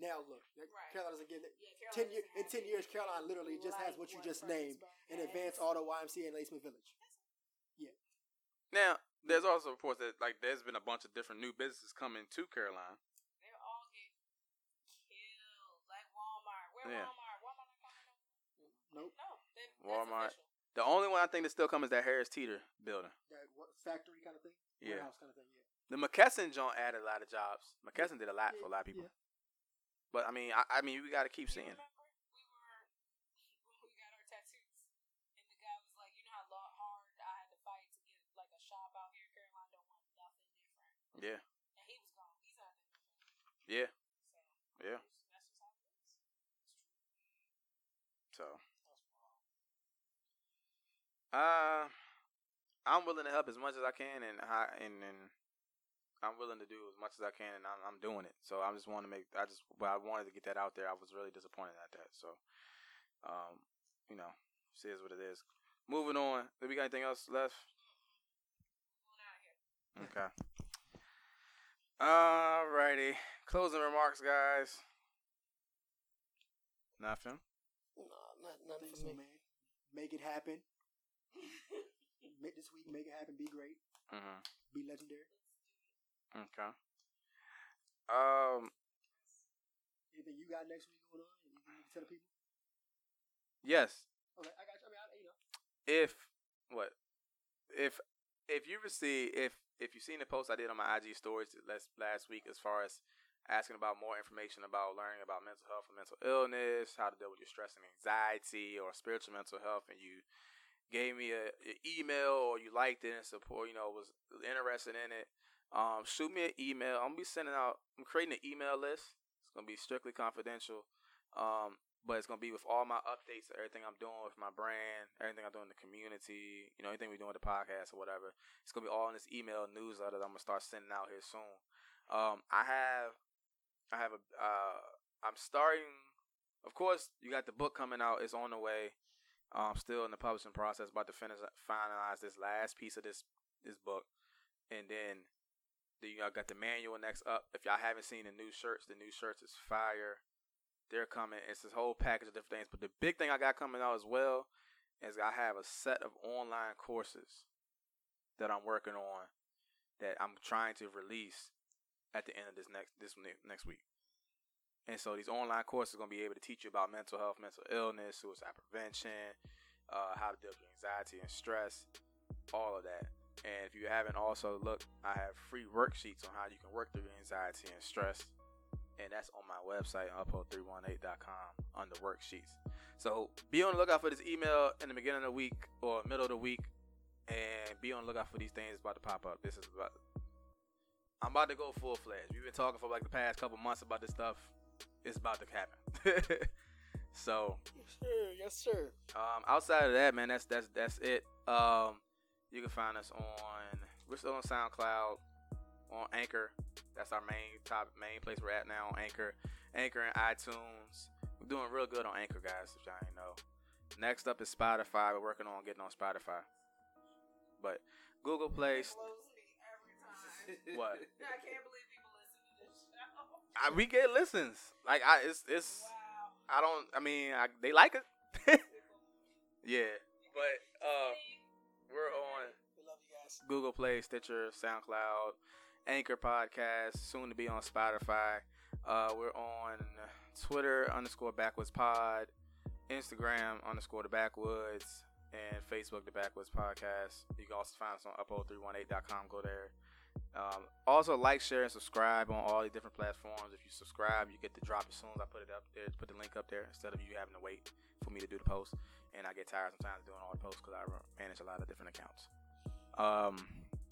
A: Now look, that
B: Right.
A: Carolina's again.
B: Yeah, Carolina
A: Ten year,
B: doesn't
A: in
B: have
A: ten
B: it.
A: years, Caroline literally just has
B: Like
A: what you
B: what
A: just named:
B: Fredericksburg
A: an
B: has.
A: advanced auto YMCA in Laceman Village.
D: Now, there's also reports that like there's been a bunch of different new businesses coming to Carolina.
B: They're all getting killed. Like Walmart. Where
D: Yeah.
B: Walmart? Walmart not coming up.
A: Nope.
B: No. They, that's
D: Walmart.
B: official.
D: The only one I think that's still coming is that Harris Teeter building.
A: That what, factory kind of thing.
D: Yeah.
A: Warehouse kind of thing. Yeah.
D: The McKesson joint added a lot of jobs. McKesson did a lot for a lot of people.
A: Yeah.
D: But I mean, I, I mean, we got to keep seeing.
B: You remember we were when we got our tattoos, and the guy was like, "You know how lo- hard I had to fight to get like a shop out here. Carolina don't want nothing different."
D: Yeah,
B: And he was gone. He's out there.
D: yeah,
B: So
D: yeah.
B: that's just how it is.
D: So, uh, I'm willing to help as much as I can, and I, and and I'm willing to do as much as I can, and I'm I'm doing it. So I just want to make I just but I wanted to get that out there. I was really disappointed at that. So, um, you know, it is what it is. Moving on. Do we got anything else left? Okay. Alrighty. Closing remarks, guys. Nothing.
E: No, not nothing
A: Thanks,
E: for me.
A: man. Make it happen. Make this week. Make it happen. Be great.
D: Mm-hmm.
A: Be legendary.
D: Okay. Um.
A: Anything you got next week going on? Anything you can tell the people?
D: Yes.
A: Okay, I got you. I mean, I, you know,
D: If what? If if you receive if if you seen the post I did on my IG stories last last week as far as asking about more information about learning about mental health and mental illness, how to deal with your stress and anxiety, or spiritual mental health, and you gave me a, a email or you liked it and support, you know, was interested in it, um, shoot me an email. I'm gonna be sending out. I'm creating an email list. It's gonna be strictly confidential, um, but it's gonna be with all my updates, everything I'm doing with my brand, everything I'm doing in the community, you know, anything we're doing with the podcast or whatever. It's gonna be all in this email newsletter that I'm gonna start sending out here soon. Um, I have, I have a, uh, I'm starting. Of course, you got the book coming out. It's on the way. Um, still in the publishing process, about to finish finalize this last piece of this this book, and then the, you know, I got the manual next up. If y'all haven't seen the new shirts, the new shirts is fire. They're coming. It's this whole package of different things. But the big thing I got coming out as well is I have a set of online courses that I'm working on that I'm trying to release at the end of this next this ne- next week. And so these online courses are gonna be able to teach you about mental health, mental illness, suicide prevention, uh, how to deal with anxiety and stress, all of that. And if you haven't also looked, I have free worksheets on how you can work through your anxiety and stress. And that's on my website, uphold318.com, under worksheets. So be on the lookout for this email in the beginning of the week or middle of the week. And be on the lookout for these things about to pop up. This is about. I'm about to go full fledged. We've been talking for like the past couple months about this stuff. It's about to happen. so
E: Sure, yes sir.
D: um, outside of that, man, that's that's that's it. Um, you can find us on we're still on SoundCloud, on Anchor. That's our main top main place we're at now on Anchor, Anchor and iTunes. We're doing real good on Anchor, guys. If y'all ain't know. Next up is Spotify. We're working on getting on Spotify, but Google Play. s-
B: Blows me every time.
D: What?
B: I can't believe people listen to this show.
D: I, we get listens. Like I, it's it's.
B: Wow.
D: I don't. I mean, I, they like it. yeah, but uh, we're on.
E: We love you guys.
D: Google Play, Stitcher, SoundCloud, Anchor Podcast, soon to be on Spotify. Uh, we're on Twitter underscore backwards pod, Instagram underscore the backwoods, and Facebook the backwoods podcast. You can also find us on uphold318.com. Go there. Um, also, like, share, and subscribe on all the different platforms. If you subscribe, you get to drop as soon as I put it up there, put the link up there instead of you having to wait for me to do the post. And I get tired sometimes doing all the posts because I run- manage a lot of different accounts. Um,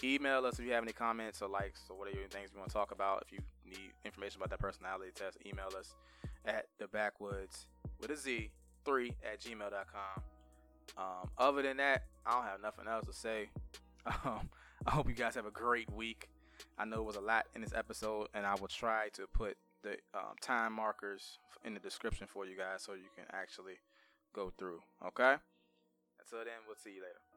D: email us if you have any comments or likes or whatever things you want to talk about. If you need information about that personality test, email us at the backwoods with a Z three at gmail.com. Um, other than that, I don't have nothing else to say. Um, I hope you guys have a great week. I know it was a lot in this episode, and I will try to put the um, time markers in the description for you guys so you can actually go through. Okay? Until then, we'll see you later.